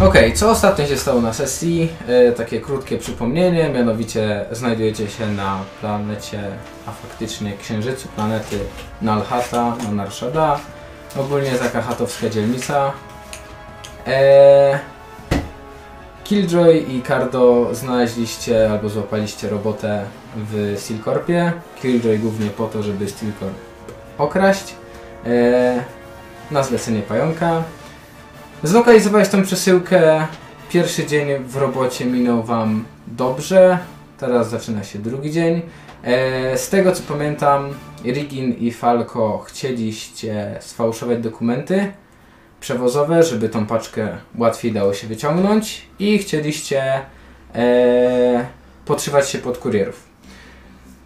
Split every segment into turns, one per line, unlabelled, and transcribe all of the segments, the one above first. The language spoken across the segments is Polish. Okej, co ostatnio się stało na sesji? E, takie krótkie przypomnienie, mianowicie znajdujecie się na planecie, a faktycznie księżycu planety Nalhata, Narshada, ogólnie taka chatowska dzielnica. E, Killjoy i Cardo znaleźliście albo złapaliście robotę w Silcorpie. Killjoy głównie po to, żeby Silcorp okraść. E, na zlecenie pająka. Zlokalizowałeś tą przesyłkę. Pierwszy dzień w robocie minął Wam dobrze. Teraz zaczyna się drugi dzień. E, z tego co pamiętam, Rigin i Falco chcieliście sfałszować dokumenty przewozowe, żeby tą paczkę łatwiej dało się wyciągnąć i chcieliście e, podszywać się pod kurierów.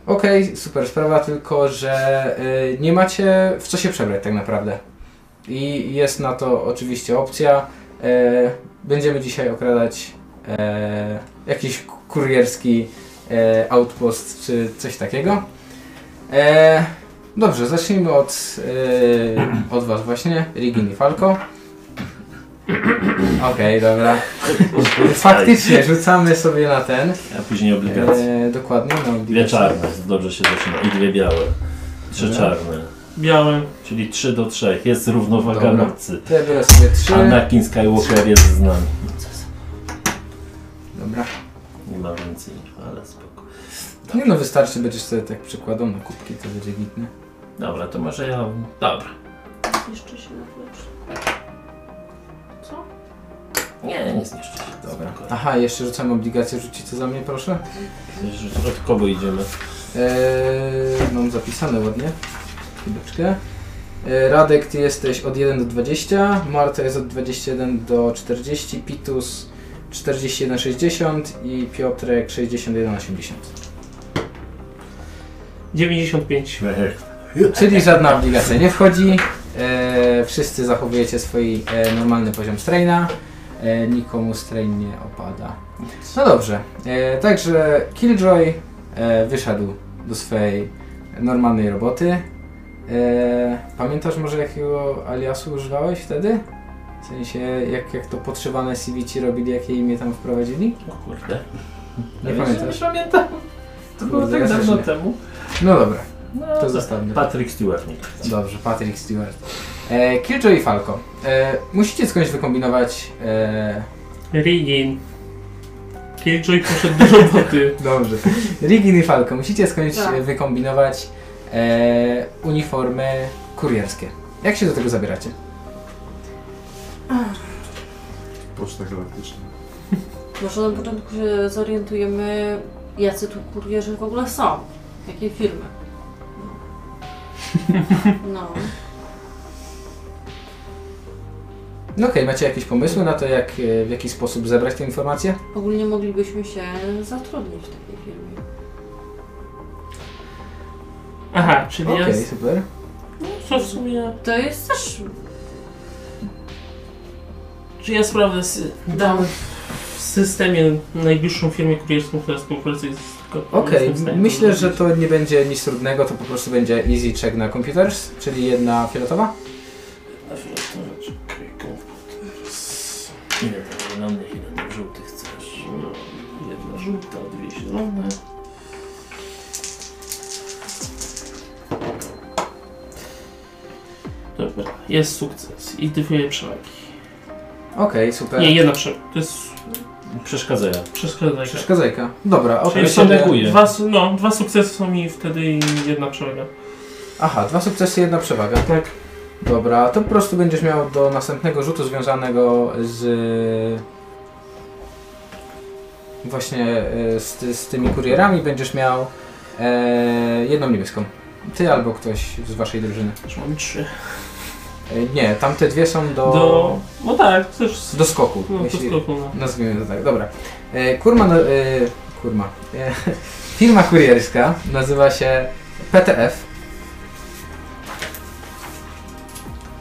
Okej, super sprawa, tylko że e, nie macie w co się przebrać tak naprawdę. I jest na to oczywiście opcja. E, będziemy dzisiaj okradać e, jakiś k- kurierski e, outpost czy coś takiego. E, dobrze, zacznijmy od, e, od Was właśnie, Rigin i Falco. Okej, dobra. Faktycznie, rzucamy sobie na ten.
A później obligacje.
E, dokładnie, na
Dwie
obligacje.
czarne, dobrze się zaczyna. I dwie białe. Trzy
Dobra.
czarne.
Białe.
Czyli 3 do 3. Jest równowaga
Dobra.
nocy.
To ja biorę sobie trzy.
Anakin Skywalker jest z nami.
Dobra.
Nie ma więcej, ale spoko.
Nie no, wystarczy, będziesz sobie tak przykładał na kubki, to będzie gitne.
Dobra, to może ja... Dobra.
Jeszcze się naplecz. Co?
Nie, nie zniszczę się.
Dobra.
Spoko.
Aha, jeszcze rzucam obligację, rzucicie za mnie, proszę.
Że- Od kogo idziemy?
Eee, mam zapisane ładnie. Chwileczkę. Eee, Radek, ty jesteś od 1 do 20, Marta jest od 21 do 40, Pitus 41,60 i Piotrek 61,80.
95.
Czyli żadna obligacja nie wchodzi. E, wszyscy zachowujecie swój e, normalny poziom straina. E, nikomu strain nie opada. No dobrze. E, także Killjoy e, wyszedł do swojej normalnej roboty. E, pamiętasz może jakiego aliasu używałeś wtedy? W sensie jak, jak to podszywane CV ci robili, jakie imię tam wprowadzili?
O kurde.
Nie
Ja
pamiętasz?
Nie pamiętam. To było
Kurde,
tak
ja też
dawno
nie.
temu.
No dobra,
No,
to
to-
zostawmy.
Patrick Stewart. nie.
Dobrze, Patrick Stewart. E, Killjoy i Falco. E, musicie skądś wykombinować. E,
Rigin. Killjoy poszedł do roboty.
dobrze. Rigin i Falco. Musicie skądś
Tak.
e, wykombinować e, uniformy kurierskie. Jak się do tego zabieracie?
Poczta galaktyczna.
Może na początku się zorientujemy, jacy tu kurierzy w ogóle są. Jakie firmy. No.
No okej, macie jakieś pomysły na to, jak, e, w jaki sposób zebrać te informacje?
Ogólnie moglibyśmy się zatrudnić w takiej firmie.
Aha, czyli
Okej,
ja...
super.
No, co w sumie...
To jest też...
Czy ja sprawdzę... sy- Dam w systemie najbliższą firmę kurierską, która współpracuje z...
Okej,
jestem w stanie
myślę, że
zrobić.
to nie będzie nic trudnego, to po prostu będzie easy check na computers, czyli jedna fioletowa.
Ile tam zielonych, ile tam żółtych chcesz? No, jedna żółta, dwie zielone.
Dobra, jest sukces. I dwie przewagi.
Okej, super.
Nie, jedna przewaga. To jest
Przeszkadzają.
przeszkadzajka.
Przeszkadzajka. Dobra,
Czyli
oprócz
się
są
neguje.
dwa, su- no, dwa sukcesy są mi wtedy i jedna przewaga.
Aha, dwa sukcesy, jedna przewaga.
Tak.
Dobra, to po prostu będziesz miał do następnego rzutu związanego z. Właśnie e, z, ty- z tymi kurierami będziesz miał e, jedną niebieską. Ty albo ktoś z waszej drużyny.
Już mam trzy.
E, nie, tamte dwie są do.
Do... No tak, też... z-
do skoku.
No, to
jeśli,
sklepu, no.
Nazwijmy to tak, dobra. E, kurma. na- E, kurma. E, firma kurierska nazywa się PTF.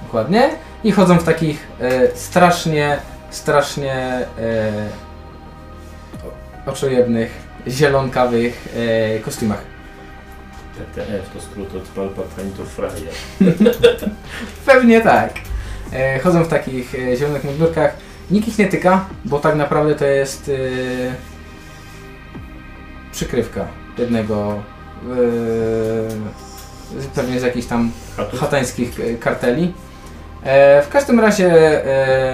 Dokładnie. I chodzą w takich e, strasznie, strasznie e, o- oczojebnych, zielonkawych e, kostiumach.
PTF to skrót od Palpatine to Fryer.
Pewnie tak. E, chodzą w takich e, zielonych mundurkach. Nikt ich nie tyka, bo tak naprawdę to jest yy, przykrywka jednego yy, z- pewnie z jakichś tam chatańskich e, karteli. E, w każdym razie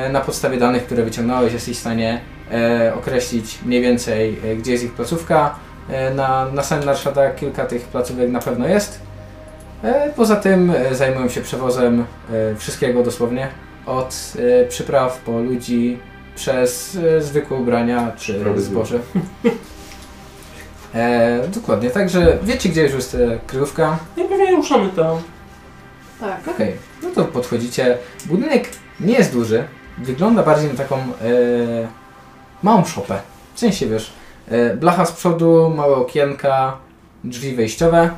e, na podstawie danych, które wyciągnąłeś, jesteś w stanie e, określić mniej więcej, e, gdzie jest ich placówka. E, na, na samym Narszada kilka tych placówek na pewno jest. E, poza tym e, zajmują się przewozem e, wszystkiego dosłownie. Od e, przypraw po ludzi, przez e, zwykłe ubrania czy
Przyprawy
zboże. E, dokładnie, także wiecie gdzie już jest e, kryjówka.
No i pewnie ruszamy tam.
Tak.
Okej, no to podchodzicie. Budynek nie jest duży. Wygląda bardziej na taką e, małą szopę. W sensie wiesz, e, blacha z przodu, małe okienka, drzwi wejściowe.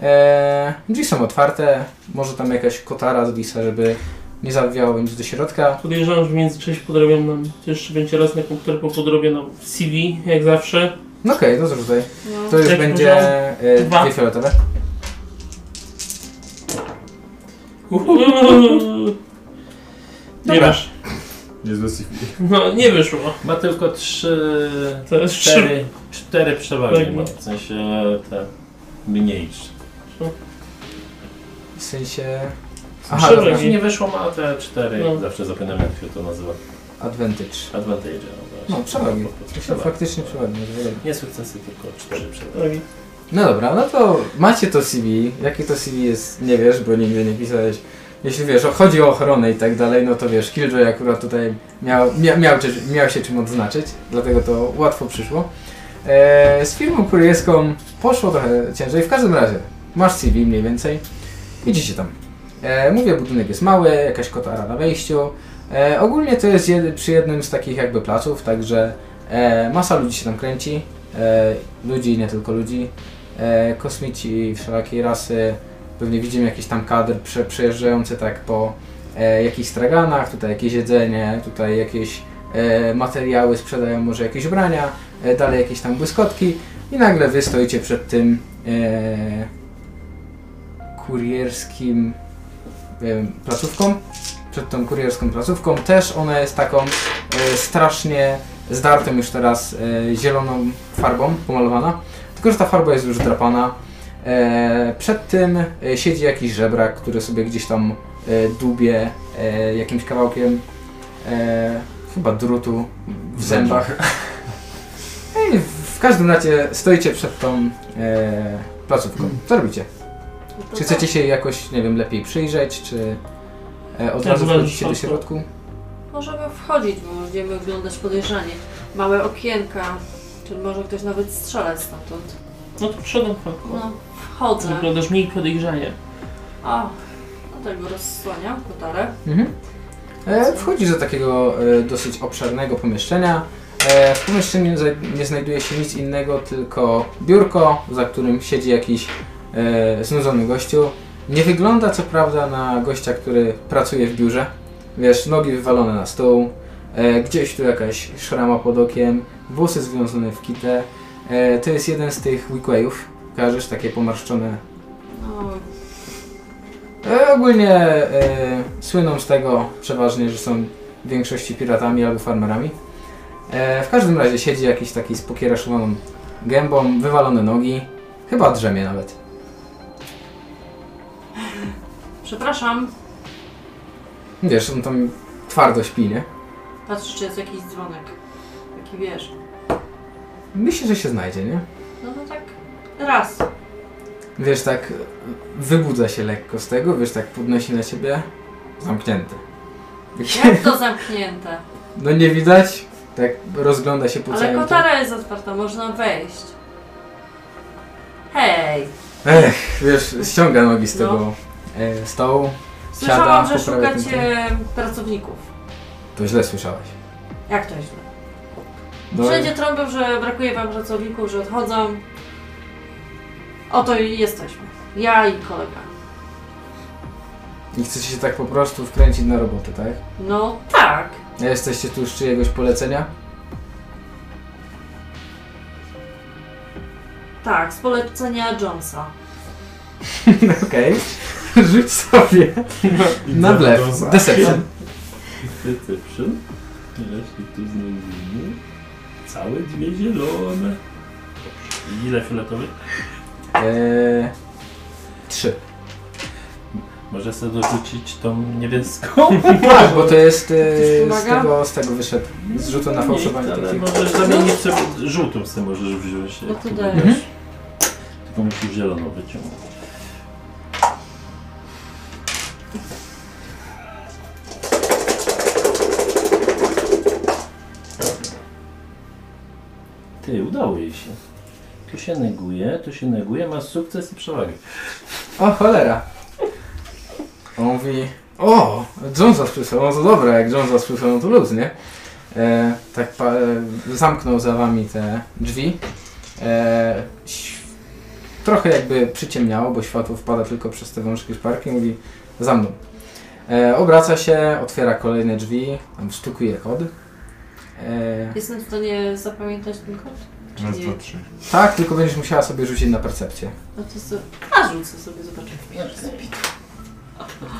E, drzwi są otwarte, może tam jakaś kotara zwisa, żeby nie zawiało nic do środka.
Podejrzewam, że w międzyczasie podrobią nam, jeszcze będzie raz na komputer, bo podrobię nam CV, jak zawsze.
No okej, no to rzucaj.
No.
To już
Jak
będzie e,
Dwa.
dwie fioletowe.
Uhuhu. Nie
Dobra.
masz.
Niezłe CV.
No, nie wyszło.
Ma tylko trzy,
To jest
cztery, cztery przewagi,
Pewnie.
ma, w sensie e, te mniejsze.
W sensie Aha,
Aha,
dobra.
Przewagi. nie wyszło, ma te cztery,
No.
zawsze zapominam jak się to nazywa,
advantage.
advantage.
No, przewagi.
Przewagi.
Faktycznie przeładnie.
Nie sukcesy, tylko cztery przewagi.
Drogi.
No dobra, no to macie to CV. Jakie to CV jest, nie wiesz, bo nigdy nie pisałeś. Jeśli wiesz, o- chodzi o ochronę i tak dalej, no to wiesz, Killjoy akurat tutaj miał, mia, miał, czy- miał się czym odznaczyć, dlatego to łatwo przyszło. E, z firmą kurierską poszło trochę ciężej, w każdym razie masz CV mniej więcej, idziecie tam. E, mówię, budynek jest mały, jakaś kotara na wejściu. E, ogólnie to jest jedy, przy jednym z takich jakby placów, także e, masa ludzi się tam kręci, e, ludzi i nie tylko ludzi, e, kosmici wszelakiej rasy, pewnie widzimy jakiś tam kadr prze, przejeżdżający tak po e, jakichś straganach, tutaj jakieś jedzenie, tutaj jakieś e, materiały sprzedają, może jakieś ubrania, e, dalej jakieś tam błyskotki i nagle wy stoicie przed tym e, kurierskim wiem, placówką, przed tą kurierską placówką, też ona jest taką e, strasznie zdartą już teraz e, zieloną farbą pomalowana, tylko że ta farba jest już drapana. E, przed tym e, siedzi jakiś żebrak, który sobie gdzieś tam e, dubie e, jakimś kawałkiem e, chyba drutu w zębach. Ej, w każdym razie stoicie przed tą e, placówką. Co robicie? Czy
tak.
chcecie się jakoś, nie wiem, lepiej przyjrzeć, czy e, od
Ja
razu
wolę
wchodzicie do
szybko.
środku?
Możemy wchodzić, bo będziemy oglądać podejrzanie. Małe okienka, czy może ktoś nawet strzelać stamtąd.
No to wszedłem fakko.
No, wchodzę.
Wyglądasz mniej podejrzanie.
O, dlatego rozsłaniam kotarę.
Mhm. E, wchodzisz do takiego e, dosyć obszernego pomieszczenia. E, w pomieszczeniu nie zaj- nie znajduje się nic innego, tylko biurko, za którym siedzi jakiś e, znudzony gościu. Nie wygląda co prawda na gościa, który pracuje w biurze. Wiesz, nogi wywalone na stół, e, gdzieś tu jakaś szrama pod okiem, włosy związane w kitę. E, to jest jeden z tych weekwayów. Kojarzysz takie pomarszczone
No,
E, ogólnie e, słyną z tego przeważnie, że są w większości piratami albo farmerami. E, w każdym razie siedzi jakiś taki z pokieraszowaną gębą, wywalone nogi, chyba drzemie nawet.
przepraszam.
Wiesz, on tam twardo śpi, nie?
Patrz, czy jest jakiś dzwonek. Taki wiesz.
Myślę, że się znajdzie, nie?
No to tak raz.
Wiesz, tak e, wybudza się lekko z tego, wiesz, tak podnosi na ciebie, zamknięte.
Jak to zamknięte?
No nie widać, tak rozgląda się po
Ale
całym...
kotara jest otwarta, można wejść. Hej!
Ech, wiesz, ściąga nogi z
No.
tego e, stołu.
Słyszałam,
Siada,
że
poprawia ten
szukacie pracowników.
To źle słyszałaś.
Jak to źle?
No,
Wszędzie trąbią, że brakuje wam pracowników, że odchodzą. Oto i jesteśmy. Ja i kolega.
I chcecie się tak po prostu wkręcić na robotę, tak?
No tak.
A Jesteście tu z czyjegoś polecenia?
Tak, z polecenia Jonesa.
Okej. Rzuć sobie na wlew. Deception.
Ty, ty, przy? Teraz się tu znajdujemy. Całe dwie zielone.
I Ile fioletowych?
Eee, trzy.
Może sobie dorzucić tą niebieską?
Tak, bo to jest e, z,
Uwaga.
tego, z tego wyszedł. Z rzutu na fałszowanie
Ale
takich.
możesz zamienić sobie żółtą sobie możesz wziąć.
No
jak
to
tu
dajesz.
będziesz. Tylko musisz zieloną wyciągnąć. Ty, udało jej się. Tu się neguje, tu się neguje, masz sukces i przewagę.
O, cholera. On mówi, o, John zasłyszał, no to dobra, jak John zasłyszał, no to luz, nie? E, tak pa, e, zamknął za wami te drzwi. E, ś- trochę jakby przyciemniało, bo światło wpada tylko przez te wążki szparki. Mówi, za mną. E, obraca się, otwiera kolejne drzwi, tam sztukuje kod. E,
Jestem w stanie zapamiętać ten kod? Czy
No
Raz,
nie?
dwa, trzy.
tak, tylko będziesz musiała sobie rzucić na percepcję.
No to sobie... A, rzucę sobie, zobaczę.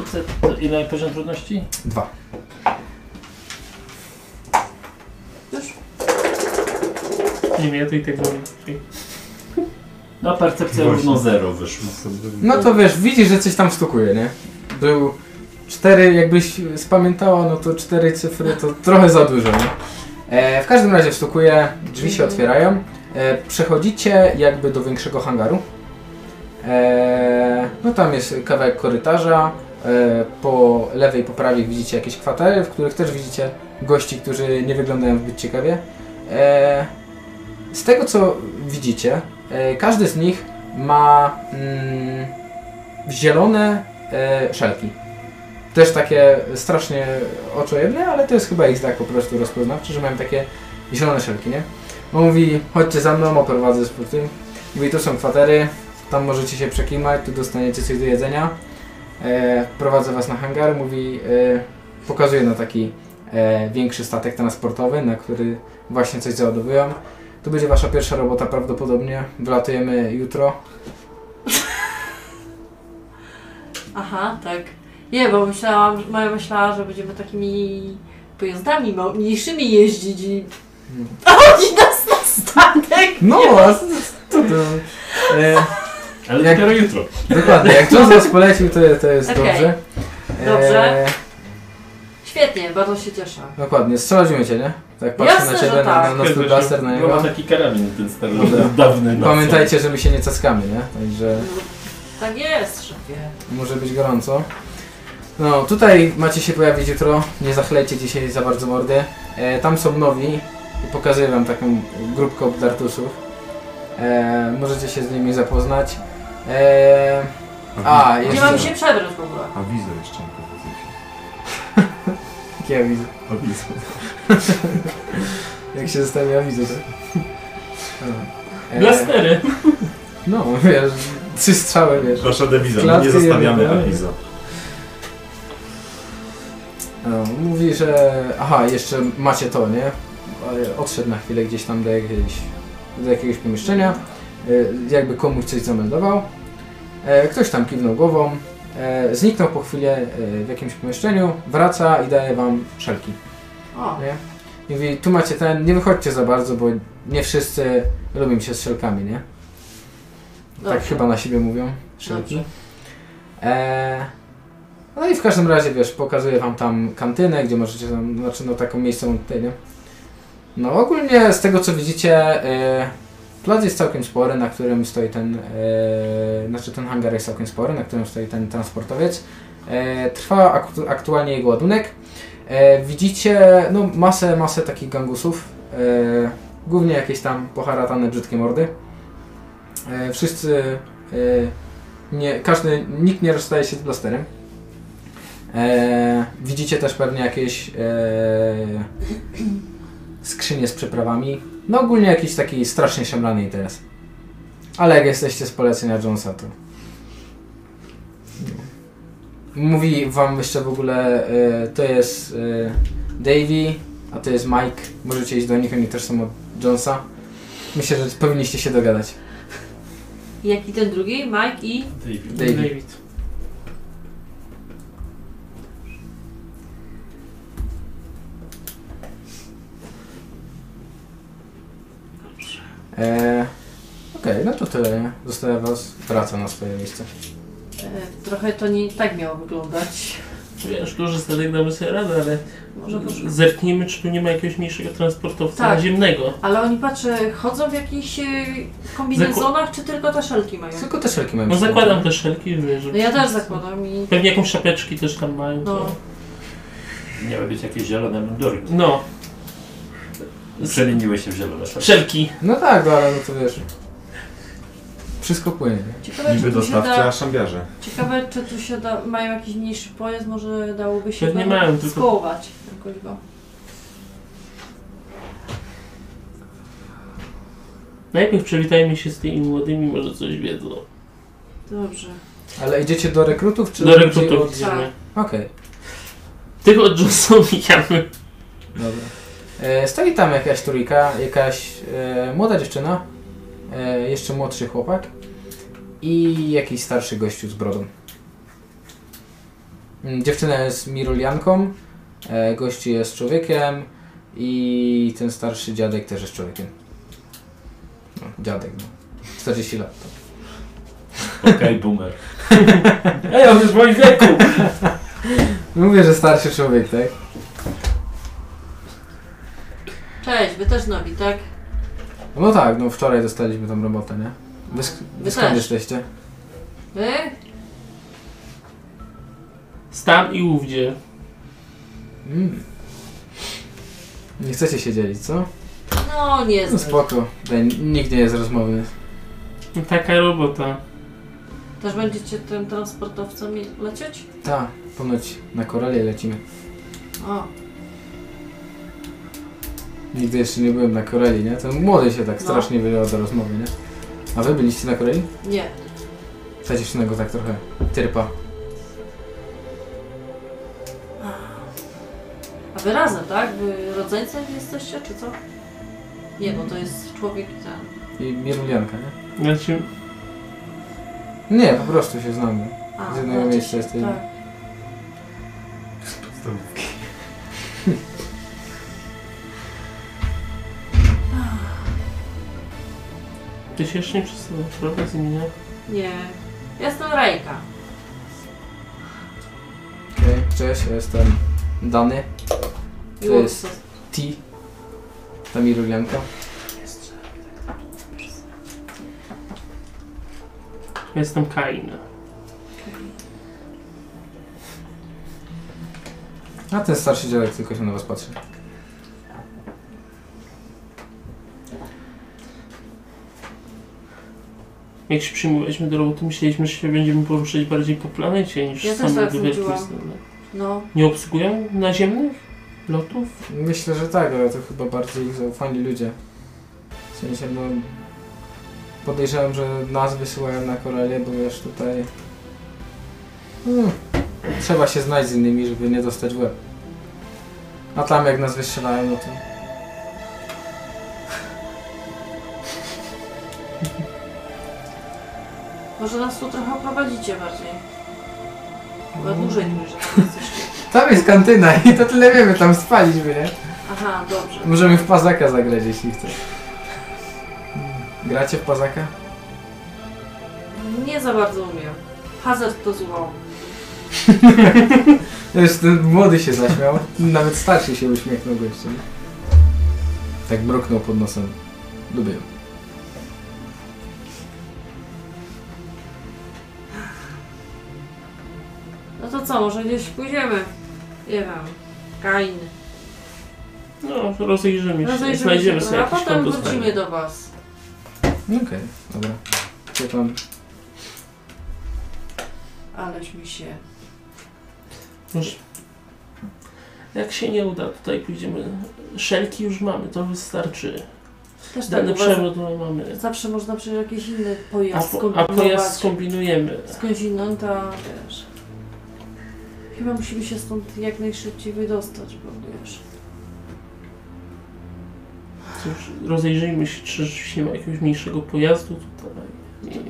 Sukces, to ile poziom trudności?
Dwa.
Już?
Nie wiem, ja to i tak robię. Czyli-
No, percepcja
Właśnie.
równo zero wyszło.
No to wiesz, widzisz, że coś tam stukuje, nie? Był cztery, jakbyś spamiętała, no to cztery cyfry to trochę za dużo, nie? E, w każdym razie stukuje, drzwi się otwierają. E, przechodzicie jakby do większego hangaru. E, no tam jest kawałek korytarza. E, po lewej, po prawej widzicie jakieś kwatery, w których też widzicie gości, którzy nie wyglądają zbyt ciekawie. E, z tego co widzicie, e, każdy z nich ma mm, zielone e, szelki. Też takie strasznie oczojebne, ale to jest chyba ich znak po prostu rozpoznawczy, że mają takie zielone szelki, nie? On mówi, chodźcie za mną, oprowadzę z tym. Mówi, tu są kwatery, tam możecie się przekimać, tu dostaniecie coś do jedzenia. E, prowadzę was na hangar, mówi, e, pokazuje na taki e, większy statek transportowy, na który właśnie coś załadowują. To będzie wasza pierwsza robota prawdopodobnie. Wylatujemy jutro.
Aha, tak. Nie, bo myślałam, że- Maja myślała, że będziemy takimi pojazdami ma- mniejszymi jeździć i... A oni nas na statek!
No, a co to? E,
Ale
Jak-
dopiero jutro.
dokładnie, jak John was polecił, to, to jest
Okej.
dobrze. E,
Dobrze. Świetnie, bardzo się cieszę.
dokładnie, strzelać umiecie, nie? Tak patrzę
Jasne,
na
że
ciebie, na,
tak.
na nowy blaster, na
No,
niego.
ma taki karabin ten stary,
Dobra.
dawny. na
Pamiętajcie, że my się nie cackamy, nie? Także...
Tak jest, szefie.
Może być gorąco. No, tutaj macie się pojawić jutro. Nie zachlejcie dzisiaj za bardzo mordy. E, tam są nowi. i Pokazuję wam taką grupkę obdartusów. E, możecie się z nimi zapoznać. E, A,
Nie
Jeszcze-
mam się przebrać w ogóle.
A wizę jeszcze nie powiedzieliście.
ja widzę.
A wizę.
Jak się zostawiła, widzę to. E,
Blastery!
no, wiesz, trzy strzały, wiesz.
Wasza dewiza,
no, Klatki nie zostawiamy, jemy, a tak?
wiza.
No, mówi, że. Aha, jeszcze macie to, nie? Ale Odszedł na chwilę gdzieś tam do, jakiejś, do jakiegoś pomieszczenia. e, Jakby komuś coś zameldował. E, Ktoś tam kiwnął głową. e, Zniknął po chwili e, w jakimś pomieszczeniu, wraca i daje wam szelki.
O,
Nie? I mówi, tu macie ten, nie wychodźcie za bardzo, bo nie wszyscy lubią się z szelkami, nie?
dobrze.
Tak chyba na siebie mówią. Szelki.
Dobrze.
E, no i w każdym razie, wiesz, pokazuję wam tam kantynę, gdzie możecie tam, znaczy no taką miejscową tutaj, nie? No ogólnie z tego co widzicie, e, plac jest całkiem spory, na którym stoi ten, e, znaczy ten hangar jest całkiem spory, na którym stoi ten transportowiec. E, trwa aktu- aktualnie jego ładunek. E, widzicie, no masę, masę takich gangusów, e, głównie jakieś tam poharatane brzydkie mordy. E, wszyscy e, nie, każdy, nikt nie rozstaje się z blasterem. E, widzicie też pewnie jakieś e, skrzynie z przyprawami. No ogólnie jakiś taki strasznie szemrany interes. Ale jak jesteście z polecenia Jonesa, to... Mówi wam jeszcze w ogóle, e, to jest e, Davy, a to jest Mike. Możecie iść do nich, oni też są od Jonesa. Myślę, że powinniście się dogadać.
Jaki ten drugi? Mike i...
David.
David.
David.
E, Okej, no to tyle. Zostawiam was, wraca na swoje miejsce.
E, Trochę to nie tak miało wyglądać.
Wiesz, duży statek damy sobie radę, ale
Może poszło.
zerknijmy, czy tu nie ma jakiegoś mniejszego transportowca
Tak.
naziemnego.
Ale oni patrzę, chodzą w jakichś e, kombinezonach, czy tylko te szelki mają?
Tylko te szelki mają.
No
przy-
zakładam te szelki, wiesz,
No ja też zakładam i...
Pewnie jakąś szapeczki też tam mają.
No.
No.
Miały być jakieś zielone mundury.
no.
Przemieniły się w zielone.
Szelki.
No tak, no, ale no to wiesz. Wszystko płynie. nie?
Ciekawe,
Niby
czy tu się
dostawcy, a
da...
szambiarze.
Ciekawe, czy tu się da... mają jakiś mniejszy pojazd, może dałoby się
Pewnie
go
mają, tylko-
skołować jakoś go.
Najpierw przywitajmy się z tymi młodymi, może coś wiedzą.
Dobrze.
Ale idziecie do rekrutów czy
Do
bardziej
rekrutów
od-
idziemy.
Okej,
Tych od Johnson mijamy.
dobra. E, stoi tam jakaś trójka, jakaś e, młoda dziewczyna, e, jeszcze młodszy chłopak i jakiś starszy gościu z brodą. Mm, Dziewczyna jest Mirulianką, e, gościu jest człowiekiem i ten starszy dziadek też jest człowiekiem. No, dziadek, no. 40 lat. tak. To.
Okej, boomer. Ej, on już w moim wieku!
No Mówię, że starszy człowiek, tak?
Tak. Cześć, wy też nowi, tak?
No tak, no wczoraj dostaliśmy tą robotę, nie? Wy, sk-
Wy
wy skąd
też.
jesteście?
Wy?
Stam i ówdzie.
Mm. Nie chcecie się dzielić, co?
No, nie
No
znam.
spoko, Daj, nikt nie jest rozmowny.
Taka robota.
Też będziecie tym transportowcem lecieć?
Ta, ponoć na korale lecimy.
O,
Nigdy jeszcze nie byłem na korali, nie? Ten młody się tak
No.
strasznie wylewa do rozmowy, nie? A wy byliście na korali?
nie.
Ta dziewczyna go tak trochę tyrpa.
A wy razem, tak? Wy rodzeńcem jesteście, czy co? Nie, bo to jest człowiek i ten.
I Mirulianka, nie?
Znaczy,
Nie, po prostu się znamy.
A,
Z jednego
znaczy
miejsca
się-
jesteśmy.
Tak.
ty się jeszcze nie przesunąłeś, prawda, z imienia?
Nie. Ja Jestem Rejka.
Okej, cześć, ja jestem Dany,
I
To jest-
Ursus.
T. Ta Mirulianka.
Ja Jestem Kaina.
A ten starszy dziadek tylko się na was patrzy.
Jak się przyjmowaliśmy do roboty, myśleliśmy, że się będziemy poruszać bardziej po planecie niż
Ja też
same
tak
do wielkiej
sądziłam.
strony.
No,
Nie obsługują naziemnych lotów?
Myślę, że tak, ale to chyba bardziej ich zaufani ludzie. W sensie, no... Podejrzewam, że nas wysyłają na korale, bo wiesz, tutaj... Hmm, trzeba się znać z innymi, żeby nie dostać w łeb. A tam jak nas wystrzelają, no to...
może nas tu trochę prowadzicie bardziej.
No.
Chyba dłużej niż tam jesteście.
Tam jest kantyna i to tyle wiemy, tam spaliśmy, nie?
Aha, dobrze.
Możemy w pazaka zagrać, jeśli chcesz. Hmm, Gracie w pazaka?
Nie za bardzo umiem. Hazard to zło.
Wiesz, ten y, młody się zaśmiał, nawet starszy się uśmiechnął gościem. Tak mruknął pod nosem. Lubię. ją.
No to co, może gdzieś pójdziemy? Nie wiem. Kain.
No, rozejrzymy się,
Rozejrzymy się
znajdziemy sobie
trochę, a
jakiś
potem
kąt do
wrócimy do was.
Okej, dobra. Co tam?
Ależ mi się...
Już. Jak się nie uda, tutaj pójdziemy. Szelki już mamy, to wystarczy.
Też tak
Dany
uważam.
przewód mamy.
Zawsze można przecież jakiś inny
A,
pojazd
po, a pojazd
skombinować.
skombinujemy.
Skądś inąd, a wiesz... Chyba musimy się stąd jak najszybciej wydostać, bo wiesz...
Cóż, rozejrzyjmy się, czy rzeczywiście nie ma jakiegoś mniejszego pojazdu tutaj. Nie.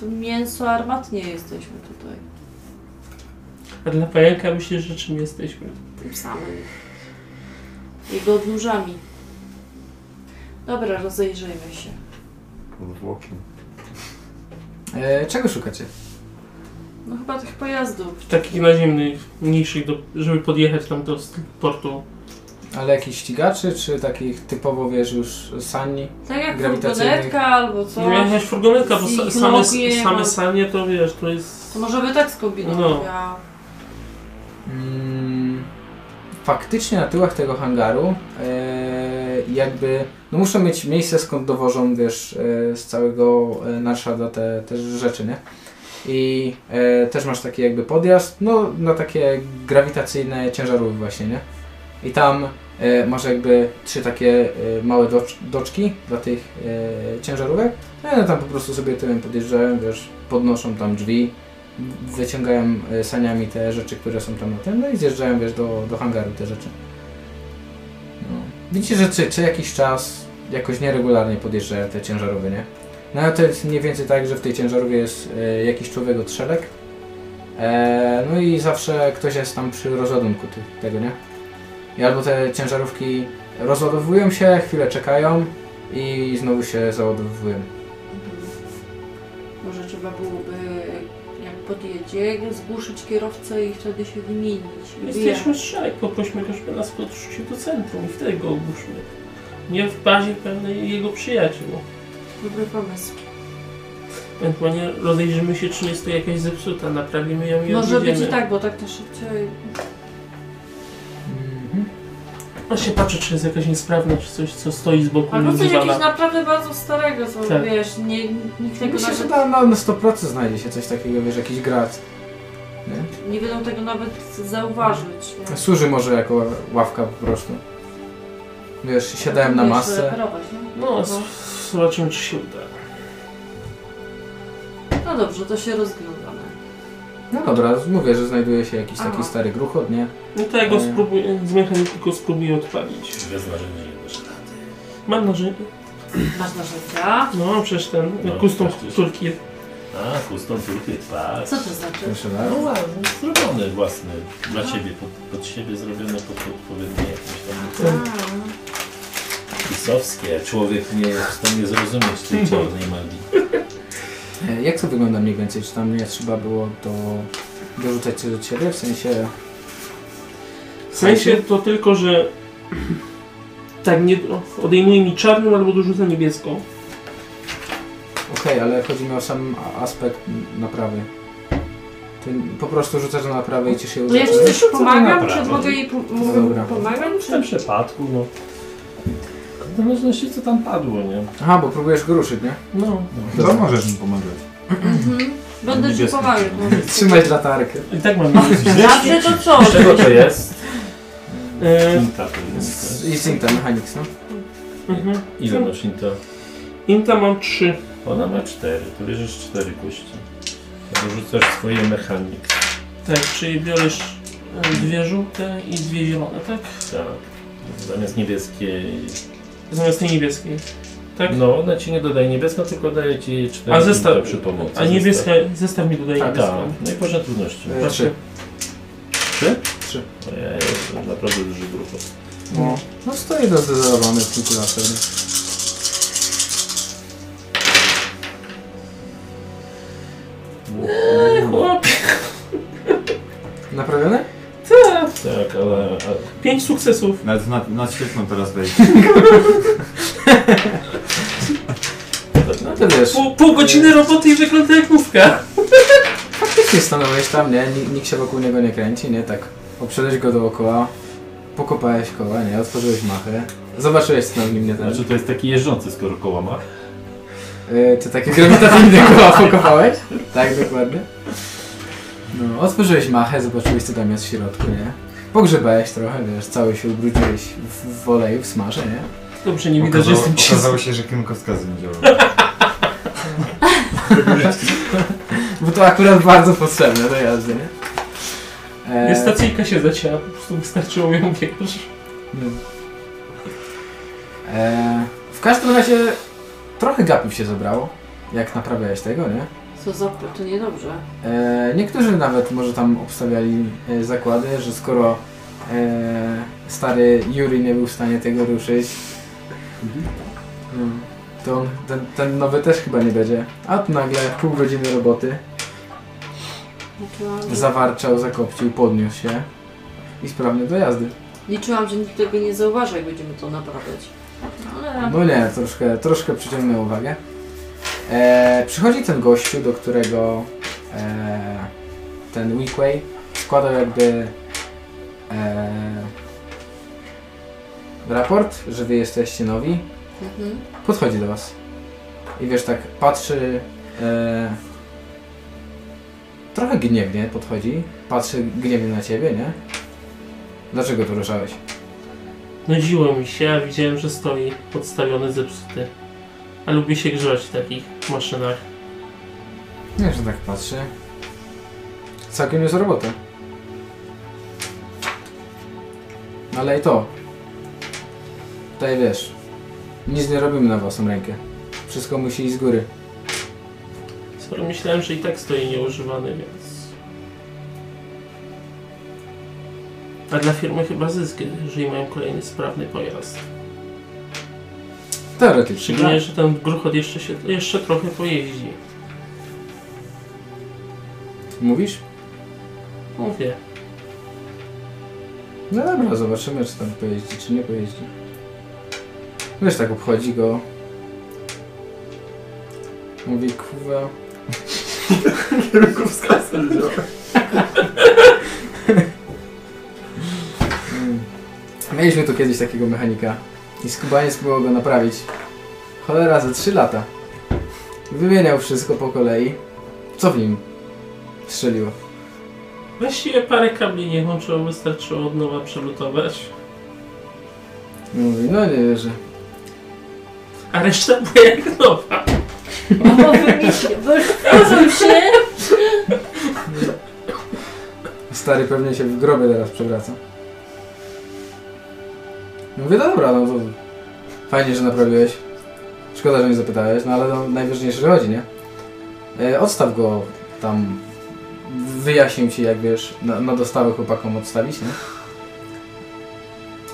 To mięso armatnie jesteśmy tutaj.
A dla pająka myślę, że czym jesteśmy?
Tym samym. Jego odnóżami. Dobra, rozejrzyjmy się.
odwłokiem.
E, czego szukacie?
No chyba tych pojazdów.
Takich naziemnych, mniejszych, do, żeby podjechać tam do s- portu.
Ale jakichś ścigaczy, czy takich typowo, wiesz, już sani?
Tak jak
Grawitacyjnych.
furgonetka albo
No jakaś
coś.
furgonetka, bo sa,
Ich
same,
nogi,
same
no.
sanie to wiesz, to jest...
To może by tak skombinował.
No.
Ja.
Mm, faktycznie na tyłach tego hangaru e, jakby, no muszą mieć miejsce skąd dowożą, wiesz, e, z całego e, Narszada te, te rzeczy, nie? I e, też masz taki jakby podjazd, no na takie grawitacyjne ciężarówki właśnie, nie? I tam e, masz jakby trzy takie e, małe docz, doczki dla tych e, ciężarówek. No i one tam po prostu sobie tyłem podjeżdżają, wiesz, podnoszą tam drzwi, wyciągają e, saniami te rzeczy, które są tam na tym, no i zjeżdżają, wiesz, do, do hangaru te rzeczy. No. Widzicie, że czy, czy jakiś czas jakoś nieregularnie podjeżdżają te ciężarówy, nie? No ale to jest mniej więcej tak, że w tej ciężarówie jest e, jakiś człowiek od szelek. E, no i zawsze ktoś jest tam przy rozładunku ty, tego, nie? I albo te ciężarówki rozładowują się, chwilę czekają i znowu się załadowują.
Mhm. Może trzeba byłoby, jak podjedzie, zgłuszyć kierowcę i wtedy się wymienić.
Jesteśmy z szereg, poprośmy go, żeby nas podrzucił do centrum i wtedy go ogłuszmy. Nie w bazie pewnej jego przyjaciół.
Dobry pomysł.
Ewentualnie rozejrzymy się, czy jest tu jakaś zepsuta, naprawimy ją i
Może być i
odjedziemy.
tak, bo tak to szybciej.
Mhm.
On No się patrzy, czy jest jakaś niesprawna, czy coś, co stoi z boku
Albo coś
niezwana.
jakiegoś naprawdę bardzo starego, co
Tak.
wiesz, nie, nikt tego
No Myślę, że
nawet,
na, na 100% znajdzie się coś takiego, wiesz, jakiś grat.
nie będą tego nawet zauważyć. no. nie?
Służy może jako ławka po prostu. Wiesz, siadałem na
Wiesz,
masę.
reperować, nie?
No, s- zobaczymy, czy się uda.
No dobrze, to się rozglądamy.
No dobra, mówię, że znajduje się jakiś taki
Aha.
stary gruchot, nie?
No to ja go
Mm.
spróbuję, z mechaniku spróbuję odpalić.
Bez narzędzi nie dasz rady.
Mam narzędzie.
Masz narzędzia?
No, przecież ten
No,
custom
przecież.
turki.
A, custom turkey, tak.
Co to znaczy?
Proszę
No
bardzo.
ładnie, zrobione własne, dla ciebie, pod, pod siebie zrobione, pod odpowiednie jakieś tam
A,
pisowskie. Człowiek nie jest w stanie zrozumieć
Mhm.
tej czarnej magii.
E, Jak to wygląda mniej więcej? Czy tam nie trzeba było do, dorzucać coś od siebie? W sensie...
W sensie to tylko, że tak nie odejmuje mi czarną albo dorzuca niebieską.
Okej, ale chodzi mi o sam a- aspekt naprawy. Ty po prostu rzucasz na naprawę i ci się
to ja
uda.
ci
No,
coś
co to
pomagam,
naprawdę?
czy mogę jej po-
Dobra.
mogę pomagam,
W
czy...
tym przypadku, no. W zależności co tam padło, nie?
Aha, bo próbujesz go ruszyć, nie?
No.
To możesz mi pomagać.
Mhm. Będę ci
Niebieską.
pomagał.
Trzymać latarkę.
I tak mam niebieską.
No, Zawsze to co?
Z czego to jest?
E,
Inta to jest.
I Cinta Mechanics, no.
mhm.
Ile masz Inta?
Inta mam trzy.
Ona ma cztery, tu bierzesz cztery kości. Rzucasz swoje mechanik.
Tak, czyli biorę sz- e, dwie żółte i dwie zielone, tak?
Tak. Zamiast niebieskiej.
Zamiast tej niebieskiej. Tak?
No, ona ci nie dodaje niebieska, tylko daje ci cztery
A zestaw-
Inta przy pomocy.
A niebieska, Tak. zestaw mi dodaje
Tak, tak.
niebieską.
No i poziom trudności.
E, Trzy.
Trzy?
Trzy.
Ojej, to naprawdę duży grupa.
No, no stoi to zdecydowane w kilku lat pewnie.
Chłop,
Naprawione?
Tak, ale... ale
pięć sukcesów.
Nawet na, na świetną teraz wejść.
No to wiesz,
Pół, pół godziny roboty i wygląda jak mówka.
faktycznie stanąłeś tam, nie? Ni- Nikt się wokół niego nie kręci, nie? Tak obszedłeś go dookoła, pokopałeś koła, nie? Otworzyłeś machę, zobaczyłeś co na nim nie tak. ten.
Znaczy to jest taki jeżdżący, skoro koła ma.
Yy, czy takie grawitacyjne koła pokopałeś? Tak, dokładnie. No, otworzyłeś machę, zobaczyłeś co tam jest w środku, nie? Pogrzebałeś trochę, wiesz, cały się ubrudziłeś w, w oleju, w smarze, nie?
Dobrze, nie widać, że
Okazało,
jestem czysty.
okazało się, że kierunkowskazy nie działały.
Bo to akurat bardzo potrzebne do jazdy, nie? E,
Nie, Stacyjka się zacięła, po prostu wystarczyło ją wiesz.
Hmm. E, w każdym razie trochę gapiów się zebrało, jak naprawiałeś tego, nie?
Co za... To niedobrze.
E, niektórzy nawet może tam obstawiali e, zakłady, że skoro e, stary Juri nie był w stanie tego ruszyć, mm, To on, ten, ten nowy też chyba nie będzie. A tu nagle pół godziny roboty
Liczyłam, że-
zawarczał, zakopcił, podniósł się i sprawnie do jazdy.
Liczyłam, że nikt tego nie zauważy, jak będziemy to naprawiać. Ale...
No nie, troszkę, troszkę przyciągnę uwagę. E, przychodzi ten gościu, do którego e, ten Weekway składał jakby e, raport, że wy jesteście nowi.
Mhm.
Podchodzi do was. I wiesz, tak patrzy. E, trochę gniewnie podchodzi. Patrzy gniewnie na ciebie, nie? Dlaczego tu ruszałeś?
Nudziło mi się, a widziałem, że stoi podstawiony, zepsuty. A lubię się grzać w takich maszynach.
Nie, że tak patrzy. Całkiem jest robota. Ale i to. Tutaj wiesz. Nic nie robimy na własną rękę. Wszystko musi iść z góry.
Skoro myślałem, że i tak stoi nieużywany, więc... A dla firmy chyba zysk, jeżeli mają kolejny sprawny pojazd.
Teoretycznie.
Szczególnie, że ten gruchot jeszcze się jeszcze trochę pojeździ.
Mówisz?
Mówię.
No dobra, zobaczymy, czy tam pojeździ, czy nie pojeździ. Wiesz, tak obchodzi go. Mówi, kurwa,
Kierunkowskazy działa.
Mm. Mieliśmy tu kiedyś takiego mechanika i skubaniec próbował go naprawić. Cholera, ze 3 lata. Wymieniał wszystko po kolei. Co w nim strzeliło?
Właściwie parę kabli nie łączyło, wystarczyło od nowa przelutować.
I Mówi, no nie wierzę.
A reszta była jak nowa.
Bo wymyślił, bo już wchodzą się.
Stary pewnie się w grobie teraz przewraca. Mówię, no dobra, no to fajnie, że naprawiłeś. Szkoda, że nie zapytałeś, no ale no, najważniejsze, że chodzi, nie? E, odstaw go tam. Wyjaśnił ci, jak wiesz, na, na dostawę chłopakom odstawić, nie?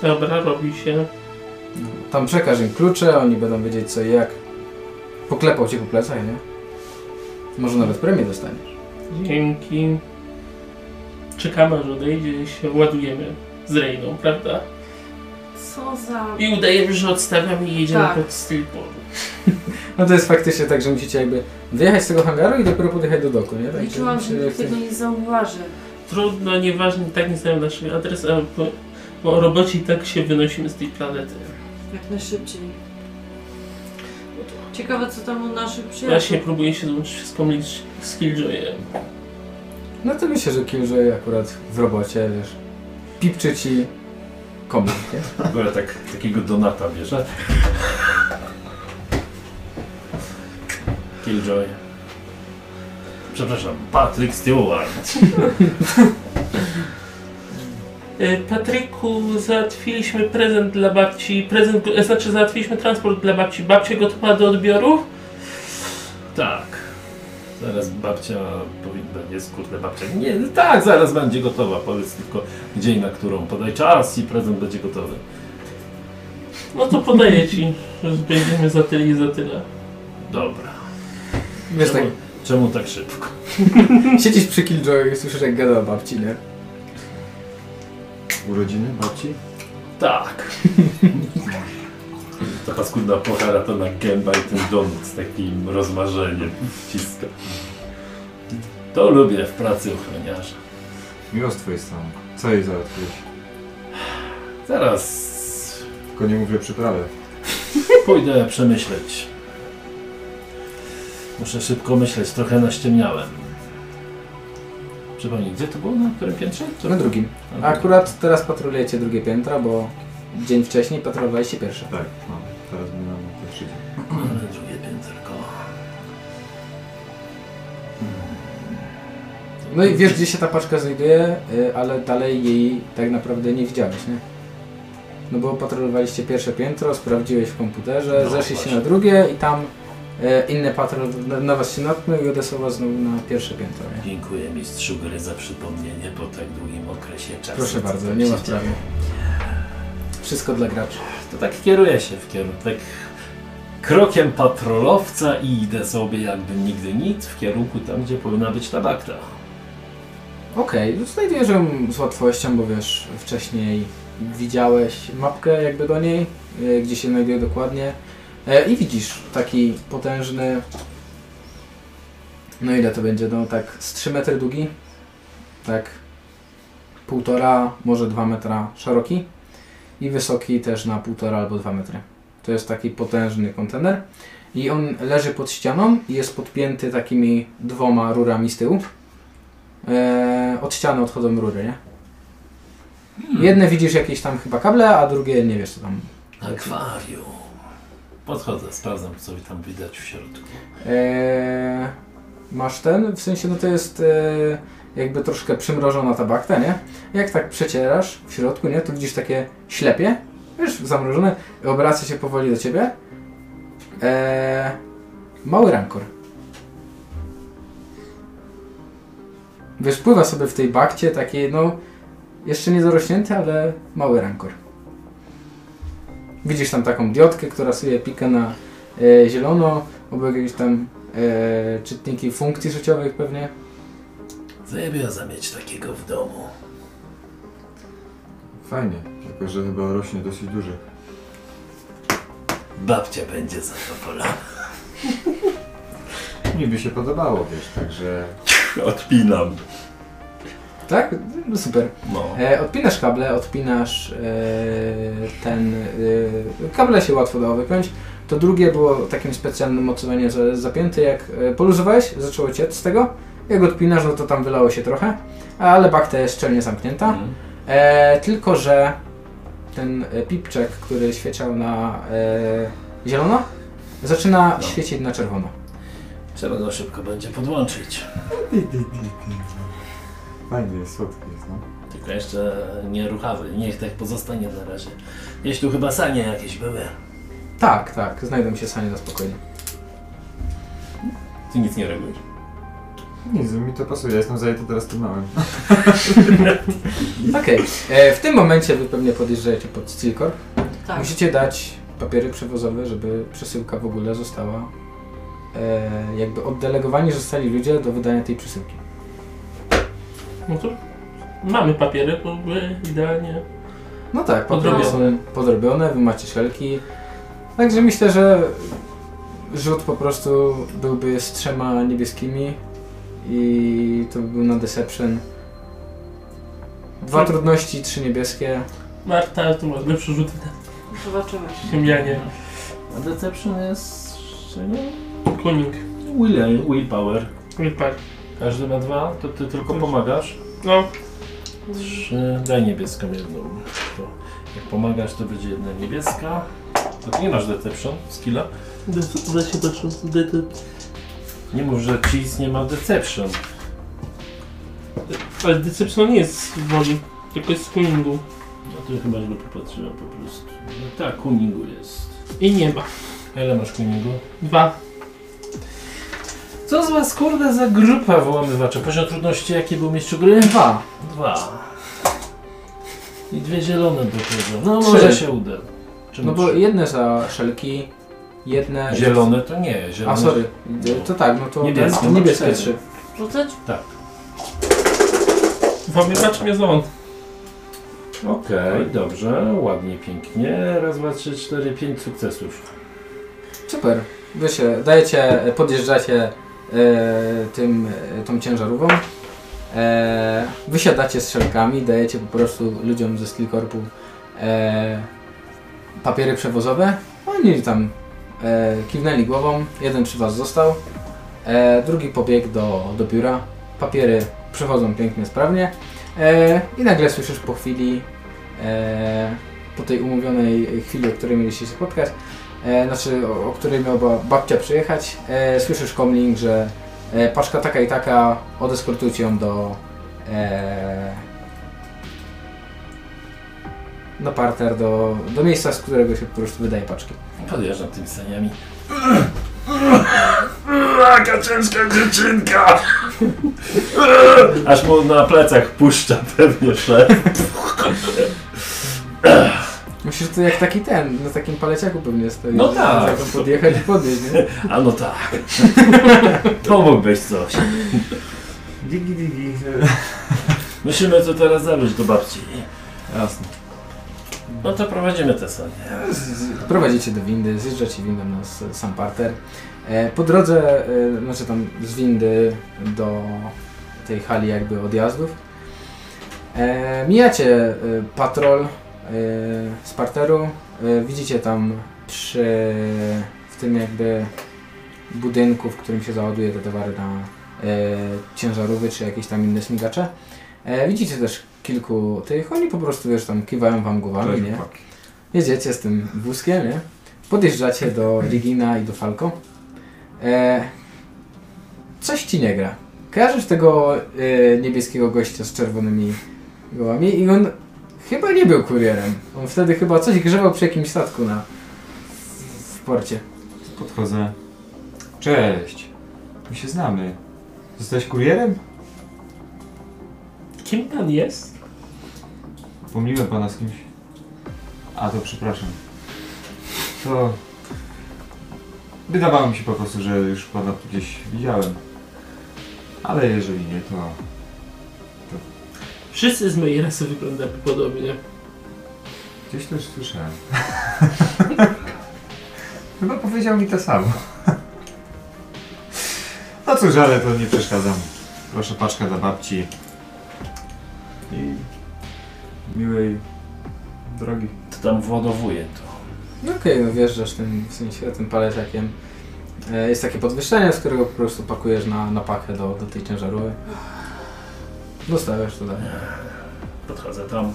Dobra, robi się.
Tam przekaż im klucze, oni będą wiedzieć co i jak. Poklepał cię po plecach, nie? Może nawet premię dostaniesz.
Dzięki. Czekamy, aż odejdzie i się ładujemy z Rejną, prawda?
Co za...
I udajemy, że odstawiamy i jedziemy
Tak.
pod Steelport.
No to jest faktycznie tak, że musicie jakby wyjechać z tego hangaru i dopiero podjechać do doku, nie? Tak,
Liczyłam, No że nikt tego nie zauważy.
Trudno, nieważne, i tak nie znają naszych adres, a po, po robocie i tak się wynosimy z tej planety.
Jak najszybciej.
No
Ciekawe, co tam u naszych
Ja się
przyjaciół.
próbuję się złączyć z Komlicz, z Killjoyem.
No to myślę, że Killjoy akurat w robocie, wiesz, pipczy ci komik, nie?
Dobra, tak, takiego Donata bierze. Killjoy. Przepraszam, Patrick Stewart.
E, Patryku, załatwiliśmy prezent dla babci, prezent, e, znaczy załatwiliśmy transport dla babci. Babcia gotowa do odbioru?
Tak. Zaraz babcia powinna, jest kurde babcia. Nie, no tak, zaraz będzie gotowa. Powiedz tylko gdzie i na którą. Podaj czas i prezent będzie gotowy.
No to podaję ci, że będziemy za tyle i za tyle.
Dobra.
Wiesz, tak
czemu, czemu tak szybko?
siedzisz przy Killjoyu i słyszysz jak gada o babci, nie?
Urodziny babci?
Tak. Ta paskudna pochara to na gęba i ten donut z takim rozmarzeniem wciska. To lubię w pracy ochroniarza.
Miło z twojej strony. Co jej załatwiłeś?
Zaraz
Tylko nie mówię przyprawy.
pójdę przemyśleć. Muszę szybko myśleć, trochę naściemniałem. Przypomnij, gdzie to było? Na którym piętrze? Co-
Na drugim. A Akurat teraz patrolujecie drugie piętra, bo dzień wcześniej patrolowaliście pierwsze.
Tak, no. Teraz będę na to przyjdzie.
Ale drugie pięterko.
No i wiesz, gdzie się ta paczka znajduje, y, ale dalej jej tak naprawdę nie widziałeś, nie? No bo patrolowaliście pierwsze piętro, sprawdziłeś w komputerze,
No,
zeszliście
właśnie.
na drugie i tam y, inne patrol na, na was się natknął i odesłał was znowu na pierwsze piętro, nie?
Dziękuję mistrzu gry za przypomnienie po tak długim okresie czasu.
Proszę
co
bardzo,
tam
nie
się
ma
dzieje.
sprawy. Wszystko dla graczy.
To tak kieruje się w kierunku. Tak krokiem patrolowca i idę sobie jakby nigdy nic w kierunku tam, gdzie powinna być ta bakta.
Okej, okay, znajdujesz ją z łatwością, bo wiesz, wcześniej widziałeś mapkę jakby do niej, e, gdzie się znajduje dokładnie e, i widzisz taki potężny, no ile to będzie, no tak z 3 metry długi, tak półtora, może 2 metra szeroki i wysoki też na półtora albo 2 metry. To jest taki potężny kontener i on leży pod ścianą i jest podpięty takimi dwoma rurami z tyłu. E, od ściany odchodzą rury, nie? Jedne widzisz jakieś tam chyba kable, a drugie nie wiesz co tam.
Akwarium. Podchodzę, sprawdzam, co tam widać w środku.
E, masz ten, w sensie no to jest e, jakby troszkę przymrożona ta bakta, nie? Jak tak przecierasz w środku, nie? Tu widzisz takie ślepie, wiesz, zamrożone, obraca się powoli do ciebie. E, mały rankor. Wiesz, pływa sobie w tej bakcie takiej, no, jeszcze nie dorośnięty, ale mały rankor. Widzisz tam taką diodkę, która sobie pika na e, zielono, obok jakieś tam e, czytniki funkcji życiowych pewnie.
Zajebioza mieć takiego w domu.
Fajnie, tylko że chyba rośnie dosyć duży.
Babcia będzie zadowolona.
Mi by się podobało, wiesz, także...
Odpinam.
Tak? No super.
No.
E, odpinasz kable, odpinasz e, ten... E, kable się łatwo dało wypiąć. To drugie było takim specjalnym mocowaniem za, zapięte. Jak e, poluzowałeś, zaczęło ciec z tego. Jak odpinasz, no to tam wylało się trochę. Ale bakta jest szczelnie zamknięta.
Mm.
E, tylko, że ten e, pipczek, który świeciał na e, zielono, zaczyna
No.
świecić na czerwono.
Trzeba go szybko będzie podłączyć.
Fajnie, jest, słodki jest, no.
Tylko jeszcze nieruchawy. Niech tak pozostanie na razie. Jeśli tu chyba sanie jakieś były.
Tak, tak, znajdą się sanie na spokojnie.
Ty nic nie robisz.
Nic, mi to pasuje, ja jestem zajęty teraz tym małym.
Okej, e, w tym momencie wy pewnie podjeżdżacie pod Steelcorp.
Tak.
Musicie dać papiery przewozowe, żeby przesyłka w ogóle została... E, jakby oddelegowani zostali ludzie do wydania tej przesyłki.
No to mamy papiery, to by idealnie.
No tak, papiery są
Podrobione.
podrobione, wy macie szelki. Także myślę, że rzut po prostu byłby z trzema niebieskimi i to by był na Deception. Dwa
Hmm.
trudności, trzy niebieskie.
Marta, tu masz lepszy rzut
Zobaczymy.
ziemnianie.
A deception jest...
Kuning.
Will, willpower.
Wypadł.
Każdy ma dwa, to ty tylko
Też.
pomagasz.
No,
Trzy. Daj niebieską jedną. To jak pomagasz, to będzie jedna niebieska. To ty nie masz deception, skilla.
da się patrzą.
Nie mów, że cheese nie ma deception.
Ale deception nie jest z wody, tylko jest z kuningu.
No to chyba źle popatrzyłem po prostu. No tak, kuningu jest.
I nie ma.
Ile masz kuningu?
Dwa.
Co z was kurde za grupa wyłamywacza? Poziom trudności jaki był mistrzu gry?
Dwa.
Dwa. I dwie zielone do tego. No
Trzy.
może się uda. Czy
No bo
trzy?
jedne za szelki, jedne...
Zielone to nie, zielone.
A sorry, to tak, no to
Niebieskie,
ten- niebieskie
cztery.
trzy.
Rzucać?
Wamywacz mnie złąd.
Okej, dobrze, ładnie, pięknie. Raz, dwa, trzy, cztery, pięć sukcesów.
Super. Wy się dajecie, podjeżdżacie e, tym, e, tą ciężarówką. E, wysiadacie z szelkami, dajecie po prostu ludziom ze Stillkorpu e, papiery przewozowe. Oni tam e, kiwnęli głową, jeden przy was został, e, drugi pobiegł do, do biura. Papiery przechodzą pięknie, sprawnie e, i nagle słyszysz po chwili, e, po tej umówionej chwili, o której mieliście się spotkać, e, znaczy o, o której miała ba- babcia przyjechać, e, słyszysz komling, że e, paczka taka i taka, odeskortujcie ją do e, na parter, do, do miejsca, z którego się po prostu wydaje paczki.
Podjeżdżam tymi saniami.
Kaczynska dziewczynka!
Aż mu na plecach puszcza pewnie szef.
Musisz Myślę, że to jak taki ten, na takim paleciaku pewnie stoi.
No
że
tak.
można tam podjechać i podnieść, nie?
A no tak. Pomógłbyś coś.
Digi, digi.
Musimy to teraz zabrać do babci.
Jasne.
No to prowadzimy tę salę.
Z- z- Prowadzicie do windy, zjeżdżacie windą na s- sam parter. E, Po drodze, e, znaczy tam z windy do tej hali jakby odjazdów. E, Mijacie e, patrol e, z parteru. E, Widzicie tam przy w tym jakby budynku, w którym się załaduje te towary na e, ciężarówy czy jakieś tam inne śmigacze. E, Widzicie też kilku tych, oni po prostu wiesz tam kiwają wam głowami, nie?
chłopaki.
Jedziecie z tym wózkiem, nie? Podjeżdżacie do Regina i do Falco. E, coś ci nie gra. Kojarzysz tego e, niebieskiego gościa z czerwonymi gołami i on chyba nie był kurierem. On wtedy chyba coś grzewał przy jakimś statku na w porcie.
Podchodzę. Cześć. My się znamy. Jesteś kurierem?
Kim pan jest?
Pomyliłem pana z kimś. A to przepraszam. To... Wydawało mi się po prostu, że już pana tu gdzieś widziałem. Ale jeżeli nie, to...
Wszyscy z mojej rasy wyglądamy podobnie.
Gdzieś też słyszałem. Chyba powiedział mi to samo. No cóż, ale to nie przeszkadzam. Proszę paczka dla babci. I miłej drogi.
To tam władowuje to.
No okej, no wjeżdżasz tym, w sensie tym paleciakiem. E, jest takie podwyższenie, z którego po prostu pakujesz na, na pakę do, do tej ciężarówki. Dostawiasz to dalej.
Podchodzę tam.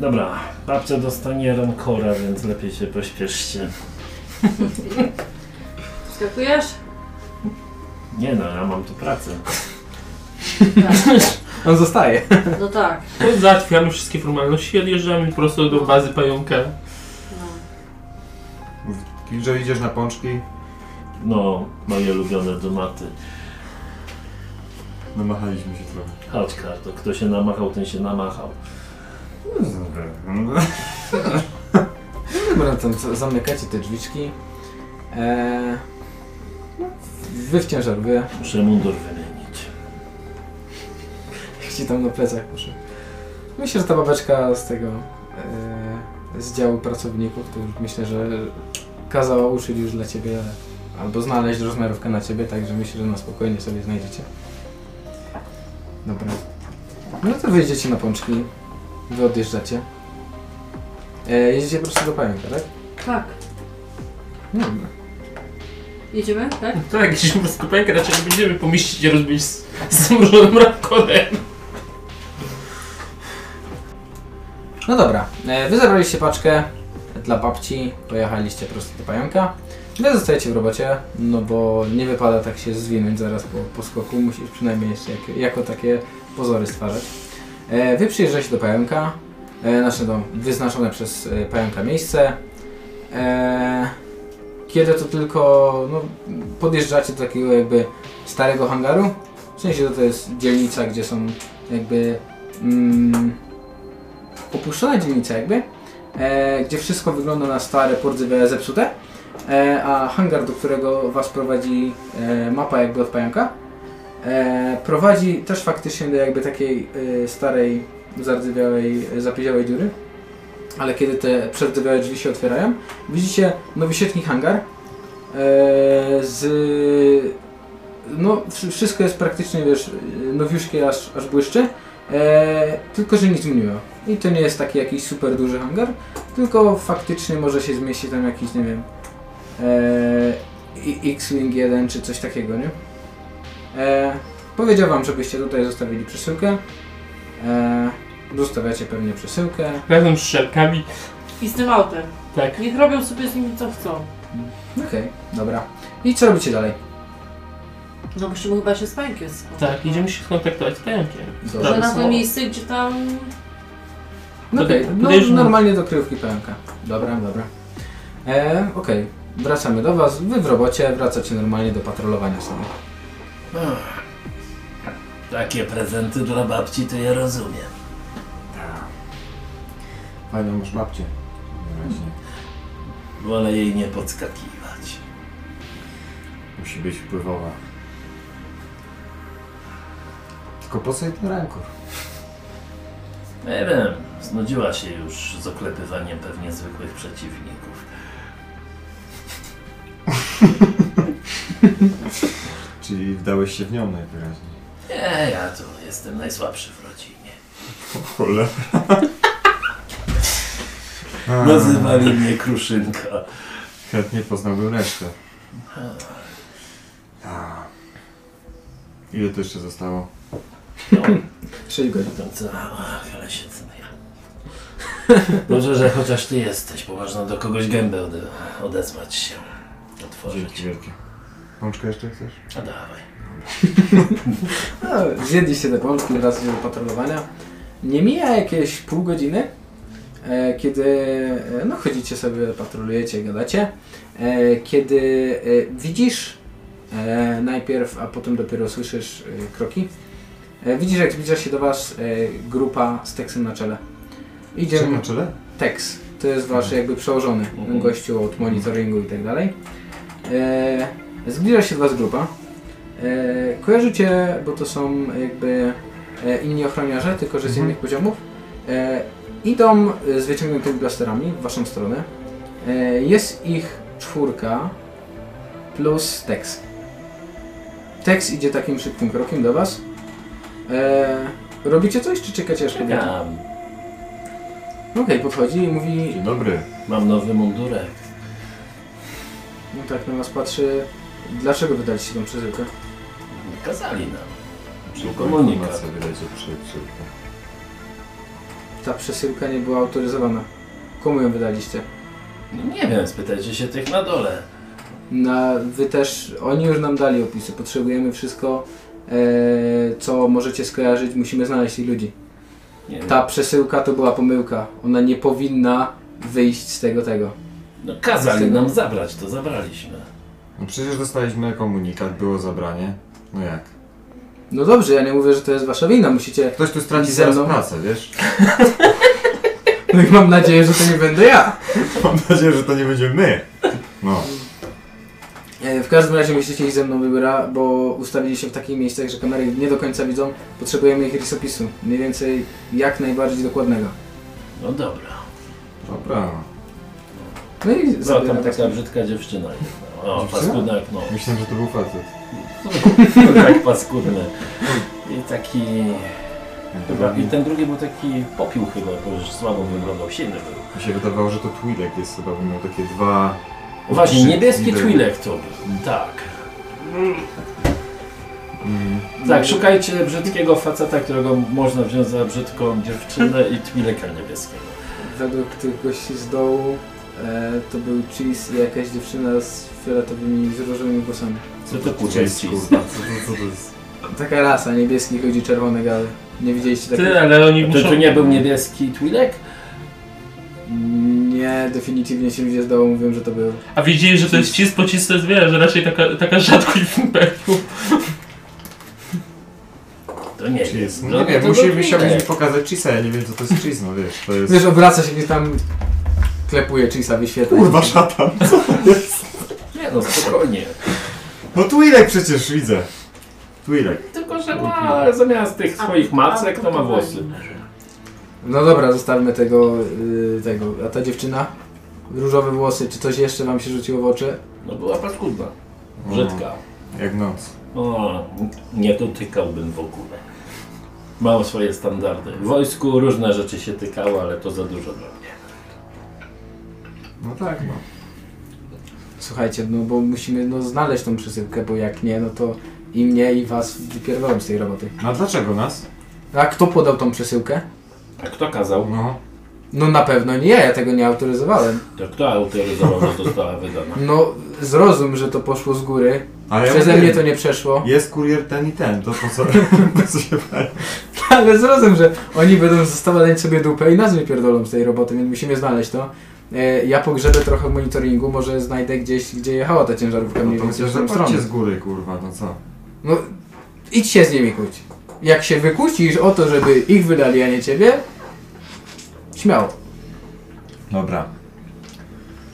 Dobra, babcia dostanie rankora, więc lepiej się pośpieszcie.
Skakujesz?
Nie no, ja mam tu pracę.
On zostaje.
Tak. No tak.
No, Załatwiamy wszystkie formalności, odjeżdżamy prosto do bazy pająka.
No.
Że idziesz na pączki,
No, moje ulubione domaty.
namachaliśmy się trochę.
Chodź karto, kto się namachał, ten się namachał.
Dobra, to co- zamykacie te drzwiczki. Eee, no, wy w ciężarówce,
Muszę mundur wymienić.
jak ci tam na plecach poszedł. Myślę, że ta babeczka z tego, eee, z działu pracowników, to już myślę, że kazała uszyć już dla ciebie, albo znaleźć rozmiarówkę na ciebie, także myślę, że na spokojnie sobie znajdziecie. Dobra. No to wyjdziecie na pączki, wy odjeżdżacie. Eee, jedziecie po prostu do pająka, tak?
Tak.
No, dobra.
Jedziemy, tak?
To jak jedziemy po skupenkę, raczej nie będziemy pomieścić i rozbić z, z zamrożonym rankorem.
No dobra, e, wy zabraliście paczkę dla babci, pojechaliście prosto do pająka. Wy zostajecie w robocie, no bo nie wypada tak się zwinąć zaraz po, po skoku, musisz przynajmniej jeszcze jak, jako takie pozory stwarzać. E, wy przyjeżdżacie do pająka, e, znaczy do wyznaczone przez e, pająka miejsce. E, kiedy to tylko no, podjeżdżacie do takiego jakby starego hangaru, w sensie to, to jest dzielnica, gdzie są jakby... Mm, opuszczona dzielnica jakby, e, gdzie wszystko wygląda na stare, pordzywe, zepsute, e, a hangar, do którego was prowadzi e, mapa jakby od pająka, e, prowadzi też faktycznie do jakby takiej e, starej, zardzewiałej, e, zapiedziałej dziury, ale kiedy te przerdzewiałe drzwi się otwierają, widzicie nowisieńki hangar e, z... No, wszy- wszystko jest praktycznie, wiesz, nowiuszkie aż, aż błyszczy, e, tylko że nic zmieniło. I to nie jest taki jakiś super duży hangar, tylko faktycznie może się zmieścić tam jakiś, nie wiem, e, i- X-Wing 1 czy coś takiego, nie? E, powiedział wam, żebyście tutaj zostawili przesyłkę. E, zostawiacie pewnie przesyłkę.
Razem z szelkami.
I z tym autem.
Tak.
Niech robią sobie z nimi co chcą.
No Okej, dobra. I co robicie dalej?
No musimy chyba się z pękiem
Tak, idziemy się skontaktować z pająkiem.
Dobrze.
Że
Prawe
na to
słowo.
miejsce, gdzie tam...
No
Podej-
okej, no,
podejrzewam-
normalnie do kryjówki pająka. Dobra, dobra. E, okej, wracamy do was. Wy w robocie wracacie normalnie do patrolowania sobie.
Ach, Takie prezenty dla babci to ja rozumiem.
Fajną masz babcię. Właśnie.
Wolę jej nie podskakiwać.
Musi być wpływowa. Tylko po co jej ten rankor?
Nie wiem, znudziła się już z oklepywaniem pewnie zwykłych przeciwników.
Czyli wdałeś się w nią najwyraźniej.
Nie, ja to jestem najsłabszy w rodzinie.
Cholera.
Nazywali mnie Kruszynka.
Chętnie poznałbym resztę. A. Ile to jeszcze zostało?
6 godzin.
Tam co, ach, ale się cnę. Dobrze, że chociaż ty jesteś, bo można do kogoś gębę ode, odezwać się. Otworzyć.
Dzięki wielkie. Pączkę jeszcze chcesz?
A dawaj.
No, zjedliście te pączki wraz do patrolowania. Nie mija jakieś pół godziny, e, kiedy e, no, chodzicie sobie, patrolujecie, gadacie, e, kiedy e, widzisz e, najpierw, a potem dopiero słyszysz e, kroki. E, widzisz, jak zbliża się do Was e, grupa z Texem na czele.
Czekaj,
Idziemy.
na czele?
Tex, to jest wasz jakby przełożony
Mhm.
gościu od monitoringu i tak dalej. E, zbliża się do was grupa. E, kojarzycie, bo to są jakby e, inni ochroniarze, tylko że z
Mhm.
innych poziomów. E, idą e, z wyciągniętymi blasterami w waszą stronę. E, jest ich czwórka plus Tex. Tex idzie takim szybkim krokiem do was. E, robicie coś, czy czekacie aż podjedzie?
Czekam.
Okej, podchodzi i mówi,
Dzień dobry.
Mam nowy mundurek.
No tak, na was patrzy. Dlaczego wydaliście tą przesyłkę?
Kazali nam.
Szybko
komunikat.
informacja wydajcie przed szybko.
Ta przesyłka nie była autoryzowana. Komu ją wydaliście?
No Nie wiem, spytajcie się tych na dole.
Na, No, wy też, oni już nam dali opisy. Potrzebujemy wszystko, e, co możecie skojarzyć. Musimy znaleźć tych ludzi.
Nie wiem.
Tak.
Ta przesyłka to była pomyłka. Ona nie powinna wyjść z tego tego.
No kazali nam zabrać, to zabraliśmy.
No przecież dostaliśmy komunikat, było zabranie. No jak?
No dobrze, ja nie mówię, że to jest wasza wina. Musicie.
Ktoś tu straci
I ze
zaraz
mną?
pracę, wiesz?
No i mam nadzieję, że to nie będę ja.
Mam nadzieję, że to nie będzie my. No.
E, W każdym razie musicie iść ze mną do biura, bo ustawili się w takich miejscach, że kamery nie do końca widzą. Potrzebujemy ich rysopisu, mniej więcej jak najbardziej dokładnego.
No dobra.
Dobra.
No i
No, tam
zabieram
taka
tak.
brzydka dziewczyna jedna. O,
Dziewczyna?
paskudna jak no.
Myślałem, że to był facet.
tak paskudny. I taki... Chyba, I ten drugi był taki popiół chyba, bo już słabo wyglądał, silny był.
Mi się wydawało, że to Twilek jest chyba, bo miał takie dwa...
Właśnie,
oczy.
niebieski
Niby-
Twi'lek to był. Tak.
Mm.
No.
Tak, szukajcie brzydkiego faceta, którego można wziąć za brzydką dziewczynę i Twi'leka niebieskiego.
Według tych gości z dołu e, to był Cheese i jakaś dziewczyna z fioletowymi, z różowymi włosami.
Co to
Co
kurczę
jest,
jest cheese?
kurwa? Co, co, co to jest?
Taka rasa, niebieski chodzi czerwone gały. Nie widzieliście
Ty,
takiego?
ale oni
Czy
muszą...
tu nie był niebieski Twi'lek?
Nie, definitywnie ci ludzie z dołu mówią, że to był.
A widzieli, że to jest cis, bo cis to jest wiele, że raczej taka, taka rzadkość w imperium.
To nie
Cheese.
jest.
No nie wiem, musimy chciałbyś mi pokazać cheese, ja nie wiem co to jest cheese, no wiesz, to jest...
Wiesz, obraca się gdzieś tam, klepuje Cheese'a, wyświetla.
Kurwa szatan.
Nie no, spokojnie.
No Twilek przecież widzę. Twilek.
Tylko, że ma zamiast tych swoich macek, to ma włosy.
No dobra, zostawmy tego, y, tego. A ta dziewczyna? Różowe włosy, czy coś jeszcze wam się rzuciło w oczy?
No była paskudna. Brzydka.
Jak noc.
O, nie dotykałbym w ogóle. Mam swoje standardy. W wojsku różne rzeczy się tykało, ale to za dużo dla mnie.
No tak, no.
Słuchajcie, no bo musimy no, znaleźć tą przesyłkę, bo jak nie, no to i mnie, i was wypierdolą z tej roboty.
No a dlaczego nas?
A kto podał tą przesyłkę?
A kto kazał?
No.
No na pewno nie ja, ja tego nie autoryzowałem.
To kto autoryzował, że została wydana?
No zrozum, że to poszło z góry.
Ale
Przeze
mówię,
mnie to nie przeszło.
Jest kurier ten i ten, to po co, po co się bać?
Ale zrozum, że oni będą zostawiać sobie dupę i nas wypierdolą z tej roboty, więc musimy znaleźć to. E, Ja pogrzebę trochę w monitoringu, może znajdę gdzieś, gdzie jechała ta ciężarówka mniej
No to
więcej
chociaż
w tą stronę.
zapłacie z góry, kurwa, no co?
No, idź się z nimi kłóć. Jak się wykłócisz o to, żeby ich wydali, a nie ciebie, śmiało.
Dobra.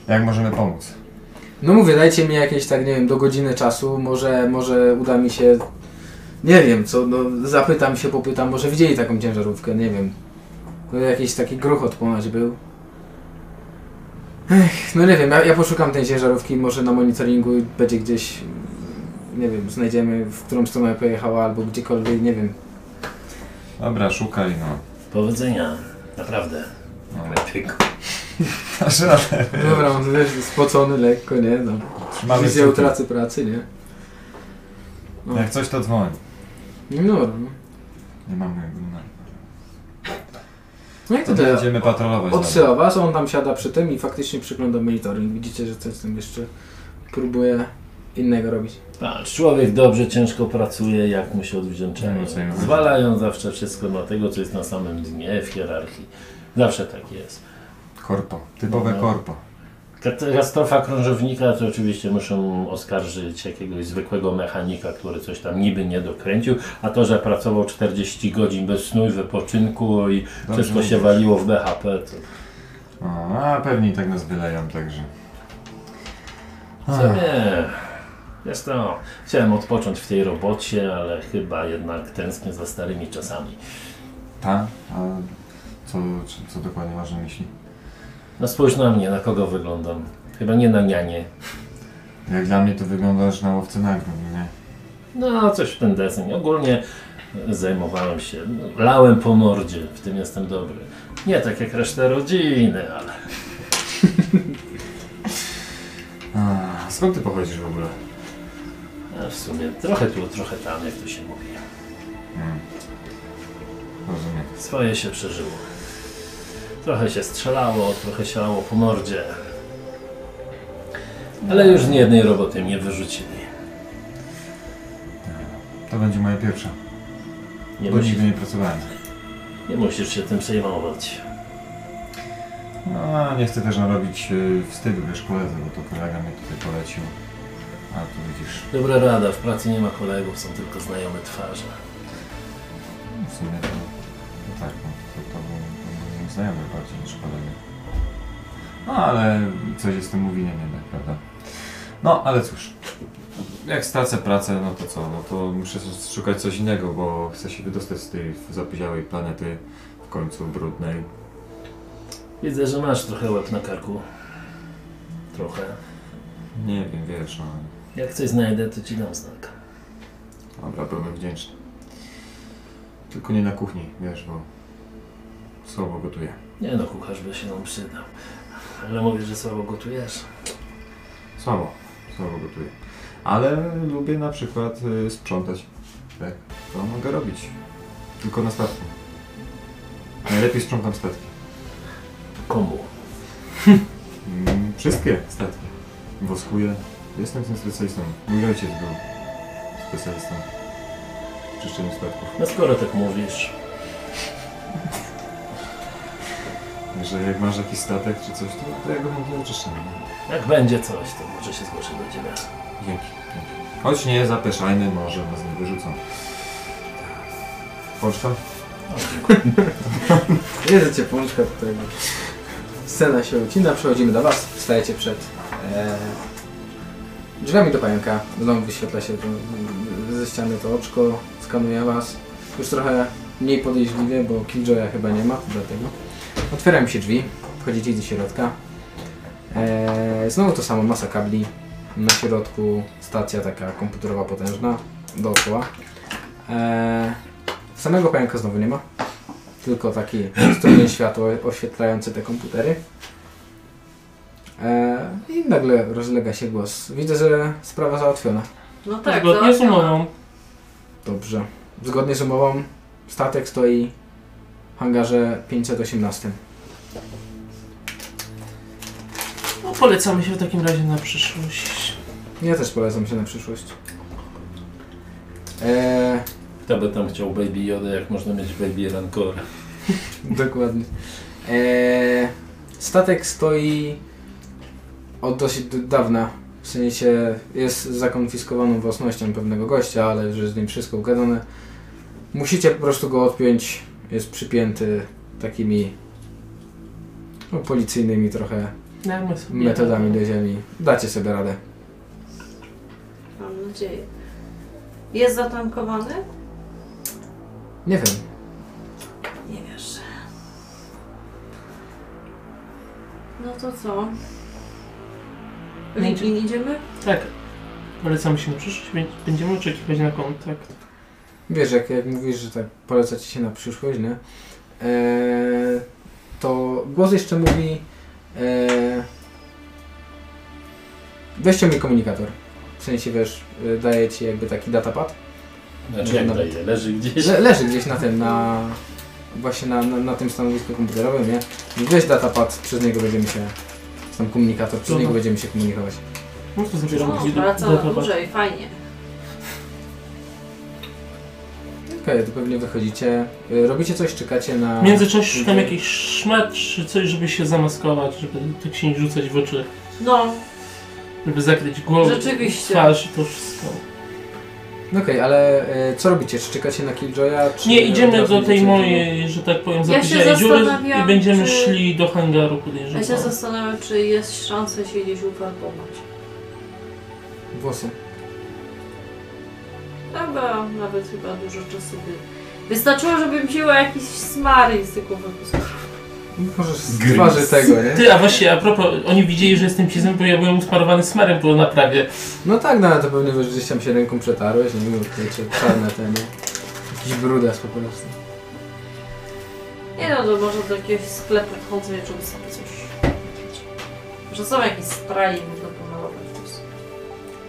Jak możemy pomóc?
No mówię, dajcie mi jakieś tak, nie wiem, do godziny czasu, może, może uda mi się, nie wiem co, no zapytam się, popytam, może widzieli taką ciężarówkę, nie wiem. No jakiś taki gruchot ponoć był. Ech, no nie wiem, ja, ja poszukam tej ciężarówki, może na monitoringu będzie gdzieś, nie wiem, znajdziemy, w którą stronę pojechała, albo gdziekolwiek, nie wiem.
Dobra, szukaj, no.
Powodzenia, naprawdę. Lepiej.
Znaczy, no,
Dobra, on wiesz, spocony lekko, nie, no.
trzymamy
Wizja
kciuki.
utracy pracy, nie. No,
Jak coś, to dzwoń.
no, dobra, no.
Nie mamy numeru.
No i to
To
tyle.
będziemy patrolować. dalej.
Odsyła was, on tam siada przy tym i faktycznie przygląda monitoring. Widzicie, że coś tam jeszcze próbuje innego robić.
Patrz, człowiek dobrze, ciężko pracuje, jak mu się odwdzięczają.
No, co ja mówię.
Zwalają zawsze wszystko na tego, co jest na samym dnie w hierarchii. Zawsze tak jest.
Korpo. Typowe
No.
korpo.
Katastrofa krążownika to oczywiście muszą oskarżyć jakiegoś zwykłego mechanika, który coś tam niby nie dokręcił, a to, że pracował 40 godzin bez snu i wypoczynku i
Dobrze
wszystko się
mówisz.
waliło w BHP, to
O, a pewnie i tak nas wyleją, także.
Co nie. Jest to. Chciałem odpocząć w tej robocie, ale chyba jednak tęsknię za starymi czasami.
Ta? A co, czy- co dokładnie masz na myśli?
No spójrz na mnie, na kogo wyglądam. Chyba nie na nianie.
Jak dla mnie to wyglądasz na łowcy nagród, nie?
No, coś w ten deseń. Ogólnie zajmowałem się, lałem po mordzie, w tym jestem dobry. Nie tak jak reszta rodziny, ale
A, skąd ty pochodzisz w ogóle?
a w sumie trochę tu, trochę tam, jak to się mówi.
Hmm. Rozumiem.
Swoje się przeżyło. Trochę się strzelało, trochę siało po mordzie. Ale już nie jednej roboty mnie wyrzucili.
To będzie moja pierwsza,
Nie,
bo
musisz,
nigdy nie pracowałem.
nie musisz się tym przejmować.
No, a nie chcę też narobić y, wstydu, wiesz, koledze, bo to kolega mnie tutaj polecił. A tu widzisz,
Dobra rada, w pracy nie ma kolegów, są tylko znajome twarze.
w sumie to, to tak, no, to, to, był- to był mój znajomy bardziej niż kolega. No, ale coś jest z tym mówieniem jednak, prawda? No, ale cóż. Jak stracę pracę, no to co, no to muszę szukać coś innego, bo chcę się wydostać z tej zapyziałej planety, w końcu brudnej.
Widzę, że masz trochę łeb na karku. Trochę.
Nie wiem, wiesz, no,
Jak coś znajdę, to ci dam znak.
Dobra, byłbym wdzięczny. Tylko nie na kuchni, wiesz, bo słabo gotuję.
Nie no, kucharz by się nam przydał. Ale mówisz, że słabo gotujesz.
Słabo, słabo gotuję. Ale lubię na przykład y, sprzątać. Tak, to mogę robić. Tylko na statku. Najlepiej sprzątam statki.
Komu?
Mm, wszystkie statki. Woskuję. Jestem w tym specjalistą. Mój ojciec był specjalistą w czyszczeniu statków.
No skoro tak mówisz,
Także jak masz jakiś statek czy coś, to, to ja go chętnie oczyszczam. nie?
jak będzie coś, to może się zgłoszę do ciebie.
Dzięki. Choć nie zapeszajmy, może nas nie wyrzucą. Tak. Poczta?
Jedziecie pączka tutaj. Scena się ucina, przechodzimy do was, stajecie przed e, drzwiami do pająka. Znowu wyświetla się to, ze ściany to oczko, skanuje was. Już trochę mniej podejrzliwie, bo Killjoya chyba nie ma, dlatego. Otwierają się drzwi, wchodzicie do środka. E, znowu to samo, masa kabli. Na środku stacja taka komputerowa potężna, dookoła. E, samego pająka znowu nie ma tylko taki strumień światła oświetlający te komputery. E, I nagle rozlega się głos. Widzę, że sprawa załatwiona.
No tak,
Zgodnie z
załatwiona.
umową.
Dobrze. Zgodnie z umową statek stoi w hangarze 518.
No polecamy się w takim razie na przyszłość.
Ja też polecam się na przyszłość. E,
Kto by tam chciał Baby Yoda, jak można mieć Baby Rancor?
dokładnie. E, statek stoi od dosyć d- dawna. W sensie jest zakonfiskowaną własnością pewnego gościa, ale już jest z nim wszystko ugadane. Musicie po prostu go odpiąć. Jest przypięty takimi no, policyjnymi trochę
Jak my sobie-
metodami do ziemi. Dacie sobie radę.
Mam nadzieję. Jest zatankowany?
Nie wiem.
Nie wiesz. No to co? Linkin idziemy?
Tak. Polecamy się na przyszłość, więc będziemy oczekiwać na kontakt.
Wiesz, jak, jak mówisz, że tak poleca ci się na przyszłość, nie? Eee, to głos jeszcze mówi. Eee, weźcie mi komunikator. W sensie wiesz, y, daje ci jakby taki datapad.
Znaczy jak
Nawet.
daje, leży gdzieś.
Le, leży gdzieś na tym, na. Właśnie na, na, na tym stanowisku komputerowym, nie? Weź datapad, przez niego będziemy się. Tam komunikator, przez
Dobra.
niego będziemy się komunikować.
No to zabieramy
No,
się
praca
do,
na
do, do
dłużej, fajnie.
Okej, to pewnie wychodzicie. y, Robicie coś, czekacie na.
W międzyczasie szukam
Dzień.
jakiś szmat czy coś, żeby się zamaskować, żeby tak się nie rzucać w oczy,
No,
żeby zakryć głowę,
Rzeczywiście.
twarz i to wszystko.
Okej, ale y, co robicie? Czy czekacie na Killjoya? Czy
Nie, idziemy
od
do
razu
tej
idziecie
mojej, że tak powiem,
Ja się
zapidziałej dziury i
zastanawiałam,
będziemy
czy-
szli do hangaru,
ja się
podejrzewam.
zastanawiam, czy jest szansa się gdzieś uparkować.
Włosy.
Chyba Tak, nawet chyba dużo czasu by... Wystarczyło, żebym wzięła jakiś smary z tego wypustu.
Możesz z
Gryz.
twarzy tego, nie?
Ty, a właśnie, a propos, oni widzieli, że jestem pizem, bo ja byłem usmarowany smarem po naprawie.
No tak, no ale to pewnie wiesz, gdzieś tam się ręką przetarłeś, nie wiem, tutaj czy czarne te, nie? Jakiś brudas po prostu.
Nie no, to może do jakiegoś sklepu wchodzę wieczorem sobie coś. Może są jakieś spraje, można pomalować.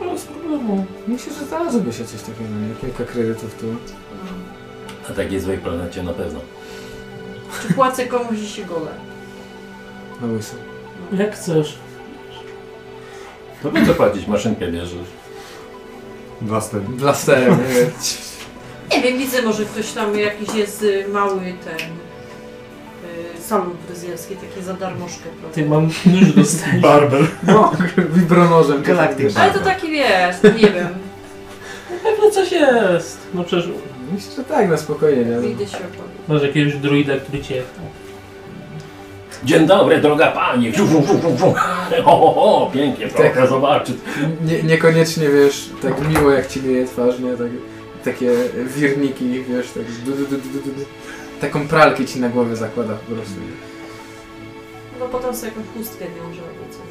No, z problemu.
Myślę, że znalazłoby się coś takiego, nie? Kilka kredytów tu.
No.
A tak takiej złej planecie na pewno.
Czy płacę komuś i się gole?
Na łyso.
Jak chcesz.
To by co płacić, maszynkę bierzesz.
Blaster.
Blasterem, nie wiem.
Nie wiem, widzę, może ktoś tam jakiś jest y, mały ten... y, Salon fryzjerski, taki za darmożkę, prawda?
Ty, mam nóż dostać.
Barber.
No, wibronożem.
Galactic
Ale to taki wiesz, nie wiem,
Pewnie coś jest. No przecież
Myślę, że tak, na spokojnie, nie?
wyjdę się opowiem.
masz jakiegoś druida, który cię...
Dzień dobry, droga pani. Wziu, wziu, wziu, wziu, wziu. Ho, ho, ho, pięknie,
Tak.
proszę zobaczyć.
nie niekoniecznie, wiesz, tak miło jak ci wieje twarz, nie? Tak, takie wirniki, wiesz, tak du, du, du, du, du, du. Taką pralkę ci na głowę zakłada po prostu.
No potem sobie jakąś chustkę wiąże albo coś.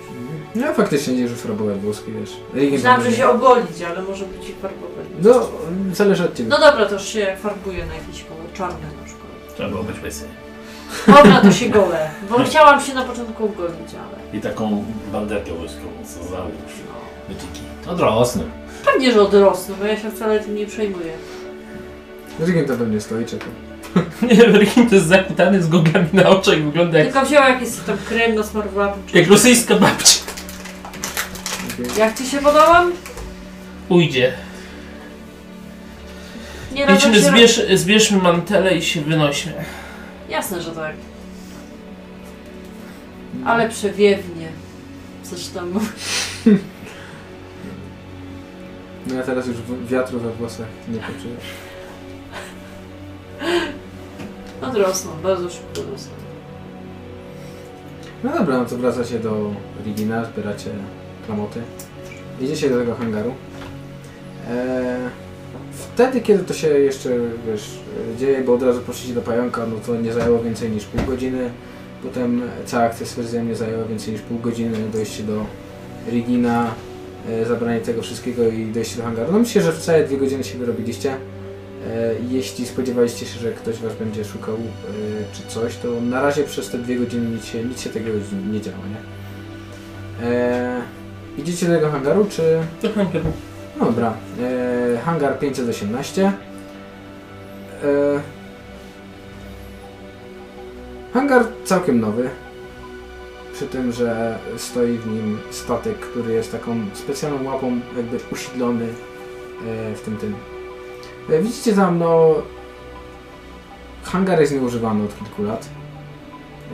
No faktycznie nie rzuć robowe włoski, wiesz.
Myślałam, że się ogolić, ale może być i farbować.
No, zależy od ciebie.
No dobra, to się farbuje na jakiś kolor czarny na przykład.
Trzeba było być łysy.
Dobra, to się gole. Bo chciałam się na początku golić, ale.
I taką banderkę łyską, co załóż.
No.
Wyciki. Odrosnę.
Pewnie, że odrosną, bo ja się wcale tym nie przejmuję.
Rygim to pewnie stoi, czeka.
Nie wiem, Rykin to jest zakutany z goglami na oczach, wygląda jak,
Tylko wzięła jakiś tam krem na smarowałam.
jak rosyjska babcia.
Okay.
Jak ci się podobam?
Ujdzie.
Nie
Idźmy,
się...
zbierz, zbierzmy mantelę i się wynośmy.
Jasne, że tak. Ale przewiewnie. Coś tam mówi.
No ja teraz już w- wiatru we włosach nie poczuję.
Odrosną, bardzo szybko rosną.
No dobra, no to wracacie do Rigina, zbieracie klamoty. Idziecie do tego hangaru. Eee, wtedy, kiedy to się jeszcze, wiesz, dzieje, bo od razu poszliście do pająka, no to nie zajęło więcej niż pół godziny. Potem cała akcja z Fryzjem nie zajęła więcej niż pół godziny, dojście do Rigina, e, zabranie tego wszystkiego i dojście do hangaru. No myślę, że w całe dwie godziny się wyrobiliście. E, Jeśli spodziewaliście się, że ktoś was będzie szukał e, czy coś, to na razie przez te dwie godziny nic się, nic się tego już nie działo, nie? E, idziecie do tego hangaru, czy...
To hangar.
No Dobra, e, hangar 518. E, hangar całkiem nowy. Przy tym, że stoi w nim statek, który jest taką specjalną łapą, jakby usiedlony e, w tym tym. E, widzicie tam, no. Hangar jest nieużywany od kilku lat.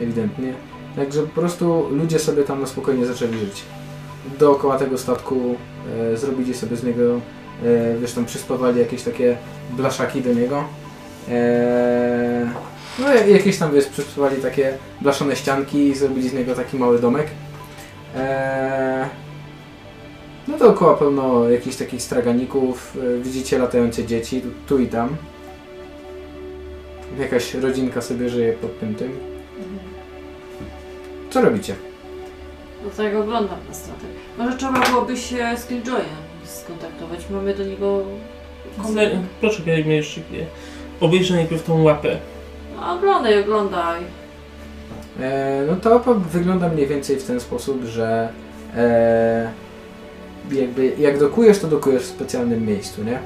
Ewidentnie. Także po prostu ludzie sobie tam na spokojnie zaczęli żyć dookoła tego statku e, zrobili sobie z niego, e, wiesz tam przyspawali jakieś takie blaszaki do niego. E, No i jakieś tam, wiesz, przysuwali takie blaszone ścianki i zrobili z niego taki mały domek. Eee, no dookoła pełno jakichś takich straganików, e, widzicie latające dzieci tu, tu i tam. Jakaś rodzinka sobie żyje pod tym tym. Co robicie?
Do tego oglądam na statek. Może trzeba byłoby się z Killjoyem skontaktować. Mamy do niego
Zle-
kontakt.
Proszę, kiedy mnie jeszcze obejrzę najpierw tą łapę.
A No, Oglądaj, oglądaj.
E, no to po- wygląda mniej więcej w ten sposób, że e, jakby jak dokujesz, to dokujesz w specjalnym miejscu, nie?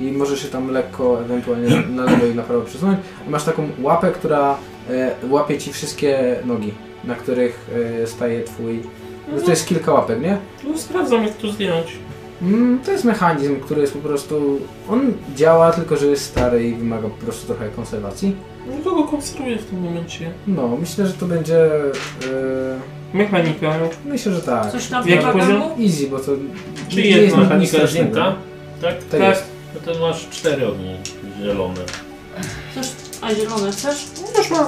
I możesz się tam lekko ewentualnie na lewo i na prawo przesunąć. A Masz taką łapę, która e, łapie ci wszystkie nogi, na których e, staje twój.
Mhm.
Mhm.
No to jest kilka łapek, nie?
No, sprawdzam, jak to zdjąć.
Mm, to jest mechanizm, który jest po prostu. On działa, tylko że jest stary i wymaga po prostu trochę konserwacji.
No, kogo konserwuję w tym momencie?
No, myślę, że to będzie. E,
Mechanika.
myślę, że tak.
Coś tam
Jaki
wymaga
poziom?
mu?
Easy, bo to
Czy
nie jest
jedna
nic
mechanika
strasznego.
zdjęta? Tak?
To
tak.
jest.
No to masz cztery od niej zielone.
Coś... A zielone chcesz?
Już mam.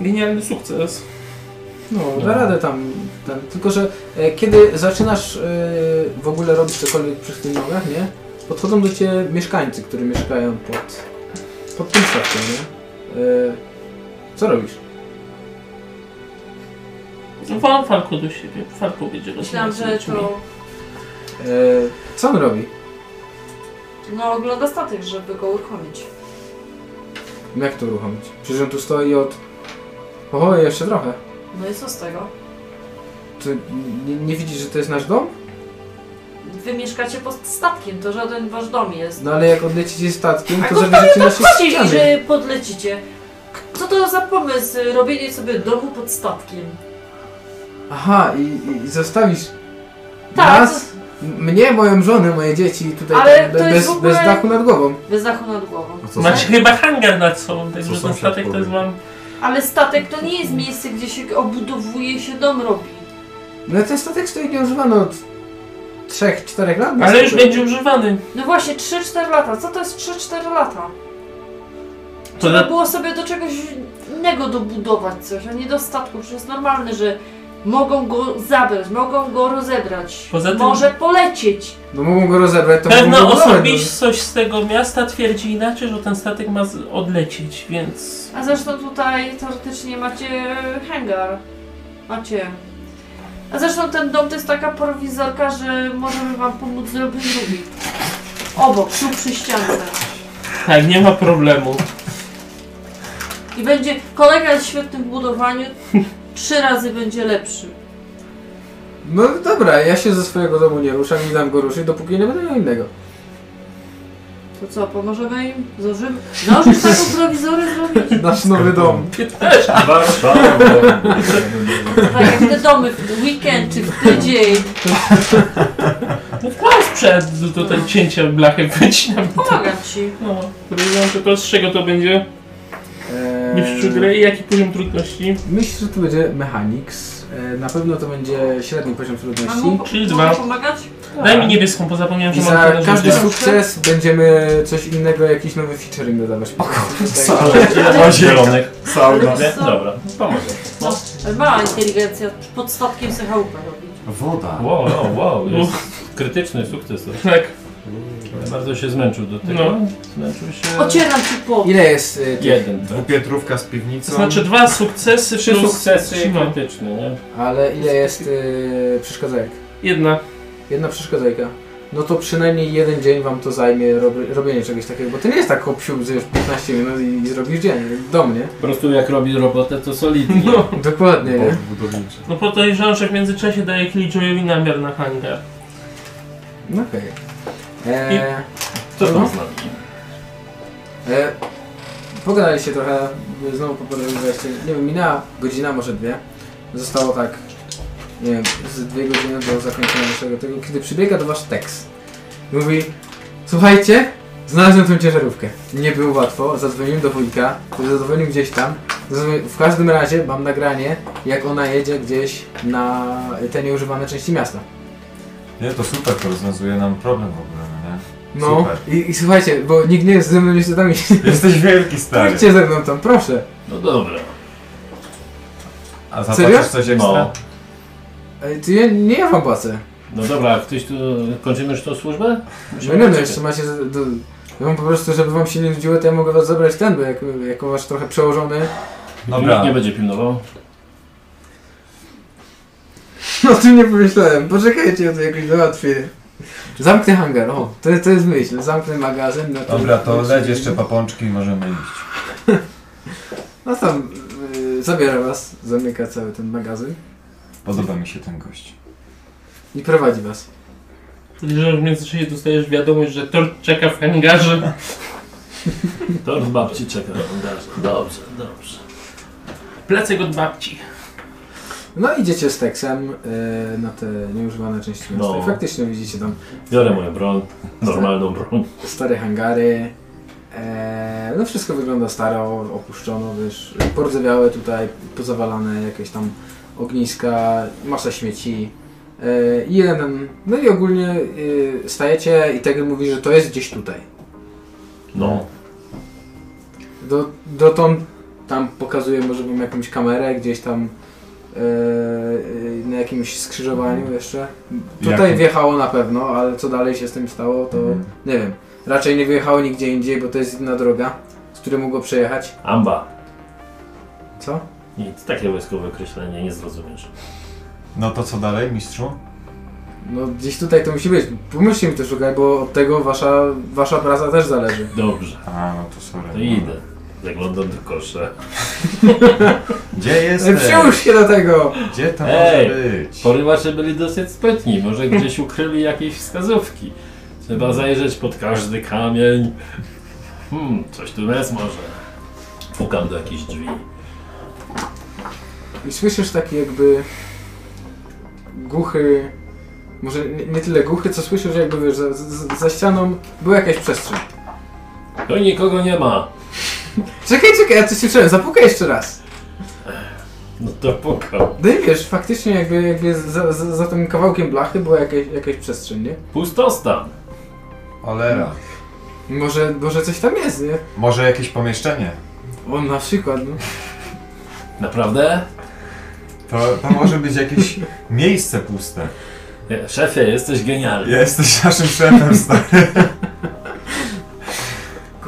Genialny sukces.
No, da radę tam. Ten. Tylko, że e, kiedy zaczynasz e, w ogóle robić cokolwiek przy tych nogach, nie? Podchodzą do ciebie mieszkańcy, którzy mieszkają pod, pod tym statkiem, nie? E, co robisz?
Wołam Falko do siebie. Falko będzie
Myślałam,
rozmawiać z
że
ludźmi.
to...
E, co on robi?
No ogląda statek, żeby go uruchomić.
Jak to uruchomić? Przecież on tu stoi od... Oho, jeszcze trochę.
No i co z tego?
Czy nie, nie widzisz, że to jest nasz dom?
Wy mieszkacie pod statkiem, to żaden wasz dom jest.
No ale jak odlecicie statkiem,
A
to
to
zawieziecie nasze
Chodźcie,
ściany.
że podlecicie. Co to za pomysł, robienie sobie domu pod statkiem?
Aha, i, i zostawisz
Tak,
nas? M- Mnie, moją żonę, moje dzieci tutaj
Ale
tak,
to
be-
jest
bez,
w ogóle-
bez dachu nad głową.
bez dachu nad głową.
A co
Macie
Macie...
chyba hangar nad sobą,
Co
także ten
sąsiad
statek to jest
powie?
wam...
Ale statek to nie jest miejsce, gdzie się obudowuje się dom robi.
No ten statek stoi nieużywany od 3-4 lat.
Ale już
Stoi.
będzie używany.
No właśnie, 3-4 lata. Co to jest 3-4 lata?
To
Trzeba
na...
było sobie do czegoś innego dobudować coś, a nie do statku. Przecież jest normalne, że mogą go zabrać, mogą go rozebrać.
Poza tym-
Może polecieć.
No mogą go rozebrać, to mogą
Pewna
go budować,
osobistość z tego miasta twierdzi inaczej, że ten statek ma z- odlecieć, więc...
A zresztą tutaj teoretycznie macie hangar. Macie. A zresztą ten dom to jest taka prowizorka, że możemy wam pomóc zrobić drugi. Obok, tu przy ściance.
Tak, nie ma problemu.
I będzie kolega jest świetny w budowaniu, trzy razy będzie lepszy.
No No dobra, ja się ze swojego domu nie ruszam, nie dam go ruszyć, dopóki nie będę miał innego.
To co, pomożemy im? Zdążymy? Zdążysz taką prowizory zrobić?
Nasz nowy dom.
Warszawa.
Tak jak te domy w weekend czy w tydzień.
No wkład przed tutaj cięcia blachę wycinam.
Pomagam ci.
No, rozumiem tylko z czego to będzie?
Eee,
Mistrzu gry i jaki poziom trudności?
Myślę, że to będzie Mechanics. Eee, Na pewno to będzie średni poziom
Mam
trudności.
mu
Czyli
mogę
dwa.
pomagać?
Daj mi niebieską, bo zapomniałem,
I
że
za
mam tyle
każdy
życia.
sukces będziemy coś innego, jakiś nowy featuring dodawać. O
Ale
Ile masz zielonych?
sauna.
Nie? Dobra, pomogę.
No, mała inteligencja pod statkiem se chałupę robić.
Woda.
Wow, wow, wow, jest krytyczny sukces.
Tak.
Bardzo się zmęczył do tego.
No.
Zmęczył się...
Ocieram ci po.
Ile jest y, tych?
Jeden, tak?
Dwupietrówka z
To
piwnicą.
znaczy dwa sukcesy
Trzy
plus...
sukcesy
No,
krytyczne, nie?
Ale ile jest y, przeszkadzajek?
jedna.
Jedna przeszkadzajka. No to przynajmniej jeden dzień wam to zajmie rob, robienie czegoś takiego, bo to nie jest tak hopsiu, że już 15 minut i, i zrobisz dzień do mnie.
Po prostu jak robi robotę, to solidnie.
Dokładnie, nie?
budowniczy.
No podejrzewam, że w międzyczasie daję Killjoyowi namiar na hangar.
No okej. E,
Co
No.
tam z nami?
e, pogadaliście trochę, znowu popodobywaliście, nie wiem, minęła godzina, może dwie. Zostało tak, nie wiem, z dwie godziny do zakończenia naszego tego, kiedy przybiega do was tekst. I Mówi, słuchajcie, znalazłem tę ciężarówkę. Nie było łatwo, zadzwoniłem do wujka, który zadzwonił gdzieś tam. Zadzwonił- W każdym razie mam nagranie, jak ona jedzie gdzieś na te nieużywane części miasta.
Nie, to super, to rozwiązuje nam problem w ogóle, no nie?
No.
Super.
I, I słuchajcie, bo nikt nie jest ze mną niestety.
Jesteś wielki, stary.
Pójdźcie ze mną tam, proszę.
No dobra.
A
Serio?
zapłacisz coś ekstra?
No,
Ej, to ja, nie ja wam płacę.
no dobra, a ktoś tu... Kończymy już tą służbę?
No nie no, jeszcze macie... z- Do, ja wam po prostu, żeby wam się nie nudziło, to ja mogę was zabrać ten, bo jak, jako wasz trochę przełożony...
Dobra.
Nikt nie będzie pilnował.
No o tym nie pomyślałem, poczekajcie, ja to jakoś załatwię. Zamknę hangar, o, to, to jest myśl, zamknę magazyn. Na tym-
Dobra, to leć jeszcze papączki i możemy iść.
No tam, yy, zabiera was, zamyka cały ten magazyn
Podoba mi się ten gość. i
i prowadzi was.
Jeżeli w międzyczasie dostajesz wiadomość, że tort czeka w hangarze.
Tort babci czeka na bandaże.
Dobrze, dobrze. Plecek od babci.
No idziecie z Texem yy, na te nieużywane części miasta
No.
i faktycznie widzicie tam
Biorę moją broń, normalną broń.
stare hangary. E, no wszystko wygląda staro, opuszczono, wiesz, pordzewiałe tutaj, pozawalane jakieś tam ogniska, masa śmieci. E, i jeden, no i ogólnie e, stajecie i Tegel mówi, że to jest gdzieś tutaj.
No.
Do, dotąd tam pokazuje może wam jakąś kamerę gdzieś tam e, e, na jakimś skrzyżowaniu jeszcze. Tutaj
Jak-
wjechało na pewno, ale co dalej się z tym stało, to
Mhm.
nie wiem. Raczej nie wyjechało nigdzie indziej, bo to jest inna droga, z której mogło przejechać.
Amba.
Co?
Nic, takie wojskowe określenie nie zrozumiesz.
No to co dalej, mistrzu?
No gdzieś tutaj to musi być. Pomyślcie mi to szukaj, bo od tego wasza, wasza praca też zależy.
Dobrze,
A, no to sorry.
to idę. Zaglądam do kosza.
Gdzie
Ej,
jesteś?
Przyłóż się do tego!
Gdzie to
Ej,
może być?
Porywacze byli dosyć sprytni, może gdzieś ukryli jakieś wskazówki. Trzeba zajrzeć pod każdy kamień. Hmm, coś tu jest może. Pukam do jakichś drzwi.
I słyszysz taki jakby głuchy, może nie, nie tyle głuchy, co słyszysz jakby wiesz, za, za, za ścianą była jakaś przestrzeń.
Tu nikogo nie ma.
Czekaj, czekaj, ja coś słyszałem, zapukaj jeszcze raz.
No to pukam.
No i wiesz, faktycznie jakby, jakby za, za, za tym kawałkiem blachy była jakaś, jakaś przestrzeń, nie?
Pustostan.
Olera.
Może, może coś tam jest, nie?
Może jakieś pomieszczenie?
O, na przykład, no.
Naprawdę?
To, to może być jakieś miejsce puste.
Nie, E, Szefie, jesteś genialny.
Ja jesteś naszym szefem, stary.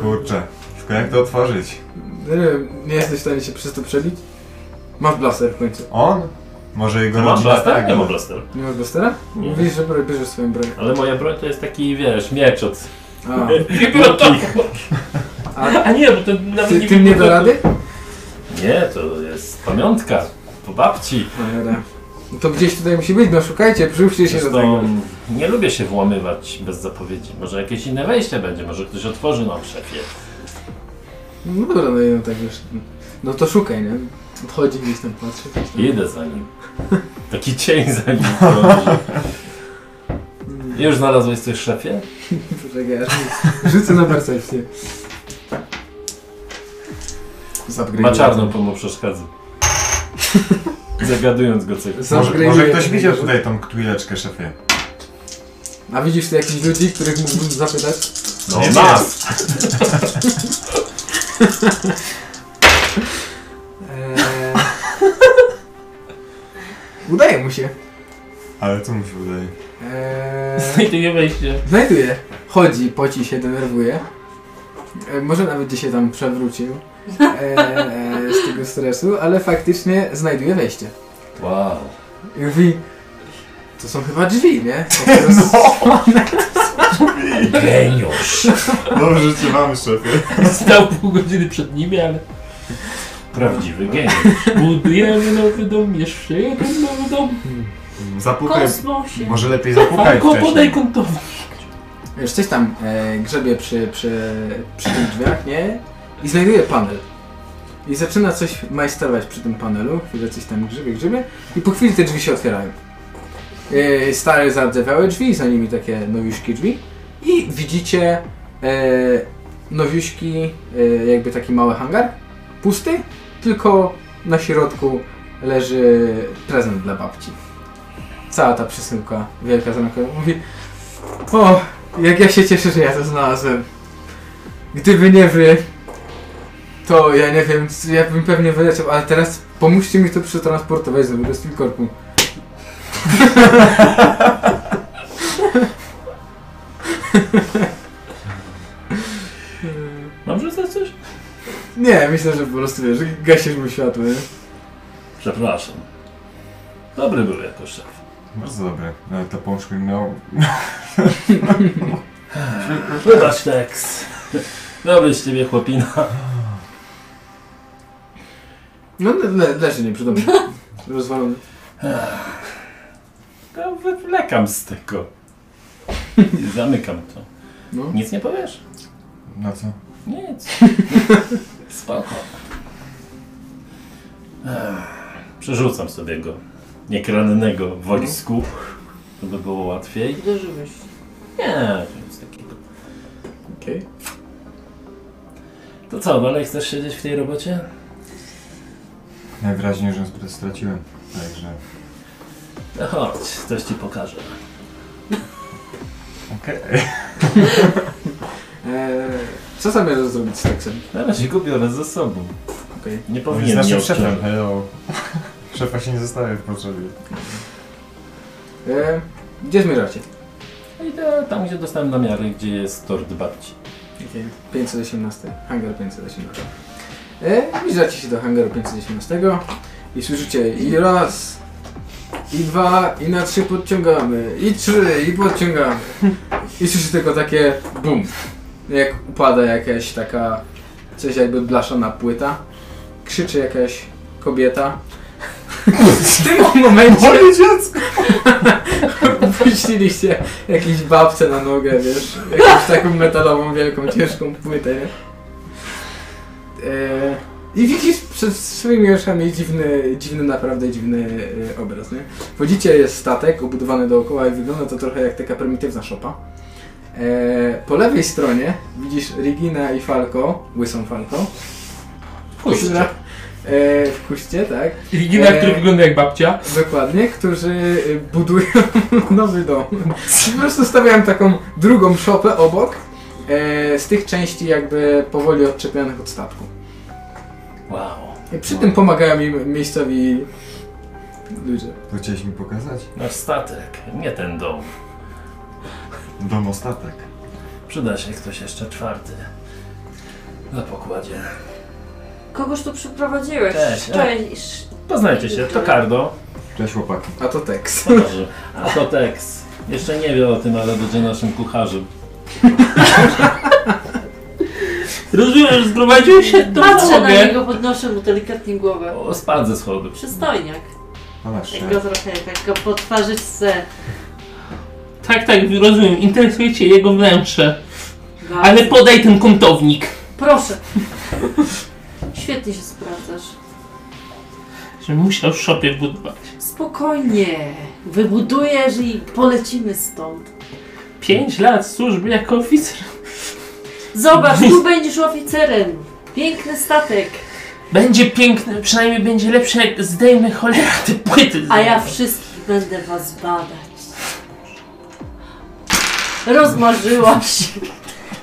Kurczę. Tylko jak to otworzyć?
No nie wiem, nie jesteś w stanie się przez to przebić? Masz blaster w końcu.
On? Może jego
To mam
rodzina?
blaster? Nie
no.
mam blaster.
Nie masz blastera?
Nie.
Mówisz, że bro- bierzesz swoją broń.
Ale moja broń to jest taki, wiesz, miecz od...
A,
Chyba No to.
a
A nie, bo to nawet
ty,
nie
tym nie
wiem,
da rady?
Nie, to jest pamiątka. Po babci.
Cholera. No to gdzieś tutaj musi być, no szukajcie, przyłóżcie się do tego.
Zresztą nie lubię się włamywać bez zapowiedzi. Może jakieś inne wejście będzie, może ktoś otworzy nam szefie.
No dobra, no i no tak już. No to szukaj, nie? Odchodzi gdzieś tam, patrzy. gdzieś tam.
Idę za nim. Taki cień za nim krąży. Już znalazłeś coś szefie?
Poczekaj, aż mi- rzucę na percepcję.
Ma czarną pomu przeszkadza. Zagadując go coś.
Może,
Zaupgrade'uję
może ktoś
ten
widział
rzut.
tutaj tą kwileczkę, szefie.
A widzisz tu jakichś ludzi, których mógłbym zapytać?
No
Nie
masz!
Eee... Udaje mu się.
Ale co mu się udaje?
Eee...
Znajduje wejście.
Znajduje. Chodzi, poci się, denerwuje. E, może nawet dzisiaj tam przewrócił eee, z tego stresu, ale faktycznie znajduje wejście.
Wow.
I mówi, to są chyba drzwi, nie? Po prostu-
Geniusz.
Dobrze cię mamy, szefie.
Stał pół godziny przed nimi, ale
Prawdziwy geniusz.
budujemy nowy dom, jeszcze jeden nowy dom.
Zapukaj.
Kosmosie.
Może lepiej zapukaj
Fanko, podaj
wcześniej.
kątowi.
Wiesz, coś tam e, grzebie przy, przy, przy tych drzwiach, nie? I znajduje panel. I zaczyna coś majsterować przy tym panelu. Chwilę coś tam grzebie, grzebie. I po chwili te drzwi się otwierają. E, stare, zardzewiałe drzwi, za nimi takie nowiuszki drzwi. I widzicie e, nowiuszki, e, jakby taki mały hangar. Pusty, tylko na środku leży prezent dla babci. Cała ta przesyłka wielka zamyka. Mówi, o, Jak ja się cieszę, że ja to znalazłem. Gdyby nie wy, to ja nie wiem, c- ja bym pewnie wyleciał, ale teraz pomóżcie mi to przetransportować znowu do Steelcorpu.
Mam rzucać coś?
Nie, myślę, że po prostu wiesz, gasisz mu światło, nie?
Przepraszam. Dobry był jako szef.
Bardzo dobre. Nawet to no, pączki miał.
Wybacz tekst. Dobry z ciebie chłopina.
No le, le, leży nieprzytomny. Rozwalony.
No, wywlekam z tego. I zamykam to.
No.
Nic nie powiesz?
No co?
Nic. Spoko. Ech, Przerzucam sobie go. Niekrannego w wojsku. To by było łatwiej.
Uderzyłeś.
Nie, nic takiego.
Okej.
To co, dalej chcesz siedzieć w tej robocie?
Najwyraźniej, że straciłem. Także.
No chodź, coś ci pokażę.
Okej.
Eee, co zamierzasz zrobić z taksem?
Na razie go biorę ze sobą.
Okej.
Nie
Okay. Jest
powinien
naszym
mnie
szefem.
obciążać.
Hello. Szefa się nie zostawia w potrzebie.
Eee, gdzie zmierzacie?
Idę No tam, gdzie dostałem namiary, gdzie jest tort babci.
Okej. 518. Hangar 518. Eee, zbliżacie się do hangaru 518 i słyszycie i raz, i dwa, i na trzy podciągamy, i trzy, i podciągamy. I słyszycie tylko takie bum. Jak upada jakaś taka, coś jakby blaszona płyta. Krzyczy jakaś kobieta. W tym momencie...
Moje dziecko!
Puściliście jakieś babce na nogę, wiesz, jakąś taką metalową, wielką, ciężką płytę, nie? E, I widzisz przed swoimi oczami dziwny, dziwny, naprawdę dziwny e, obraz, nie? Wchodzicie, jest statek obudowany dookoła i wygląda to trochę jak taka prymitywna szopa. E, po lewej stronie widzisz Regina i Falco, łysą Falco. W
Kuście.
E, w kuście, tak.
Regina,
Eee.
który wygląda jak babcia.
Dokładnie, którzy y, budują nowy dom. Po prostu stawiałem taką drugą szopę obok e, z tych części jakby powoli odczepionych od statku.
Wow.
I przy tym pomagają im miejscowi ludzie.
To chciałeś mi pokazać?
Nasz statek, nie ten dom.
Domostatek.
Przyda się ktoś jeszcze czwarty. Na pokładzie.
Kogoś tu przyprowadziłeś.
Cześć, a?
Cześć.
Poznajcie się, to Kardo.
Cześć chłopaki.
A to Tex.
To dobrze. A to Tex. Jeszcze nie wie o tym, ale będzie naszym kucharzem.
Rozumiem, że zgromadziłeś się do
Patrzę na
załogę.
niego, podnoszę mu delikatnie głowę.
O, spadł ze schodów.
Przystojniak.
Pana
Jak go
szef.
trochę, jak go po twarzyczce.
Tak, tak, rozumiem. Interesuje cię jego wnętrze. Ale podaj ten kątownik.
Proszę. Świetnie się sprawdzasz.
Że musiał w szopie budować.
Spokojnie. Wybudujesz i polecimy stąd.
Pięć lat służby jako oficer.
Zobacz, tu będziesz oficerem. Piękny statek.
Będzie piękny, przynajmniej będzie lepszy jak zdejmy cholera te płyty.
A ja wszystkich będę was badać. Rozmarzyłam się.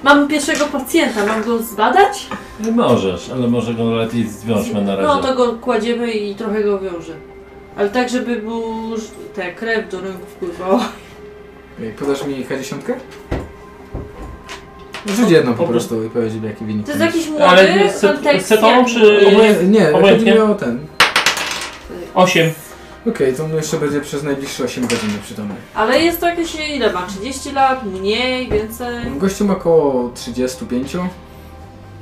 Mam pierwszego pacjenta, mam go zbadać?
Nie E, możesz, ale może go lepiej zwiążmy na razie.
No to go kładziemy i trochę go wiąże. Ale tak, żeby mu te krew do rynku wpływała.
Ej, Podasz mi K10? Rzuć jedną po prostu i powiedz mi jaki wynik.
To jest jakiś młody tak
Ale z
on tekst
setą
jak-
czy-
Obojętnie- Nie, chodzi
Obojętnie.
mi o ten.
Osiem.
Okej, to on jeszcze będzie przez najbliższe 8 godzin nieprzytomny.
Ale jest to jakieś, ile ma? 30 lat? Mniej? Więcej?
Gościu ma około 35.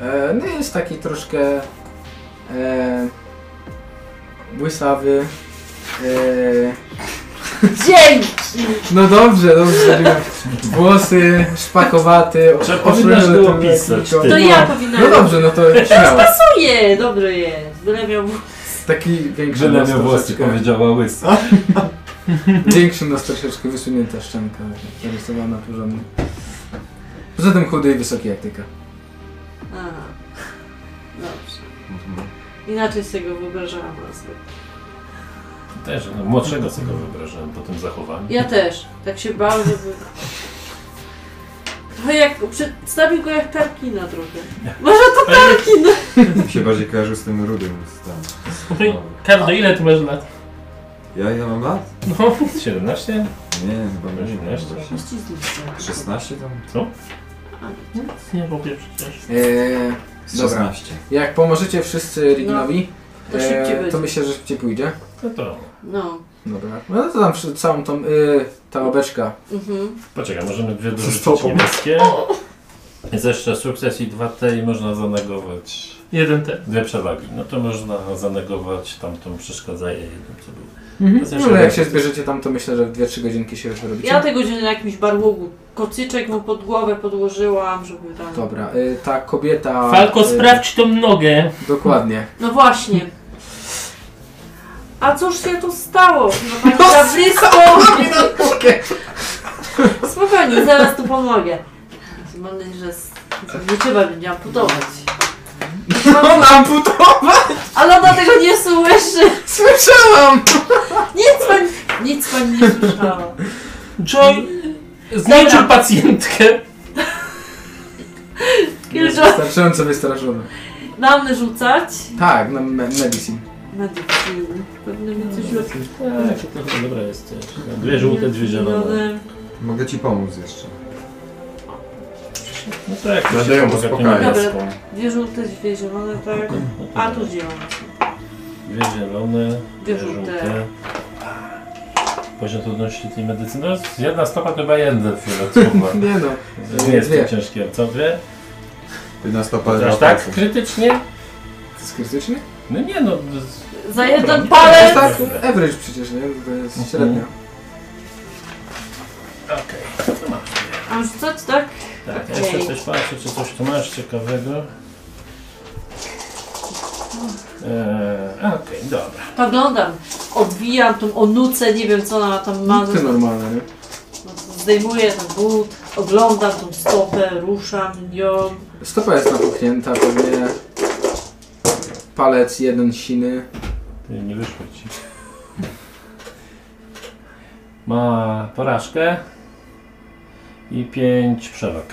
E, no jest taki troszkę e, łysawy. E,
Dzięki!
no dobrze, dobrze. zrobiłem. Włosy szpakowaty.
Trzeba
osłonione
powinnaś było
tym
pisać,
lekko.
ty.
To
no,
ja powinnam.
No dobrze, no to śmiało.
Nie, dobrze jest. Byle miał
Taki większy
Grzele
nos
miał włosy,
troszeczkę,
powiedziała łysa.
większy nos troszeczkę, wysunięta szczęka, zarysowana porządnie. Poza tym chudy i wysoki jak tyka.
Aha. Dobrze.
Mhm.
Inaczej sobie go wyobrażałam rozwój.
Też, no, młodszego sobie go wyobrażałem po tym zachowaniu.
Ja też. Tak się bałam, żeby... No jak, przedstawił go jak Tarkina trochę. Może to Tarkin!
Mi się bardziej kojarzył z tym rudym. Z tam.
Słuchaj, Kardo, ile ty masz lat?
Ja ile mam lat?
No,
17?
Nie, chyba
Nie,
nie.
jeszcze.
Mężczyzny.
16 tam?
nic nie powiem przecież.
Eee, Dobra.
16.
jak pomożecie wszyscy Riginowi,
to szybciej będzie.
E, to myślę, że szybciej pójdzie.
No to
No.
Dobra. No to tam przy- całą tą, y, ta obeczka.
Mhm.
poczekaj, możemy dwie
Z
dorzucić
topą.
niebieskie. Jest jeszcze sukces i dwa te i można zanegować
Jeden ten.
dwie przewagi. No to można zanegować tamtą przeszkadzaję jednym, co znaczy, było.
No, ale jak się zbierzecie tam, to myślę, że w 2-3 godzinki się już wyrobicie.
Ja tego dzień na jakimś barłogu kocyczek mu pod głowę podłożyłam, żeby tam...
Dobra, y, ta kobieta...
Falko,
y,
sprawdź tą nogę.
Dokładnie.
No właśnie. A cóż się tu stało? No pani Gabrisko! No Spokojnie, zaraz tu pomogę. Mam nadzieję, że z- z- nie trzeba będzie amputować.
No, amputowa!
Ale ona tego nie słyszy!
Słyszałam!
Nic pani, nic pani nie słyszała.
Joy zniszczył pacjentkę.
Kilka
Starczająco wystraszony.
nam rzucać.
Tak, na me- medicine.
Medycyny. Pewnie mi coś lepiej.
Tak, to chyba dobra jest też. Dwie żółte, dwie zielone.
Mogę ci pomóc jeszcze.
No tak,
Nadają
się pomaga
uspokajać.
tą niebieską.
Dwie żółte, dwie zielone, tak?
No to
A
tak.
tu zielone.
Dwie zielone, dwie
Dwie żółte.
żółte. Poziom trudności tej medycyny. No, jedna stopa to chyba jeden fioletowa.
Nie no.
Nie jest
Dwie.
to ciężkie, co dwie?
11
Aż tak krytycznie?
To jest krytyczny?
No nie no, z-
Za
Dobra.
jeden
To
palec!
jest tak average przecież, nie? To jest średnia.
okej. to masz.
A rzucać, tak?
Tak, ja
Okej.
jeszcze coś patrzę, czy coś tu masz ciekawego. Eee, a, okej, dobra.
Oglądam. Odwijam tą onucę, nie wiem co ona tam ma.
Ty normalne, nie?
No, Zdejmuję ten but, oglądam tą stopę, ruszam nią.
Stopa jest napuchnięta, pewnie palec jeden siny.
Ty, Nie wyszło ci. Ma porażkę i pięć przewag.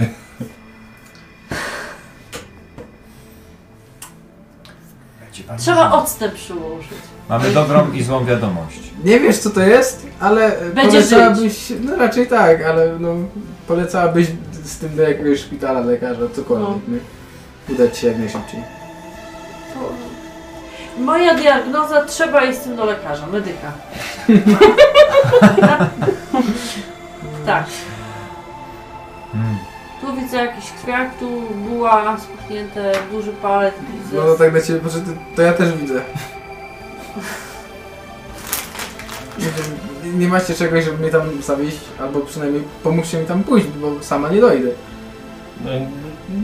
Trzeba odstęp przyłożyć.
Mamy dobrą i złą wiadomość.
Nie wiesz co to jest, ale e,
Będzie
polecałabyś, no raczej tak, ale no polecałabyś z tym do jakiegoś szpitala, lekarza,
No.
cokolwiek, nie? Udać się jak najszybciej.
To... Moja diagnoza, trzeba iść z tym do lekarza, medyka. tak.
Mm.
Tu widzę jakiś kwiat, tu była spuchnięte, duży palec.
No
Widzę.
to tak dla ciebie, bo że ty, to ja też widzę. Nie wiem, Nie macie czegoś, żeby mnie tam zawieźć, albo przynajmniej pomóżcie mi tam pójść, bo sama nie dojdę.
No, i-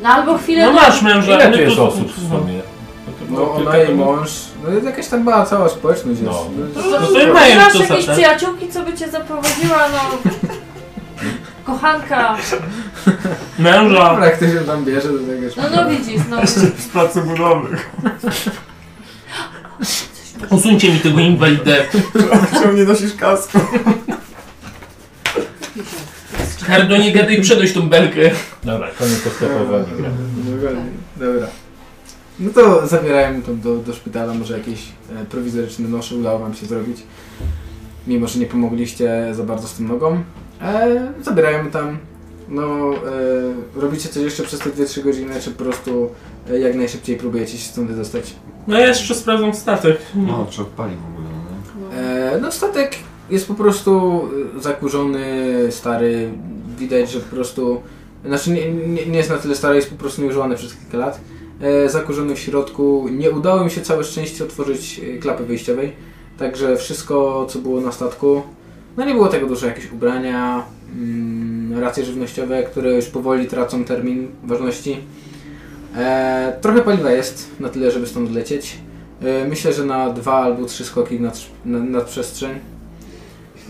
No albo chwilę...
No masz męża.
ile
my
tu jest
tu-
osób w sumie? to
No
było
ona
kilka
i
temu.
mąż, no jakaś tam była cała społeczność
No.
jest.
No
to-
to-
to-
to-
mają
Masz
to
jakieś
zatem.
przyjaciółki, co by cię zaprowadziła, no... Kochanka,
Męża.
Dobra, jak ktoś ją tam bierze do tego
no no
szpitala.
widzisz, no...
Z pracy budowych.
Usuńcie mi tego inwalidę.
Czemu nie nosisz kasku?
Kardo, nie gadaj, przedoś tą belkę.
Dobra, koniec postępowania.
Tak. Dokładnie. Dobra. No to zabierałem to do, do szpitala, może jakieś e, prowizoryczne nosze udało wam się zrobić. Mimo, że nie pomogliście za bardzo z tym nogą. E, zabierałem tam. No, e, robicie coś jeszcze przez te 2-3 godziny, czy po prostu e, jak najszybciej próbujecie się stąd wydostać?
No ja jeszcze sprawdzam statek.
No, czy odpali w ogóle, nie?
E, no statek jest po prostu e, zakurzony, stary, widać, że po prostu, znaczy nie, nie, nie jest na tyle stary, jest po prostu nieużywany przez kilka lat. E, zakurzony w środku, nie udało im się całe szczęście otworzyć e, klapy wyjściowej, także wszystko co było na statku, no nie było tego dużo, jakieś ubrania, mm, racje żywnościowe, które już powoli tracą termin ważności. E, trochę paliwa jest na tyle, żeby stąd lecieć. E, Myślę, że na dwa albo trzy skoki nad, na- nad przestrzeń.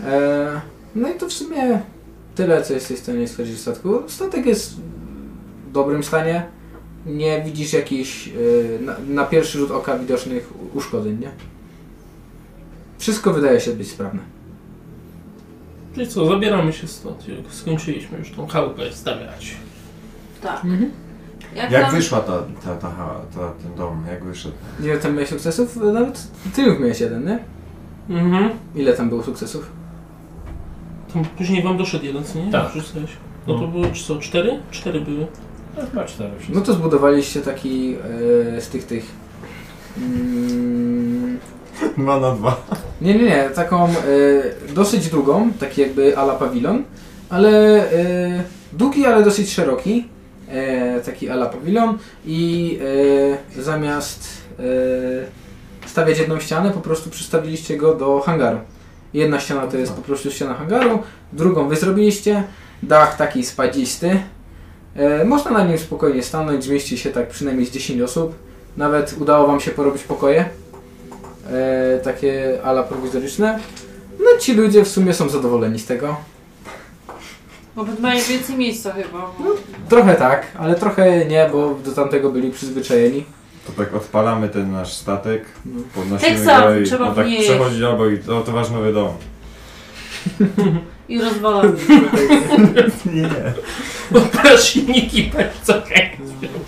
E, no i to w sumie tyle, co jesteś w stanie stwierdzić w statku. Statek jest w dobrym stanie. Nie widzisz jakichś e, na, na pierwszy rzut oka widocznych u- uszkodzeń, nie? Wszystko wydaje się być sprawne.
Czyli co, zabieramy się stąd. jak Skończyliśmy już tą chałupę stawiać.
Tak.
Mhm.
Jak,
Jak
tam-
wyszła ta, ta, ta, ta, ta, ten dom? Jak wyszedł?
Ile tam miałeś sukcesów? Nawet ty już miałeś jeden, nie?
Mhm.
Ile tam było sukcesów?
Tam później wam doszedł jeden, co nie?
Tak.
Rzucałeś. No to
No.
było czy co, cztery? Cztery były.
No, Chyba cztery wszystko.
No to zbudowaliście taki e, z tych tych... Mm,
Dwa na dwa.
nie, nie, nie. Taką e, dosyć długą, taki jakby ala pawilon, ale e, długi, ale dosyć szeroki. E, taki ala pawilon i e, zamiast e, stawiać jedną ścianę, po prostu przystawiliście go do hangaru. Jedna ściana to jest po prostu ściana hangaru, drugą wy zrobiliście, dach taki spadzisty. E, można na nim spokojnie stanąć, zmieści się tak przynajmniej z 10 osób. Nawet udało wam się porobić pokoje, e, takie ala prowizoryczne. No ci ludzie w sumie są zadowoleni z tego.
Bo mają więcej miejsca chyba. bo-
Trochę tak, ale trochę nie, bo do tamtego byli przyzwyczajeni.
To tak odpalamy ten nasz statek,
No.
podnosimy
Tak samo,
go i
trzeba
on tak
wnieść.
przechodzi albo i to, to wasz nowy dom.
I rozwalamy.
Nie.
Dobra, silniki pędzą.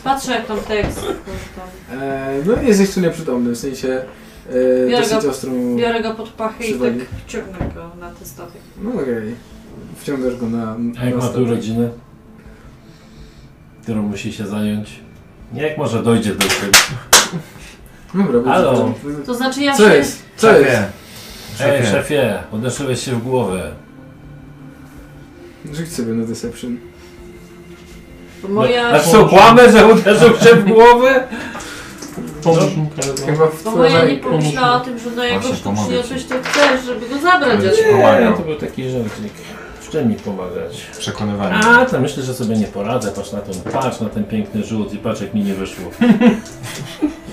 Patrzę jak tam tekst. bo Tam.
E, no jest jeszcze nieprzytomny, w sensie e,
Biorę
dosyć
go-
ostrą...
Biorę go pod pachy i
Przywali.
tak ciągnę go na ten statek.
No okej. Wciągasz go na...
No, A jak
na
ma tu
statek.
rodzinę, którą musi się zająć? Niech może dojdzie do tego.
Dobra, bo-
Halo. Tak
To znaczy ja
Co
się...
jest? Co jest?
Ej,
Szefie.
szefie, uderzyłeś się w głowę.
Rzuć sobie na deception.
Bo moja...
A co, kłamę, że uderzył się w głowę?
Pomóż mu, Karol.
Chyba w
No. Bo moja nie
twojej...
pomyślała o tym, że do jego
Właśnie, pomogę
sztucznie
ci.
coś to chcesz, żeby go zabrać.
Ale-
od siebie.
Pomagał.
Nie, to był taki żarcik. Szczelnie pomagać.
Przekonywanie.
A, to myślę, że sobie nie poradzę. Patrz na ten, patrz na ten piękny żółt i patrz jak mi nie wyszło.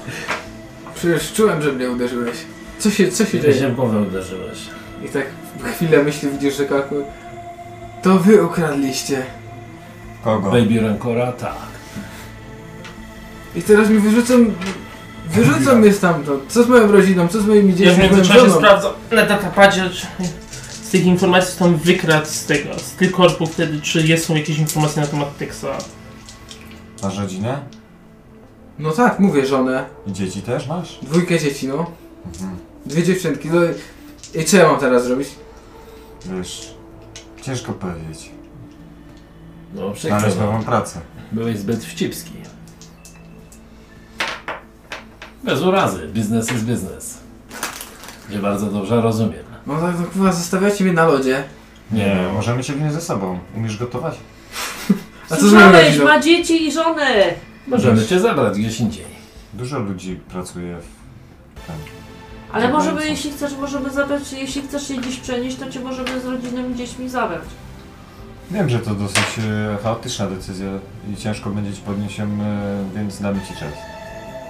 Przecież czułem, że mnie uderzyłeś. Co się, co się
Ty
dzieje?
się w głowę uderzyłeś.
I tak chwilę myśli widzisz, że kalku... To wy ukradliście.
Kogo?
Baby Rancora? Tak.
I teraz mi wyrzucą... Wyrzucą mnie stamtąd. Co z moją rodziną? Co z moimi
Ja w
dziećmi? moją
międzyczasie
żoną?
sprawdzam na datapadzie, czy z tych informacji, co tam wykradł z tego, z tych korpów wtedy, czy jest, są jakieś informacje na temat Texa.
Masz rodzinę?
No tak, mówię żonę.
I dzieci też masz?
Dwójkę dzieci, no.
Mhm.
Dwie dziewczynki. No i co ja mam teraz zrobić?
Wiesz, ciężko powiedzieć.
No, przykro.
Znaleźć
no.
nową pracę.
Byłeś zbyt wcipski. Bez urazy. Biznes jest biznes. Nie bardzo dobrze rozumiem.
No tak, no kurwa, zostawiacie mnie na lodzie.
Nie.
E, Możemy cię wziąć ze sobą. Umiesz gotować?
A co z moją
Słyszałeś,
rodziną?
ma dzieci i żonę!
Możemy cię zabrać gdzieś indziej.
Dużo ludzi pracuje w...
Ale
Tak,
możemy,
co?
jeśli chcesz, możemy zabrać, jeśli chcesz się gdzieś przenieść, to cię możemy z rodziną i dziećmi zabrać.
Wiem, że to dosyć e, chaotyczna decyzja i ciężko będzie ci podnieść ją, e, więc damy ci czas.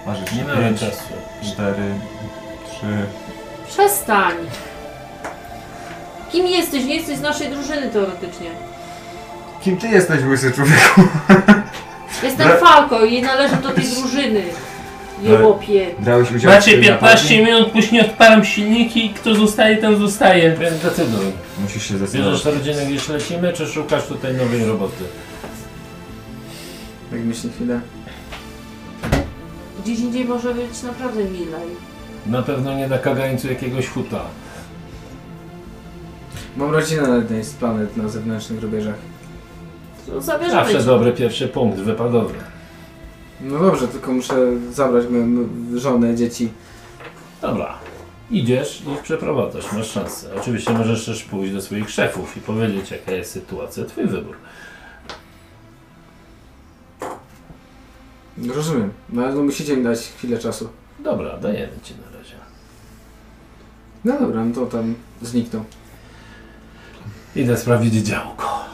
Masz jeszcze
Nie mamy
pięć,
czasu.
cztery, trzy...
Przestań! Kim jesteś? Nie jesteś z naszej drużyny teoretycznie.
Kim ty jesteś, łysy człowieku?
Jestem
Bra-
Falko i należę do tej drużyny. Jełopie.
Brałeś udział w
Macie
tym napadzie?
15 minut, później odpalam silniki i kto zostaje, ten zostaje.
Więc decyduj.
Musisz się
Bierzesz
zdecydować.
rodzinę gdzieś lecimy, czy szukasz tutaj nowej roboty?
Jak myśli Tak chwilę.
Gdzieś indziej może być naprawdę milej.
Na pewno nie na kagańcu jakiegoś huta.
Mam rodzinę na jednej z planet na zewnętrznych rubieżach.
To zabierzemy
Zawsze
cię.
dobry pierwszy punkt, wypadowy.
No dobrze, tylko muszę zabrać moją żonę, dzieci.
Dobra. Idziesz i ich przeprowadzasz, masz szansę. Oczywiście możesz też pójść do swoich szefów i powiedzieć, jaka jest sytuacja, twój wybór.
Rozumiem. No ale no musicie mi dać chwilę czasu.
Dobra, dajemy ci na razie.
No dobra, no to tam zniknął.
Idę sprawdzić działko.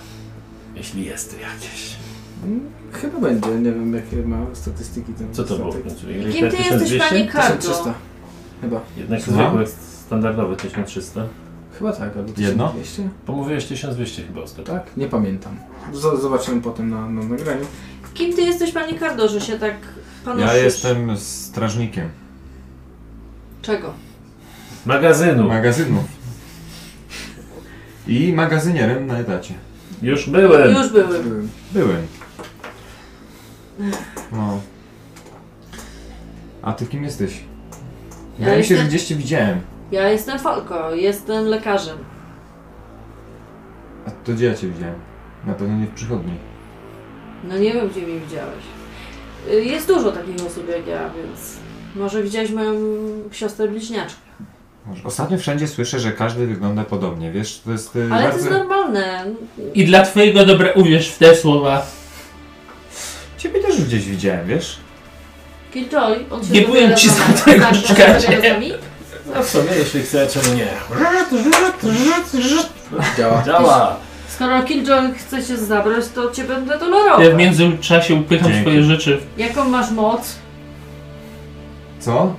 Jeśli jest tu jakieś.
Mm, Chyba będzie, nie wiem jakie ma statystyki ten
Co to było w
statek.
końcu?
Kim ty jesteś, panie Kargo?
1300. Chyba.
Jednak
Co?
zwykły standardowy 1300.
Chyba tak, albo
Jedno?
1200?
Pomówiłeś 1200 chyba ostatnio.
Tak? Nie pamiętam. Z- zobaczymy potem na, na nagraniu.
Kim ty jesteś, panie Kardo, że się tak panoszysz?
Ja jestem strażnikiem
Czego?
Magazynu.
magazynów. I magazynierem na etacie.
Już byłem.
Już byłem.
Byłem.
Byłem. No. A ty kim jesteś?
Ja
Wydaje mi się, że
jestem-
gdzieś cię widziałem.
Ja jestem Falko, jestem lekarzem.
A to gdzie ja cię widziałem? Na pewno nie w przychodni.
No nie wiem, gdzie mnie widziałeś. Y, Jest dużo takich osób jak ja, więc może widziałeś moją siostrę bliźniaczkę.
Może- Ostatnio wszędzie słyszę, że każdy wygląda podobnie, wiesz, to jest y,
Ale to
bardzo...
jest normalne.
I dla twojego dobra uwierz w te słowa.
Ciebie też gdzieś widziałem, wiesz?
Killjoy, on się
Nie
dowiada
byłem ci
z nami.
za tego
Znasz się z
szukać.
Killjoyami?
No w sumie, jeśli chcecie, no nie.
Działa.
Działa!
Skoro Killjoy chce się zabrać, to cię będę tolerował.
Ja w międzyczasie upycham
Dzięki.
swoje rzeczy.
Jaką masz moc?
Co?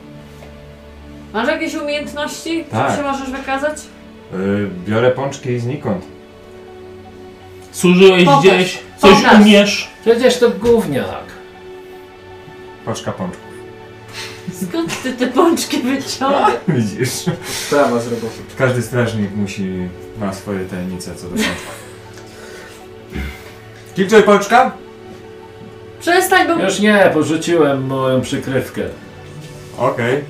Masz jakieś umiejętności,
Tak.
czym się możesz wykazać?
Y, biorę pączki znikąd.
Służyłeś
Pokaż,
gdzieś, coś
pokaż.
umiesz.
Przecież to gówniak.
Paczka pączków.
Skąd ty te pączki wyciągasz?
Widzisz?
Sprawa z roboty.
Każdy strażnik musi... ma swoje tajemnice co do pączków. Kilczej pączka?
Przestań, bo
Już nie, porzuciłem moją przykrywkę.
Okej.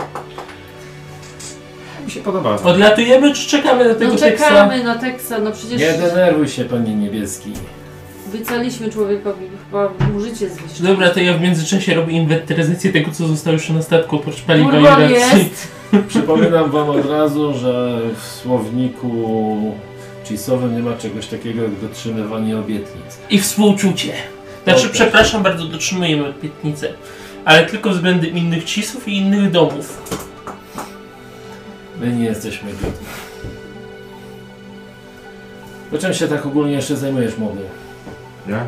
Mi się podoba.
Odlatujemy czy czekamy na tego
no
teksta?
czekamy na Teksa, no przecież
Nie denerwuj się, panie niebieski.
wycaliśmy człowiekowi, chyba mu życie zniszczyło.
Dobra, to ja w międzyczasie robię inwentaryzację tego, co zostało jeszcze na statku, oprócz paliwa i
Kurwa
racji.
jest!
Przypominam wam od razu, że w słowniku cisowym nie ma czegoś takiego jak dotrzymywanie obietnic.
I współczucie. Znaczy,
Dobra.
przepraszam bardzo, dotrzymujemy obietnicę. Ale tylko względem innych cisów i innych domów.
My nie jesteśmy biedni. Po czym się tak ogólnie jeszcze zajmujesz, młody?
Ja?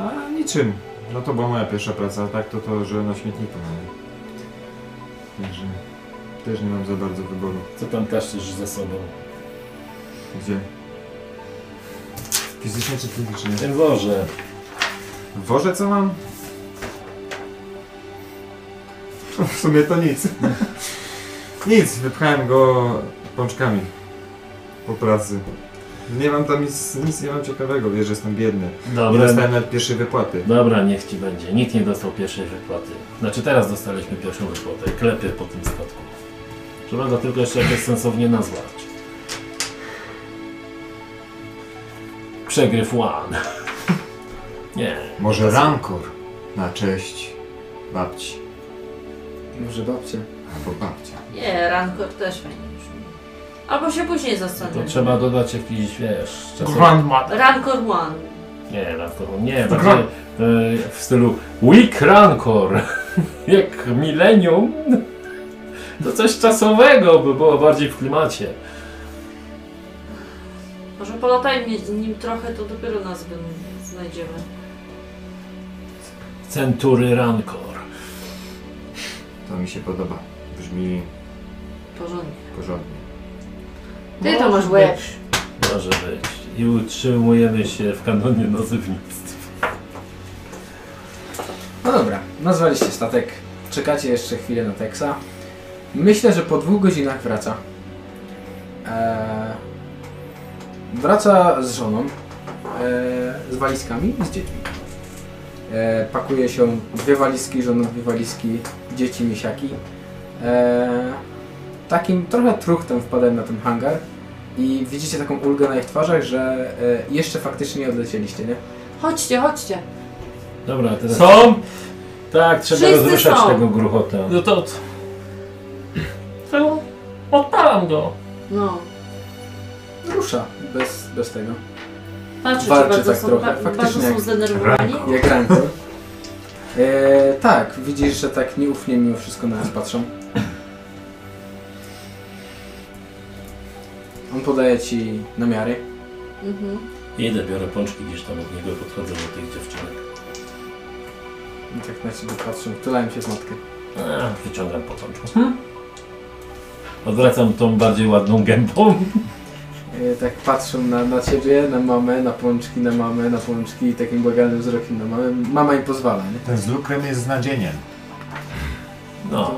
A niczym. No to była moja pierwsza praca, a tak to to, że na śmietniku mamy. Także też nie mam za bardzo wyboru.
Co tam taszczysz za sobą?
Gdzie? Fizycznie czy
W
fizycznie?
tym worze.
W worze co mam? No, W sumie to nic. nic, wypchałem go pączkami. Po pracy. Nie mam tam nic, nic nie mam ciekawego, wiesz, że jestem biedny. Nie
Dobra,
dostałem nawet pierwszej wypłaty.
dobra, niech ci będzie. Nikt nie dostał pierwszej wypłaty. Znaczy teraz dostaliśmy pierwszą wypłatę. Klepie po tym statku. Trzeba go tylko jeszcze jakoś sensownie nazwać. Przegryw one. Nie.
Może rankor na cześć babci
Może babcie.
albo babcia.
Nie, Rancor też fajnie brzmi. Albo się później
To
zastanę.
trzeba dodać jakiś, wiesz, czasem...
Grandmother.
Rancor One.
Nie, rancor, nie, bardziej e, w stylu Week Rancor. Jak milenium. To coś czasowego by było bardziej w klimacie.
Może polatajmy nim trochę, to dopiero nazwę znajdziemy.
Century Rancor.
To mi się podoba. Brzmi
Porządnie.
porządnie.
Ty to
Może
masz łeb.
być. Może być. I utrzymujemy się w kanonie nazywnictw.
No dobra, nazwaliście statek. Czekacie jeszcze chwilę na Teksa. Myślę, że po dwóch godzinach wraca. Eee, wraca z żoną, eee, z walizkami i z dziećmi. Eee, pakuje się dwie walizki, żona dwie walizki, dzieci misiaki. Eee, takim trochę truchtem wpadłem na ten hangar i widzicie taką ulgę na ich twarzach, że e, jeszcze faktycznie nie odlecieliście, nie?
Chodźcie, chodźcie.
Dobra, teraz...
Są?
Tak, trzeba
Wszyscy
rozruszać
są.
tego gruchota.
No to od... To odpalam go.
No.
Rusza bez, bez tego.
Patrzcie,
Walczy
bardzo,
tak
są,
trochę,
ba- bardzo
faktycznie
są
jak
zdenerwowani.
Jak rankor. E, tak, widzisz, że tak nieufnie mimo wszystko na nas patrzą. On podaje ci namiary.
Mhm.
Idę, biorę pączki gdzieś tam od niego, podchodzę do tych dziewczynek.
I tak na ciebie patrzą, tulają się z matkę.
A, wyciągam po pączku.
Hmm?
Odwracam tą bardziej ładną gębą.
E, tak patrzą na, na ciebie, na mamę, na pączki, na mamę, na pączki i takim błagalnym wzrokiem na mamę. Mama im pozwala, nie?
Ten z lukrem jest z nadzieniem.
No,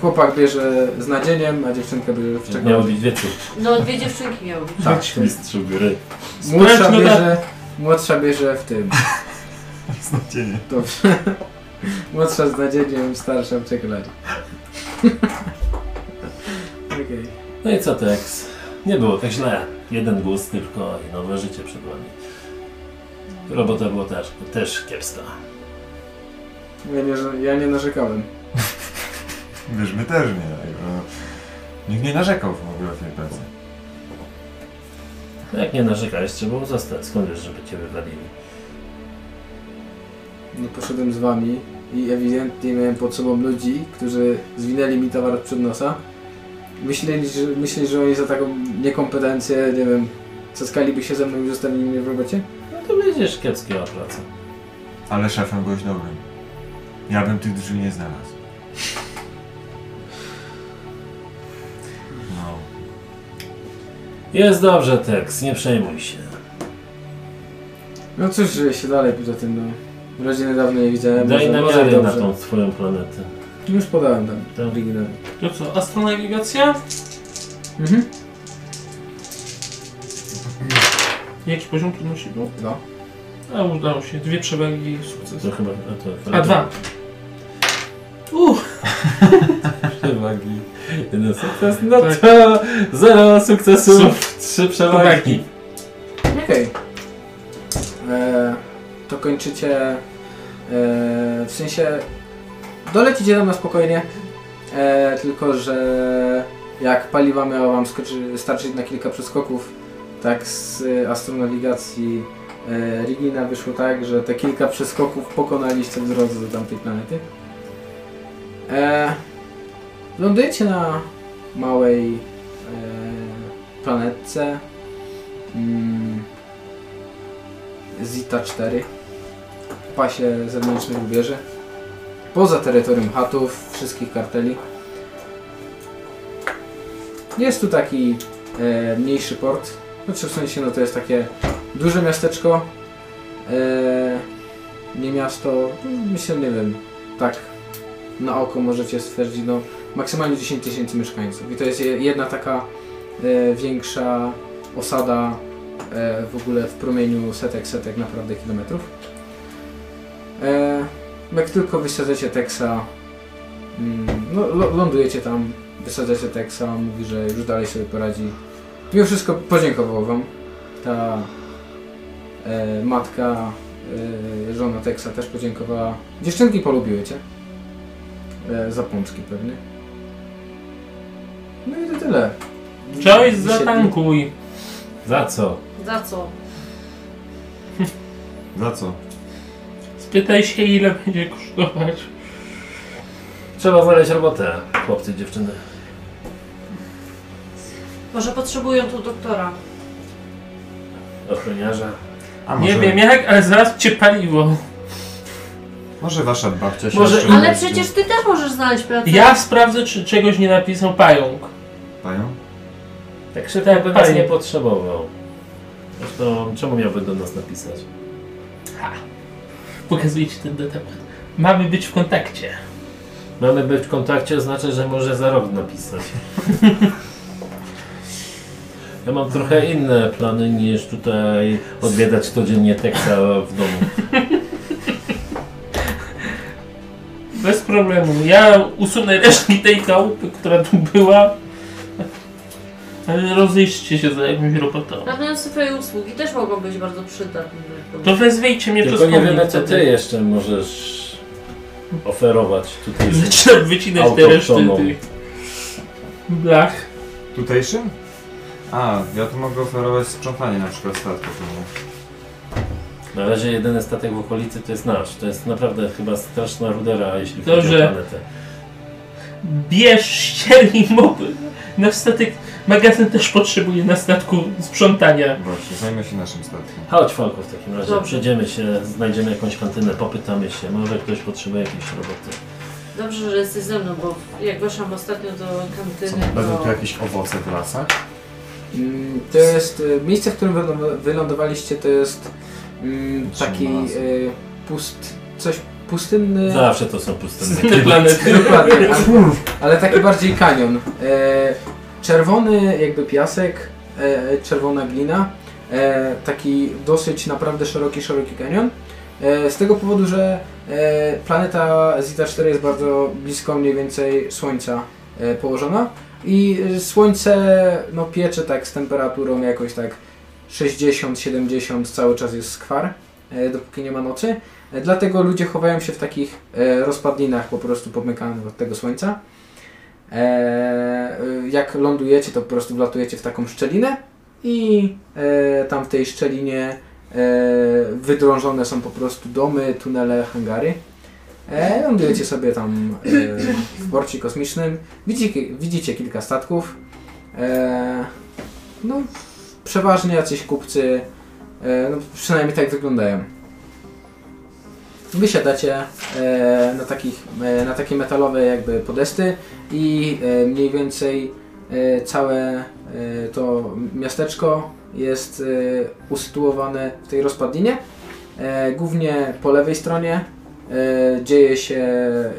Chłopak bierze z nadzieniem, a dziewczynka bierze w
miał
czekoladzie.
być wieczór.
No, dwie dziewczynki miały być.
Tak,
Mistrzu gry.
młodsza
Sprawdź, no
bierze, młodsza bierze w tym.
Jest nadzieję.
Dobrze. Młodsza z nadzieją, starsza w czekoladzie. Okej.
No i co Tex? Nie było tak źle. Jeden głos tylko i nowe życie przed wami. Robota była też, też kiepska.
Ja nie, ja nie narzekałem.
Wiesz, my też nie. jakby. Nikt nie narzekał w ogóle w tej pracy.
No Jak nie narzekałeś, trzeba było zostać. Skąd wiesz, żeby cię wywalili?
No poszedłem z wami i ewidentnie miałem pod sobą ludzi, którzy zwinęli mi towar przed nosa. Myśleli, że, myśleli, że oni za taką niekompetencję, nie wiem, zaskaliby się ze mną i zostawili mnie w robocie?
No to będziesz kiepskiego praca.
Ale szefem byłeś dobrym. Ja bym tych drzwi nie znalazł. No.
Jest dobrze Tex, nie przejmuj się.
No cóż, żyje się dalej poza tym, no. Rodziny dawno nie widziałem,
Daj
może, może
namiary na
dobrze.
tą twoją planetę.
Już podałem tam,
Tak.
oryginalnie.
To co, astronawigacja?
Mhm.
Jaki poziom trudności był?
No, Dwa.
A udało się, dwie przewagi i sukces.
To chyba... A, to,
A dwa. Uff,
Przewagi. Jeden sukces, no to zero sukcesów, trzy przewagi.
Przewagi.
Okej. E, To kończycie. E, w sensie. Dolecicie tam na spokojnie. E, tylko, że jak paliwa miało wam skoczy, starczyć na kilka przeskoków, tak z e, astronawigacji e, Rigina wyszło tak, że te kilka przeskoków pokonaliście w drodze do tamtej planety. E, lądujecie na małej e, planetce. Mm, Zita 4 w pasie zewnętrznych ubierze poza terytorium chatów, wszystkich karteli. Jest tu taki e, mniejszy port, znaczy w sensie no to jest takie duże miasteczko, e, nie miasto, myślę nie wiem, tak na oko możecie stwierdzić, no maksymalnie 10 tysięcy mieszkańców i to jest je- jedna taka e, większa osada e, w ogóle w promieniu setek, setek naprawdę kilometrów. E, jak tylko wysadzacie Teksa, mm, no, lo- lądujecie tam, wysadzacie Teksa, mówi, że już dalej sobie poradzi. Mimo wszystko podziękował wam. Ta e, matka, e, żona Teksa też podziękowała. Dziewczynki polubiły cię. E, za pączki pewnie. No i to tyle.
cześć,
Wysiedli-
zatankuj.
Za co?
Za co?
Za co?
Spytaj się, ile będzie kosztować.
Trzeba znaleźć robotę, chłopcy, dziewczyny.
Może potrzebują tu doktora.
Ochroniarza.
A może,
Nie wiem jak, ale zaraz cię paliwo.
może wasza babcia się
Może-
jeszcze
Ale
umieści.
przecież ty też możesz znaleźć pracę.
No Ja sprawdzę, czy czegoś nie napisał pająk.
Panią?
Tak się tak by nas
Fajnie.
nie potrzebował. Zresztą czemu miałby do nas napisać?
Pokazuję ci ten temat. Mamy być w kontakcie.
Mamy być w kontakcie, znaczy, że może za rok napisać. Ja mam trochę inne plany niż tutaj odwiedzać codziennie teksta w domu.
Bez problemu. Ja usunę resztki tej chałupy, która tu była. Ale rozejście się za jakąś robotą.
Na pewno swoje usługi też mogą być bardzo przydatne.
To wezwijcie mnie
Tylko
przez
nie
pomnik
wiemy, co
wtedy.
ty jeszcze możesz oferować tutaj.
Zaczynam wycinać te reszty
Autochtoną.
tych blach.
Tutejszym? A, ja tu mogę oferować sprzątanie na przykład statków. no.
Na razie jedyny statek w okolicy to jest nasz. To jest naprawdę chyba straszna rudera, jeśli chodzi
Dobrze.
o planetę.
Bierz ścieli moby. Na statek magazyn też potrzebuje na statku sprzątania.
Właśnie, zajmę się naszym statkiem.
Chodź Falko w takim razie,
Dobrze.
przyjdziemy się, znajdziemy jakąś kantynę, popytamy się, może ktoś potrzebuje jakiejś roboty.
Dobrze, że jesteś ze mną, bo jak weszłam ostatnio do
Co,
kantyny,
będą
to...
tu jakieś owoce w lasach?
Mm, To jest e, miejsce, w którym wylą- wylądowaliście, to jest mm,
Trzymaj
taki
razem.
e, pust, coś pustynny,
Zawsze to są
Z
pustyny.
innej planety.
dokładnie, ale, ale taki bardziej kanion. E, czerwony jakby piasek, e, czerwona glina, e, taki dosyć naprawdę szeroki, szeroki kanion. E, Z tego powodu, że e, planeta Zeta 4 jest bardzo blisko mniej więcej Słońca e, położona i e, Słońce no, piecze tak z temperaturą jakoś tak 60-70 cały czas jest skwar, e, dopóki nie ma nocy. E, Dlatego ludzie chowają się w takich e, rozpadlinach po prostu pomykanych od tego słońca. E, e, jak lądujecie, to po prostu wlatujecie w taką szczelinę i e, tam w tej szczelinie E, wydrążone są po prostu domy, tunele, hangary. E, lądujecie sobie tam e, w porcie kosmicznym. Widzicie, widzicie kilka statków. E, no, przeważnie jacyś kupcy, e, no, przynajmniej tak wyglądają. Wysiadacie e, na, takich, e, na takie metalowe jakby podesty i e, mniej więcej e, całe e, to miasteczko jest e, usytuowane w tej rozpadlinie. E, głównie po lewej stronie e, dzieje się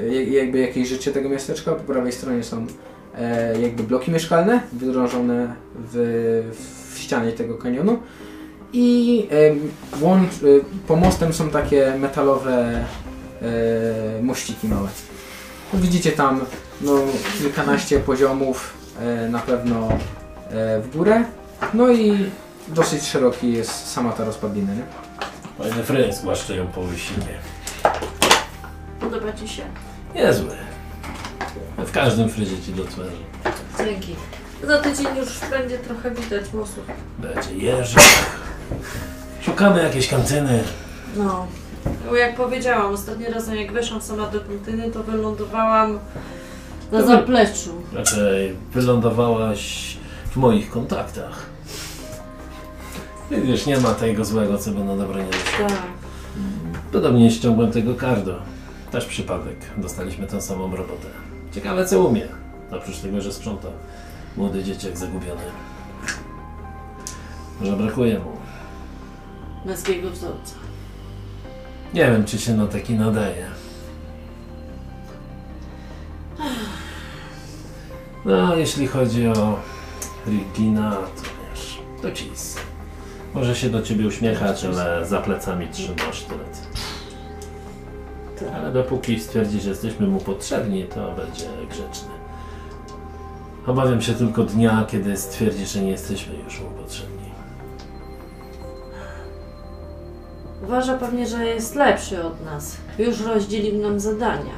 je- jakby jakieś życie tego miasteczka, po prawej stronie są e, jakby bloki mieszkalne wydrążone w, w ścianie tego kanionu i e, łącz, e, pomostem są takie metalowe e, mościki małe. Widzicie tam no, kilkanaście poziomów e, na pewno e, w górę. No i dosyć szeroki jest sama ta rozpadlina, nie?
Fajny Fryz zwłaszcza ją po łysinie.
Podoba ci się.
Niezły. W każdym fryzie ci do twarzy.
Dzięki. Za tydzień już będzie trochę widać włosów.
Będzie jeżyk. Szukamy jakiejś kantyny.
No. Bo jak powiedziałam, ostatni razem jak weszłam sama do kantyny, to wylądowałam na
To wy-
zapleczu.
Raczej wylądowałaś w moich kontaktach. Wiesz, nie ma tego złego, co będą dobre nie
Tak.
Podobnie ściągłem tego kardo. Też przypadek. Dostaliśmy tę samą robotę. Ciekawe co umie. Oprócz tego, że sprząta. Młody dzieciak zagubiony. Może brakuje mu.
Męskiego wzorca.
Nie wiem, czy się na taki nadaje. No, a jeśli chodzi o Regina, to wiesz, to cis. Może się do ciebie uśmiechać, ale za plecami trzyma sztylet. Ale dopóki stwierdzi, że jesteśmy mu potrzebni, to będzie grzeczny. Obawiam się tylko dnia, kiedy stwierdzi, że nie jesteśmy już mu potrzebni.
Uważa pewnie, że jest lepszy od nas. Już rozdzielił nam zadania.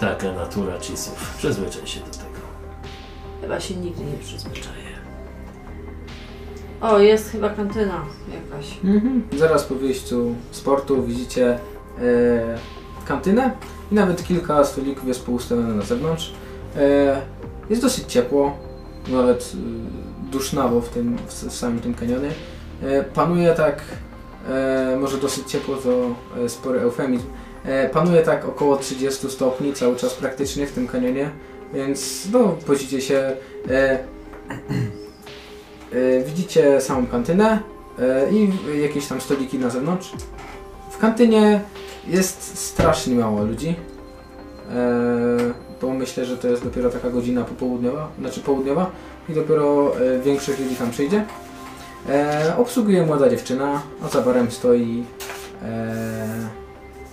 Taka natura cisów. Przyzwyczaj się do tego.
Chyba się nigdy nie przyzwyczaję. O, jest chyba kantyna jakaś.
Zaraz po wyjściu z portu widzicie e, kantynę i nawet kilka stolików jest poustawione na zewnątrz. E, jest dosyć ciepło, nawet e, dusznawo w, tym, w s- samym tym kanionie. E, panuje tak, e, może dosyć ciepło to e, spory eufemizm, e, panuje tak około 30 stopni cały czas praktycznie w tym kanionie, więc no, podzicie się. E, e, widzicie samą kantynę, E, i w- jakieś tam stoliki na zewnątrz. W kantynie jest strasznie mało ludzi, e, bo myślę, że to jest dopiero taka godzina popołudniowa, znaczy południowa i dopiero e, większość ludzi tam przyjdzie. E, obsługuje młoda dziewczyna, a za barem stoi e,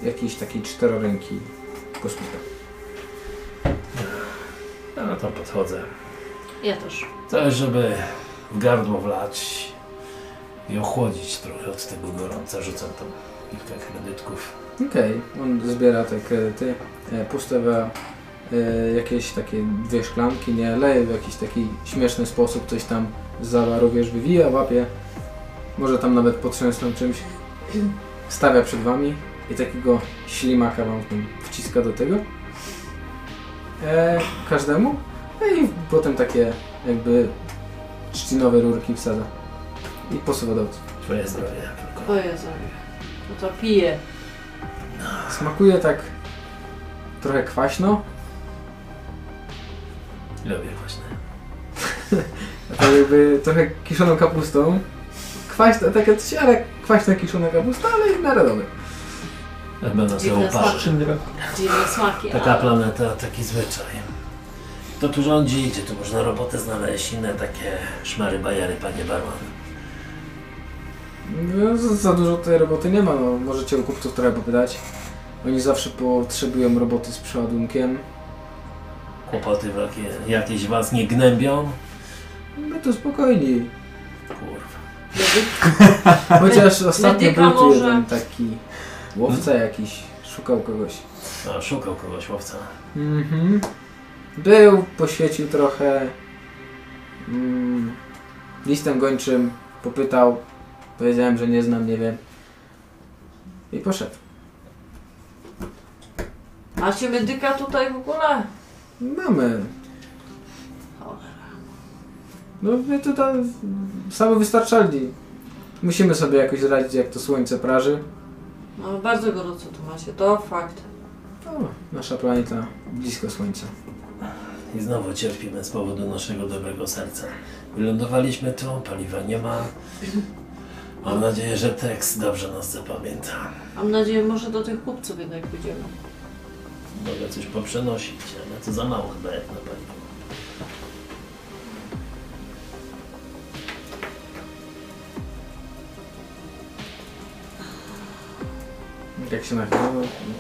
jakiś taki czteroręki kosmita.
Ja na to podchodzę.
Ja też.
Coś, żeby w gardło wlać i ochłodzić trochę od tego gorąca. Rzucam tam kilka kredytków.
Okej, on zbiera te kredyty, e, postawia e, jakieś takie dwie szklanki, nie leje w jakiś taki śmieszny sposób, coś tam z zawaru, wiesz, wywija, łapie, może tam nawet potrząsną czymś, stawia przed wami i takiego ślimaka wam tam wciska do tego. E, każdemu. No i potem takie jakby trzcinowe rurki wsadza i posuwa do ust.
Twoje zdrowie tylko.
O Jezu. No to piję.
Smakuje tak trochę kwaśno,
Lubię właśnie.
To jakby trochę kiszoną kapustą. Kwaśna, taka coś, ale kwaśna kiszona kapusta, ale narodowy.
Będę nas
Dziwne
uparzy.
Szyndra.
Dziwne smaki.
Taka
ale-
planeta, taki zwyczaj. Kto tu rządzi, gdzie tu można robotę znaleźć, inne takie szmary bajery, panie barman.
No, za, za dużo tej roboty nie ma, no. Możecie u kupców trochę popytać. Oni zawsze potrzebują roboty z przeładunkiem.
Kłopoty jakie, jakieś was nie gnębią?
No to spokojnie.
Kurwa.
Chociaż ostatnio
medyka
był tu
może.
jeden taki łowca jakiś, szukał kogoś.
A, No, szukał kogoś łowca.
Mhm. Był, poświecił trochę mm, listem gończym, popytał, powiedziałem, że nie znam, nie wiem. I poszedł.
Macie medyka tutaj w ogóle?
Mamy.
Cholera.
No my tutaj samowystarczalni. Musimy sobie jakoś radzić, jak to słońce praży.
No, bardzo gorąco tu macie, to fakt.
O, nasza planeta blisko słońca.
I znowu cierpimy z powodu naszego dobrego serca. Wylądowaliśmy tu, paliwa nie ma. Mam nadzieję, że tekst dobrze nas zapamięta.
Mam nadzieję, może do tych kupców jednak pójdziemy.
Mogę coś poprzenosić, ale to za mało chyba jak na paliwo.
Jak się nachyla,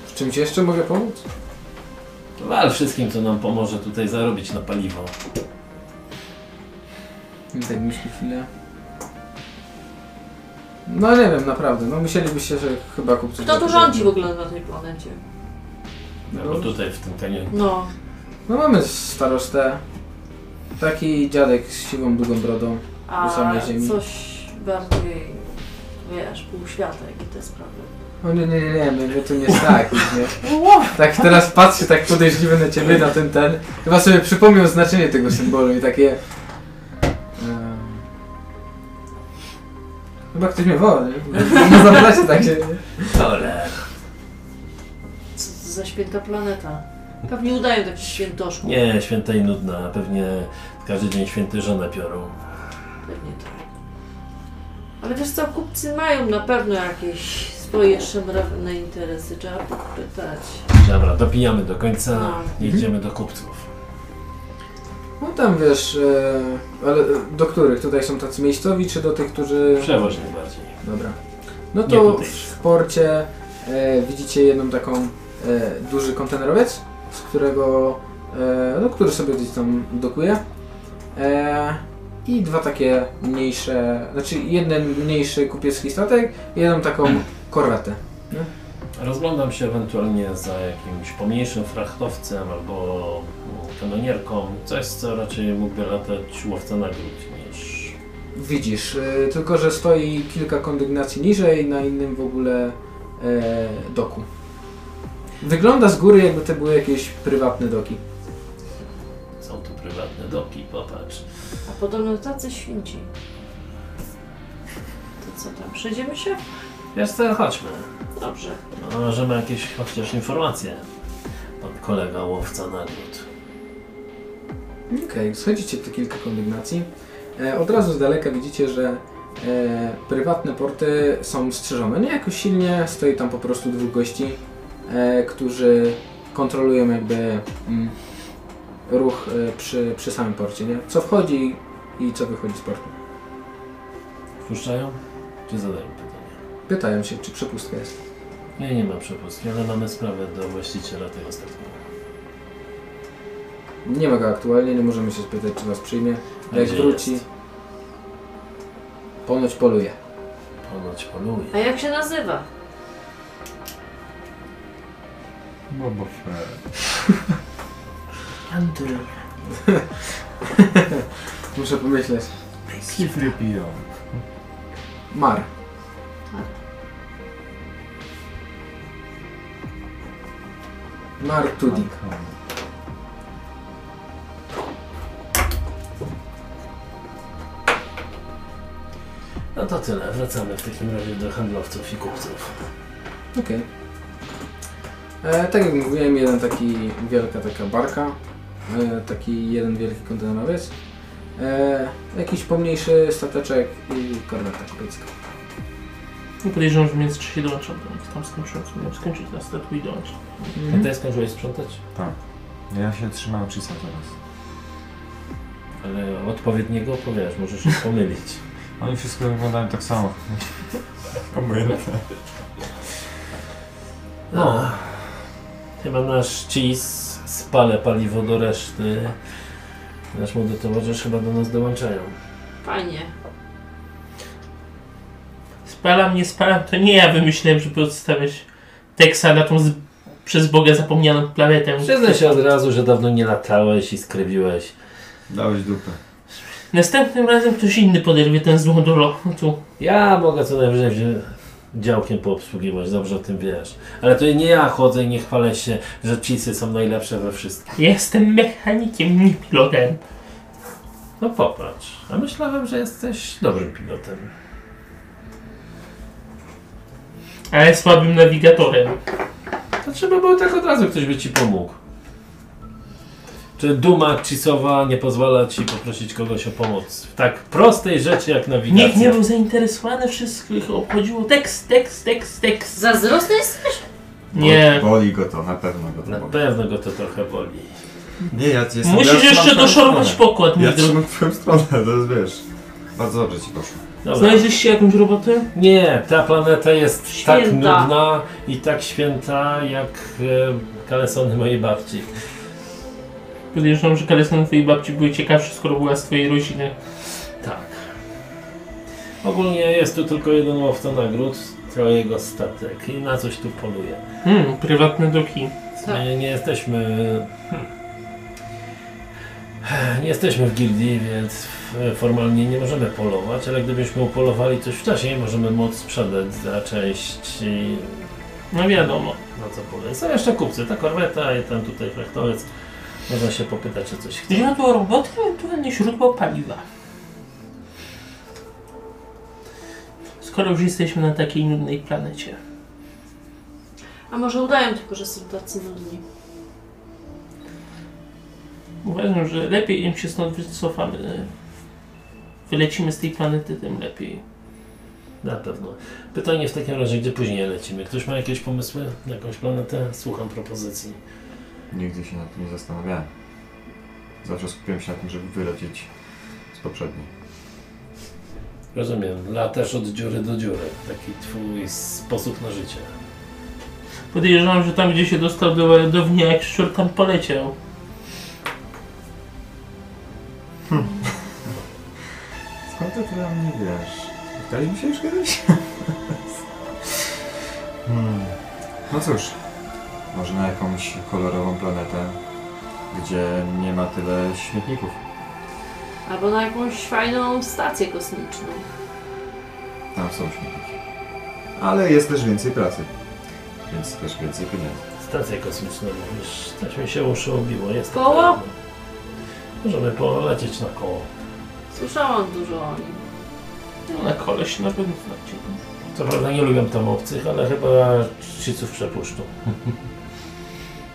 w czymś jeszcze mogę pomóc?
No, ale wszystkim to nam pomoże tutaj zarobić na paliwo.
I Tak myśli chwilę. No nie wiem, naprawdę. No musielibyście, że chyba kupcy...
Kto tu rządzi w ogóle na tej planecie?
No, bo tutaj w tym kanionie.
No,
No mamy starostę. Taki dziadek z siwą, długą brodą.
a
Do samej ziemi.
coś bardziej, wiesz, półświatek i te sprawy.
O nie, nie, nie, nie, my- my tu nie tak, nie. Tak teraz patrzę tak podejrzliwie na ciebie, na ten, ten. Chyba sobie przypomniał znaczenie tego symbolu i takie... em, Chyba ktoś mnie woła, nie? No zapraszam, tak się...
Dole.
Co to za święta planeta? Pewnie udają do jakichś świętoszków.
Nie, święta i nudna. Pewnie każdy dzień święty żonę piorą.
Pewnie tak. Ale wiesz co, kupcy mają na pewno jakieś swoje szemrane interesy, trzeba popytać.
Dobra, dopijamy do końca i
Mhm.
idziemy do kupców.
No tam wiesz, e, ale e, do których? Tutaj są tacy miejscowi, czy do tych, którzy...
Przewoźnie bardziej.
Dobra. No
Nie
to
tutaj.
w porcie e, widzicie jedną taką e, duży kontenerowiec, z którego, e, no, który sobie gdzieś tam dokuje. E, I dwa takie mniejsze, znaczy jeden mniejszy kupiecki statek, jedną taką korwetę.
Rozglądam się ewentualnie za jakimś pomniejszym frachtowcem albo mm, kanonierką. Coś, co raczej mógłby latać łowca nagród niż...
Widzisz, e, tylko że stoi kilka kondygnacji niżej, na innym w ogóle e, doku. Wygląda z góry, jakby to były jakieś prywatne doki.
Są tu prywatne doki, popatrz.
A podobno tacy święci. To co tam, przejdziemy się?
Wiesz co, chodźmy.
Dobrze.
No, może ma jakieś chociaż informacje. Pan kolega łowca nagród.
Okej, schodzicie te kilka kondygnacji. E, od razu z daleka widzicie, że e, prywatne porty są strzeżone. Nie jakoś silnie, stoi tam po prostu dwóch gości, e, którzy kontrolują jakby mm, ruch e, przy, przy samym porcie, nie? Co wchodzi i co wychodzi z portu.
Wpuszczają? Czy zadają pytanie?
Pytają się, czy przepustka jest.
Nie, nie ma przepustki, ale mamy sprawę do właściciela tego statku.
Nie ma go aktualnie, nie możemy się spytać, czy was przyjmie.
A
Jak
gdzie
wróci,
jest?
ponoć poluje.
Ponoć poluje.
A jak się nazywa?
Boba Fett.
Andrew.
Muszę pomyśleć.
C-3PO.
Mar. Mar Tudi.
No to tyle, wracamy w takim razie do handlowców i kupców. No.
Okej. E, Tak jak mówiłem, jeden taki wielka taka barka, e, taki jeden wielki kontenerowiec, e, jakiś pomniejszy stateczek i korweta kupiecka.
Nie podejrzewam, że w międzyczasie dołączam do nich. Tam skończyłem, co miałem skończyć na statu i dołączam.
Mhm.
A ty skończyłeś sprzątać?
Ja się trzymam Chisa teraz.
Ale odpowiedniego opowiadasz, możesz się pomylić.
Oni wszystko wyglądają tak samo. Obojętne.
No. Chyba nasz cheese spale paliwo do reszty. Nasz młody towarzysz chyba do nas dołączają.
Fajnie.
Spalam, nie spalam, to nie ja wymyśliłem, żeby odstawiać Teksa na tą z... przez Boga zapomnianą planetę.
Przyznaj się od razu, że dawno nie latałeś i skrybiłeś.
Dałeś dupę.
Następnym razem ktoś inny poderwie ten złą do lotu.
Ja mogę co najwyżej wzi- działkiem poobsługiwać, dobrze o tym wiesz. Ale to nie ja chodzę i nie chwalę się, że cheesy są najlepsze we wszystkim.
Jestem mechanikiem, nie pilotem.
No popatrz, a myślałem, że jesteś dobrym pilotem.
Ale słabym nawigatorem.
To trzeba było tak od razu, ktoś by ci pomógł. Czy duma cheese'owa nie pozwala ci poprosić kogoś o pomoc w tak prostej rzeczy jak nawigacja?
Nikt nie był zainteresowany, wszystkich obchodziło tekst, tekst, tekst, tekst.
Zazdrosny jest?
Nie.
Boli go to, na pewno go to
Na
boli.
pewno go to trochę boli.
Nie, ja jestem... ja
Musisz
trzymam
jeszcze
twoją
doszorować
stronę.
pokład, mój
Ja
drogi.
trzymam twoją stronę, to jest wiesz... Bardzo dobrze ci poszło.
Dobra.
Znaleźliście jakąś robotę?
Nie, ta planeta jest tak
Święta.
nudna i tak święta jak e, kalesony mojej babci.
Podejrzewam, że kalesony twojej babci były ciekawsze, skoro była z twojej rodziny.
Tak. Ogólnie jest tu tylko jeden łowca nagród, to jego statek i na coś tu poluje.
Hmm, prywatne doki.
Tak.
Nie, nie jesteśmy. Hmm. Nie jesteśmy w gildii, więc f- formalnie nie możemy polować, ale gdybyśmy upolowali coś wcześniej, możemy móc sprzedać za część. i-
No wiadomo.
No co powiem. Są jeszcze kupcy, ta korweta i tam tutaj frachtowiec. Można się popytać, czy coś chce.
Chodzi tu o roboty, ewentualnie źródło paliwa. Skoro już jesteśmy na takiej nudnej planecie.
A może udają tylko, że są tacy nudni.
Uważam, że lepiej im się stąd wycofamy. Wylecimy z tej planety, tym lepiej.
Na pewno. Pytanie w takim razie, gdzie później lecimy? Ktoś ma jakieś pomysły na jakąś planetę? Słucham propozycji.
Nigdy się nad tym nie zastanawiałem. Zawsze skupiłem się na tym, żeby wylecieć z poprzedniej.
Rozumiem. Latasz od dziury do dziury. Taki twój sposób na życie.
Podejrzewam, że tam gdzie się dostał do ładowni, jak szczur tam poleciał.
Skąd ty tyle mnie wiesz? Spotkaliśmy się już kiedyś? hmm. No cóż, może na jakąś kolorową planetę, gdzie nie ma tyle śmietników.
Albo na jakąś fajną stację kosmiczną.
Tam są śmietniki. Ale jest też więcej pracy, więc też więcej pieniędzy.
Stacja kosmiczna, mówisz, coś mi się uszy obiło. Jest
Koło?
taka- Możemy polecieć na koło.
Słyszałam dużo o nim.
No na koleś na pewno znacie.
Co prawda nie lubię tam obcych, ale chyba Ciców przepuszczą.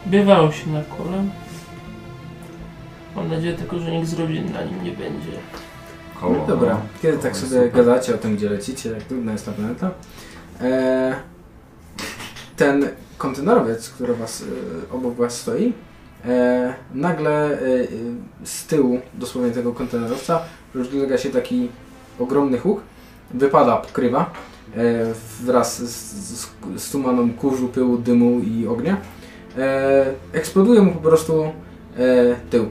Bywało się na kole. Mam nadzieję tylko, że nikt zrobił na nim nie będzie.
Koło.
No dobra,
no.
kiedy
Koło
tak
jest
sobie
super.
gadacie o tym, gdzie lecicie, jak trudna jest ta planeta, e, ten kontenerowiec, który was, e, obok was stoi, e, nagle e, e, z tyłu dosłownie tego kontenerowca rozlega się taki ogromny huk, wypada pokrywa e, wraz z, z, z tumaną kurzu, pyłu, dymu i ognia. E, eksploduje mu po prostu e, tył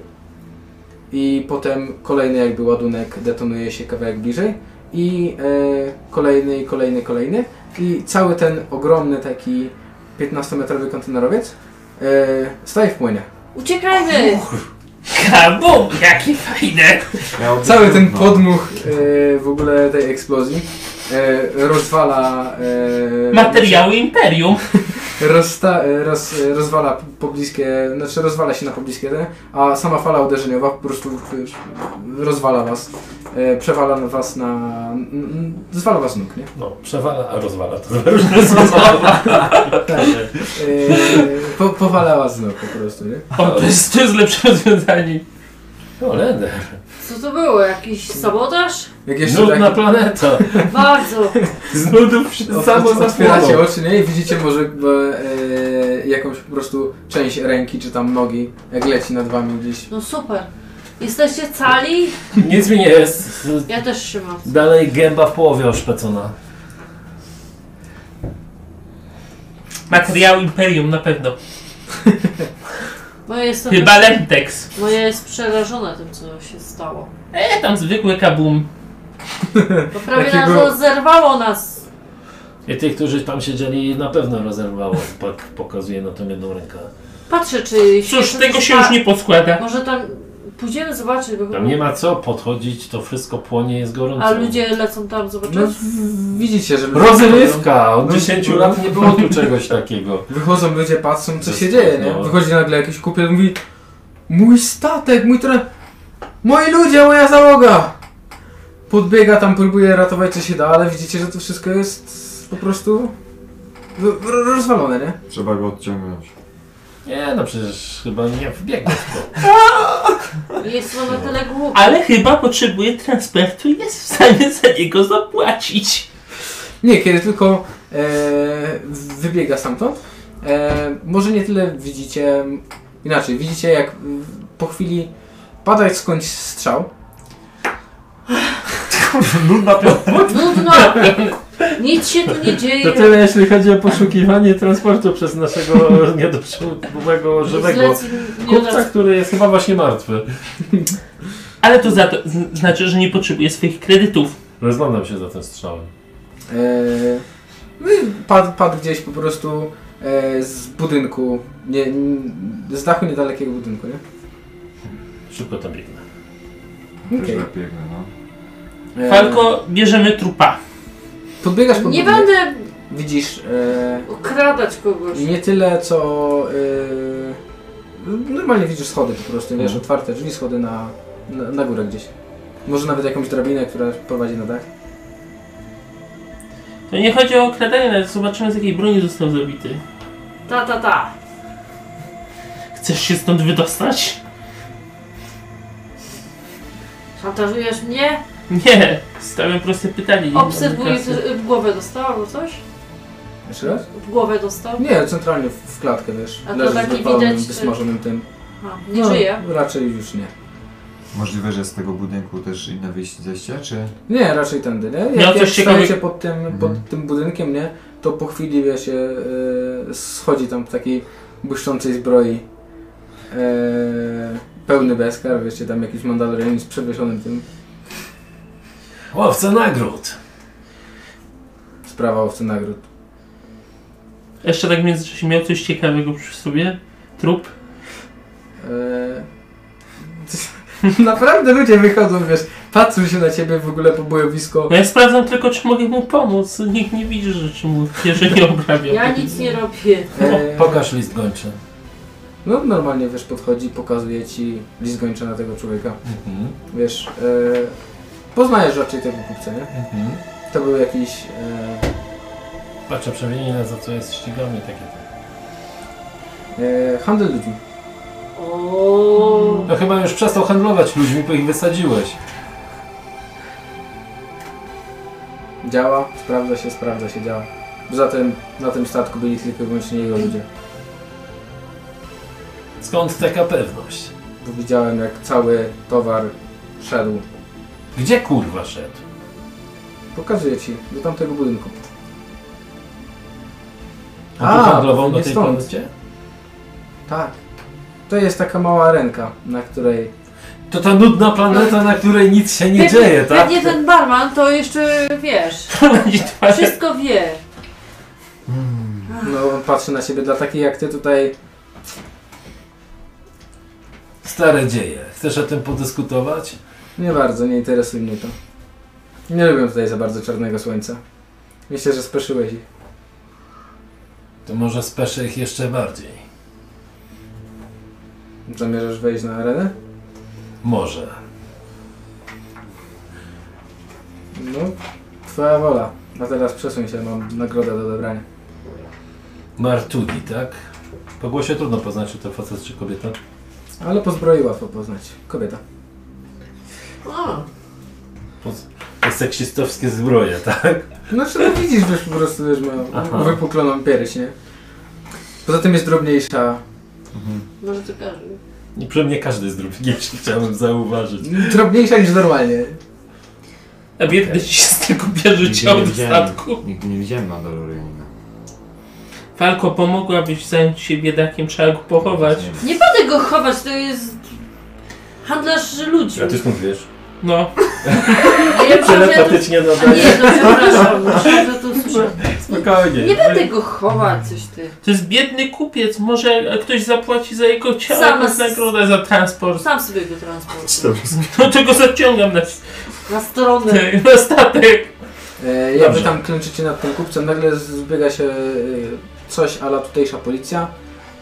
i potem kolejny jakby ładunek detonuje się kawałek bliżej i e, kolejny i kolejny, kolejny i cały ten ogromny taki 15-metrowy kontenerowiec e, staje w płynie.
Uciekajmy!
Kabum! Jakie fajne!
Miałoby
Cały ten
trudno.
podmuch e, w ogóle tej eksplozji e, rozwala e,
Materiały Imperium.
rozsta, e, roz, e, rozwala p- pobliskie, znaczy rozwala się na pobliskie, tereny, a sama fala uderzeniowa po prostu już rozwala was, e, przewala was na, n- n- zwala was z nóg, nie?
No, przewala, a rozwala to dwa różne słowa.
Tak. E, po, powala was z nóg po prostu, nie?
O, to jest, to jest lepsze rozwiązanie.
Oleder,
Co to było? Jakiś sabotaż?
Jak jeszcze
nudna
tak
planeta.
Bardzo!
Z nudów
ot- ot- otwieracie oczy, nie? I widzicie może e, e, jakąś po prostu część ręki czy tam nogi, jak leci nad wami gdzieś
No super. Jesteście cali?
Nic mi nie jest.
Ja też się mam.
Dalej gęba w połowie oszpecona.
Materiał Imperium na pewno.
Moje jest,
Chyba Lentex.
moje jest przerażona tym, co się stało.
E, tam zwykły kabum.
Bo prawie nas
Takiego-
rozerwało nas.
I tych, którzy tam siedzieli, na pewno rozerwało. Pak pokazuje na tą jedną rękę.
Patrzę, czy...
Cóż,
czy-
tego się już nie poskłada.
tak. Może tam... Pójdziemy zobaczyć, bo
Tam nie ma co podchodzić, to wszystko płonie, jest gorąco.
A ludzie lecą tam zobaczyć?
No, w- widzicie, że ludzie-
Rozrywka! Od
No,
10
no.
lat nie było tu czegoś takiego.
Wychodzą ludzie, patrzą co
To
się
jest
dzieje,
no.
nie? Wychodzi nagle jakiś kupiec, mówi Mój statek, mój tren... Moi ludzie, moja załoga! Podbiega tam, próbuje ratować co się da, ale widzicie, że to wszystko jest po prostu w- w- rozwalone, nie?
Trzeba go odciągnąć.
Nie no, przecież chyba nie wbiegł.
Jest ona tyle głupia.
Ale chyba potrzebuje transportu i jest w stanie za niego zapłacić.
Nie, kiedy tylko e, wybiega stamtąd, e, może nie tyle widzicie, inaczej, widzicie jak mm, po chwili padać skądś strzał,
Nudna piątka.
Nudno! Nic się tu nie
To
dzieje.
tyle, jeśli chodzi o poszukiwanie transportu przez naszego niedoszłego żywego
Zleceń nie
kupca,
uda-
który jest chyba właśnie martwy.
Ale to, za to z- znaczy, że nie potrzebuje swoich kredytów.
Rozglądam się za tym strzałem.
E, no i padł, padł gdzieś po prostu e, z budynku, nie, n- z dachu niedalekiego budynku, nie?
Szybko tam biegnę.
Też
Okej.
lepiej, no.
E,
Falko, bierzemy trupa.
Podbiegasz pod
Nie
budynek,
będę
widzisz e,
okradać kogoś.
nie tyle co... E, normalnie widzisz schody po prostu, wiesz,
Mhm.
otwarte drzwi, schody na, na, na górę gdzieś. Może nawet jakąś drabinę, która prowadzi na dach.
To nie chodzi o okradanie, ale zobaczymy z jakiej broni został zabity.
Ta, ta, ta.
Chcesz się stąd wydostać?
Szantażujesz mnie?
Nie, stawiam proste pytanie. nie
Obserwuję,
mam
czy
kasy.
w głowę dostał albo coś?
Jeszcze raz?
W głowę dostał?
Nie, centralnie w, w klatkę, wiesz.
A to
leżysz
taki
wypalonym,
widać, czy-
wysmażonym tym. No,
A, nie żyje.
Raczej już nie.
Możliwe, że z tego budynku też inne wyjście zejście, czy?
Nie, raczej tędy, nie? Jak,
Miał
jak
coś ciekawe-
stajecie pod tym, pod tym budynkiem, nie? To po chwili, wiesz, się e, schodzi tam w takiej błyszczącej zbroi e, pełny beskar, wiecie, tam jakiś mandalorianin z przewieszonym tym.
Łowca nagród!
Sprawa owcy nagród.
Jeszcze tak w międzyczasie miał coś ciekawego przy sobie? Trup?
E, naprawdę ludzie wychodzą, wiesz, patrzą się na ciebie w ogóle po bojowisko.
No ja sprawdzam tylko, czy mogę mu pomóc. Nikt nie widzi, że czy mu że nie obrabiam.
Ja nic nie robię.
E,
Pokaż list gończy.
no normalnie, wiesz, podchodzi, pokazuje ci list gończy na tego człowieka.
Mhm.
Wiesz, e, poznajesz raczej tego kupca, nie?
Mhm.
To był jakiś. E,
Patrzę przemienienia, za co jest ścigany takie.
e, handel ludźmi.
O.
No chyba już przestał handlować ludźmi, bo ich wysadziłeś.
Działa, sprawdza się, sprawdza się, działa. Zatem na tym statku byli tylko i wyłącznie jego ludzie.
Skąd taka pewność?
Bo widziałem, jak cały towar szedł.
Gdzie kurwa szedł?
Pokazuję ci, do tamtego budynku.
On
A,
tu handlował na
nie
tej
stąd.
planecie?
Tak. To jest taka mała arenka, na której.
To ta nudna planeta, na której nic się nie
Pewnie-
dzieje, tak?
Pewnie ten barman to jeszcze, wiesz,
Prowadzi twarz.
wszystko wie.
No, on patrzy na siebie dla takich jak ty tutaj.
Stare dzieje. Chcesz o tym podyskutować?
Nie bardzo, nie interesuje mnie to. Nie lubię tutaj za bardzo czarnego słońca. Myślę, że speszyłeś ich.
To może speszę ich jeszcze bardziej.
Zamierzasz wejść na arenę?
Może.
No, twoja wola. A teraz przesuń się, mam nagrodę do odebrania.
Martugi, tak? Po głosie trudno poznać, czy to facet, czy kobieta.
Ale po zbroi łatwo poznać. Kobieta.
O.
Po, po seksistowskie zbroje, tak?
Znaczy, no widzisz, wiesz, po prostu, wiesz, ma
Aha.
wypukloną pierś, nie? Poza tym jest drobniejsza.
Może to każdy.
I przy mnie każdy jest drobniejszy, chciałem zauważyć.
Drobniejsza niż normalnie.
A biedny ci się tylko bierze cię
Nigdy nie
od
widziałem-
statku.
Nigdy nie widziałem na Dolorianina.
Falko, pomogłabyś zająć się biedakiem, trzeba go pochować.
Nie wiem.
Nie będę go chować, to jest handlarz ludzi.
A ty skąd wiesz?
No,
A ja myślałam, że ja to...
Telepatycznie
A
nadaje.
nie, no przepraszam, myślałam, że to słyszę.
Spokojnie.
Nie będę go chować, coś ty.
to jest biedny kupiec, może ktoś zapłaci za jego ciało
Sama
jakąś
z-
nagrodę za transport.
Sam sobie go transport.
No to go zaciągam na,
Na stronę.
na statek.
E, jakby
Dobrze.
tam klęczycie nad tym kupcem, nagle zbiega się e, coś ala tutejsza policja.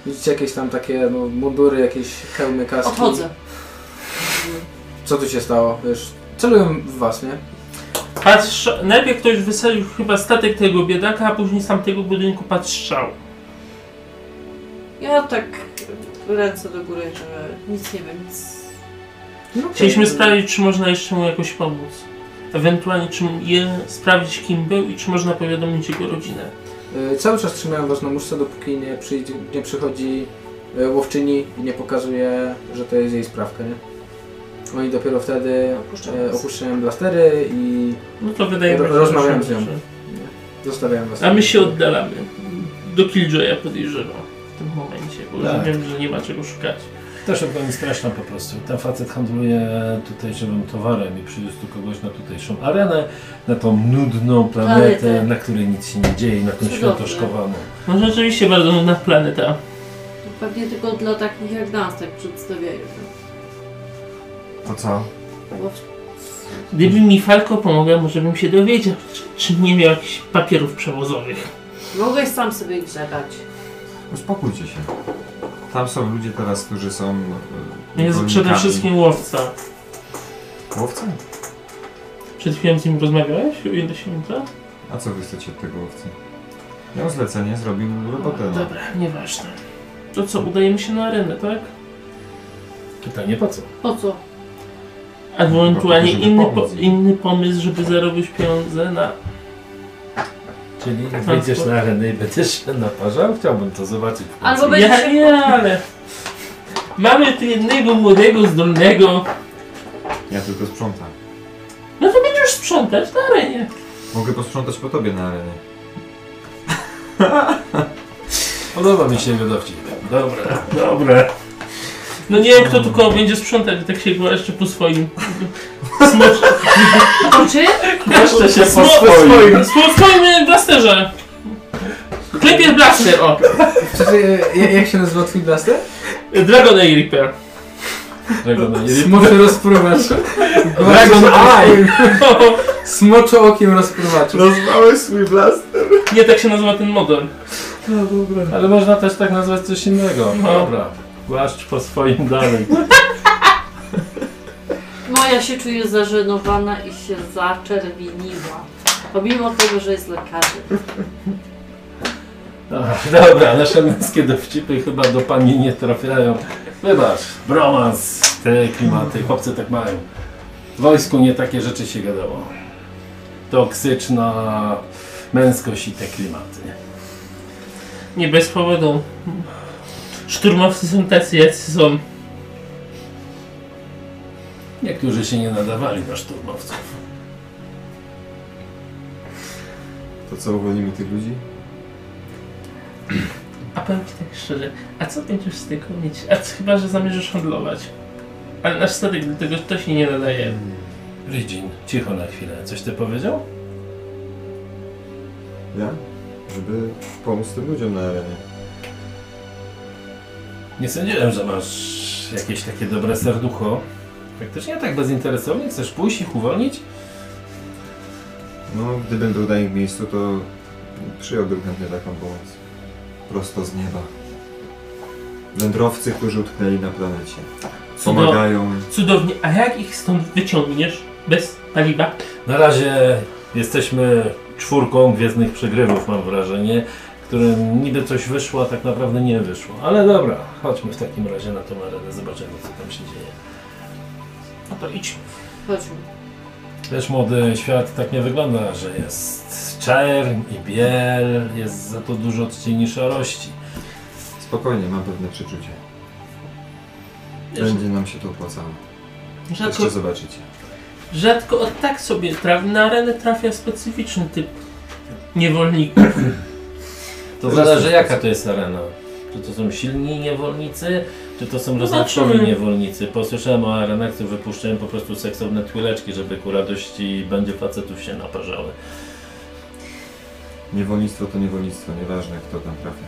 Widzicie jakieś tam takie no, mundury, jakieś hełmy, kaski.
Odchodzę.
Co tu się stało? Wiesz, celują w was, nie?
Patrz, najpierw ktoś wysadził chyba statek tego biedaka, a później z tamtego budynku patrz strzał.
Ja tak ręce do góry, że nic nie wiem, nic.
No,
Chcieliśmy
to-
sprawdzić, czy można jeszcze mu jakoś pomóc. Ewentualnie czym je sprawdzić, kim był i czy można powiadomić jego rodzinę.
E, Cały czas trzymają was na muszce, dopóki nie, przyjdzie, nie przychodzi e, łowczyni i nie pokazuje, że to jest jej sprawka, nie? Oni dopiero wtedy
Opuszczam.
e, opuszczają blastery i
No to wydaje mi się,
Ro- rozmawiam z nią.
że-
zostawiają was.
A my się oddalamy. Do Killjoya podejrzewam w tym momencie, bo
Tak.
rozumiem, że nie ma czego szukać.
Też to mi straszna po prostu. Ten facet handluje tutejszym towarem i przyniósł tu kogoś na tutejszą arenę, na tą nudną planetę,
Planetę.
na której nic się nie dzieje, na tą
Cudowne.
świętoszkowaną.
No rzeczywiście bardzo nudna planeta.
To pewnie tylko dla takich jak nas tak przedstawiają. no.
To co?
Bo
Gdyby mi Falko pomogła, może bym się dowiedział, czy, czy nie miał jakichś papierów przewozowych.
mogłeś sam sobie grzebać.
Uspokójcie się. Tam są ludzie teraz, którzy są... e,
Jest przede
niewolnikami.
wszystkim łowca.
Łowcy?
Przed chwilą z nim rozmawiałeś? O ile się uda?
A co wy chcecie od tego łowcy? Miał zlecenie, zrobił robotę. no.
Dobra, nieważne. To co, udajemy się na arenę, tak?
Pytanie po co?
Po co?
Albo ewentualnie
żeby
inny, po,
pomóc im.
inny pomysł, żeby zarobić pieniądze na...
Czyli
Transport.
wyjdziesz na arenę i będziesz się naparzał? Chciałbym to zobaczyć. w końcu.
Albo będzie tak
Ja nie, ale... Mamy tu jednego młodego, zdolnego.
Ja tylko sprzątam.
No to będziesz sprzątać na arenie.
Mogę posprzątać po tobie na arenie.
Podoba mi się jego dowcip. Dobra, dobra.
No nie wiem, kto tu koło będzie sprzątać, tak się go jeszcze po swoim... Smocz...
Czy?
Jeszcze się po
Smo-
swoim.
Po swoim blasterze. Klepie blaster, o.
Przecież, e, jak- jak się nazywa twój blaster?
Dragon Air Reaper.
Dragon Eye.
Smoczy rozpruwacz.
Dragon Eye.
Smoczy okiem rozpruwacz.
Nazwałeś swój blaster?
Nie tak się nazywa ten model.
No dobra. Ale można też tak nazwać coś innego.
No.
Dobra. Głaszcz po swoim dalej.
Moja się czuje zażenowana i się zaczerwieniła. Pomimo tego, że jest lekarzem.
Ach, Dobra, nasze męskie dowcipy chyba do pani nie trafiają. Wybacz, bromans, te klimaty, chłopcy tak mają. W wojsku nie takie rzeczy się gadało. Toksyczna męskość i te klimaty.
Nie bez powodu. Szturmowcy są tacy, jacy są.
Niektórzy się nie nadawali na szturmowców.
To co, uwolnimy tych ludzi?
A powiem ci tak szczerze, a co będziesz z tego mieć? A co, chyba, że zamierzasz handlować. Ale nasz statek do tego to się nie nadaje.
Rydzin, cicho na chwilę. Coś ty powiedział?
Ja? Żeby pomóc tym ludziom na arenie.
Nie sądziłem, że masz jakieś takie dobre serducho. Faktycznie tak bezinteresownie chcesz pójść ich uwolnić?
No, gdybym był na ich miejscu, to przyjąłbym chętnie taką pomoc. Prosto z nieba. Wędrowcy, którzy utknęli na planecie. Pomagają.
Cudownie, a jak ich stąd wyciągniesz? Bez paliwa?
Na razie jesteśmy czwórką gwiezdnych przegrywów, mam wrażenie, którym niby coś wyszło, a tak naprawdę nie wyszło. Ale dobra, chodźmy w takim razie na tą arenę, zobaczymy co tam się dzieje.
No to idź.
Chodźmy.
Wiesz, młody świat tak nie wygląda, że jest czern i biel, jest za to dużo odcieni szarości.
Spokojnie, mam pewne przeczucie. Będzie nam się to opłacało.
Rzadko,
Jeszcze zobaczycie.
rzadko o tak sobie traf, na arenę trafia specyficzny typ niewolników.
To zależy jaka to jest arena. Czy to są silni niewolnicy, czy to są rozmaczkowi
Zobaczymy.
niewolnicy. Posłyszałem o arenach, które wypuszczają po prostu seksowne twileczki, żeby ku radości będzie facetów się naparzały.
Niewolnictwo to niewolnictwo, nieważne kto tam trafia.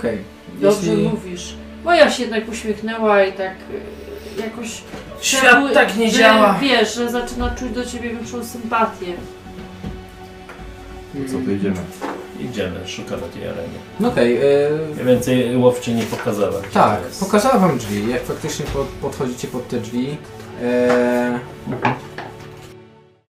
Okej.
Dobrze
Jeśli...
mówisz. Bo ja się jednak uśmiechnęła i tak y, jakoś...
Świat tak nie
że,
działa.
Wiesz, że zaczyna czuć do ciebie większą sympatię.
Co to idziemy?
Idziemy, szukamy tej areny.
No Okej, y,
Mniej więcej łowczy nie pokazała. gdzie
Tak,
to jest.
pokazała wam drzwi. Jak faktycznie pod, podchodzicie pod te drzwi, e,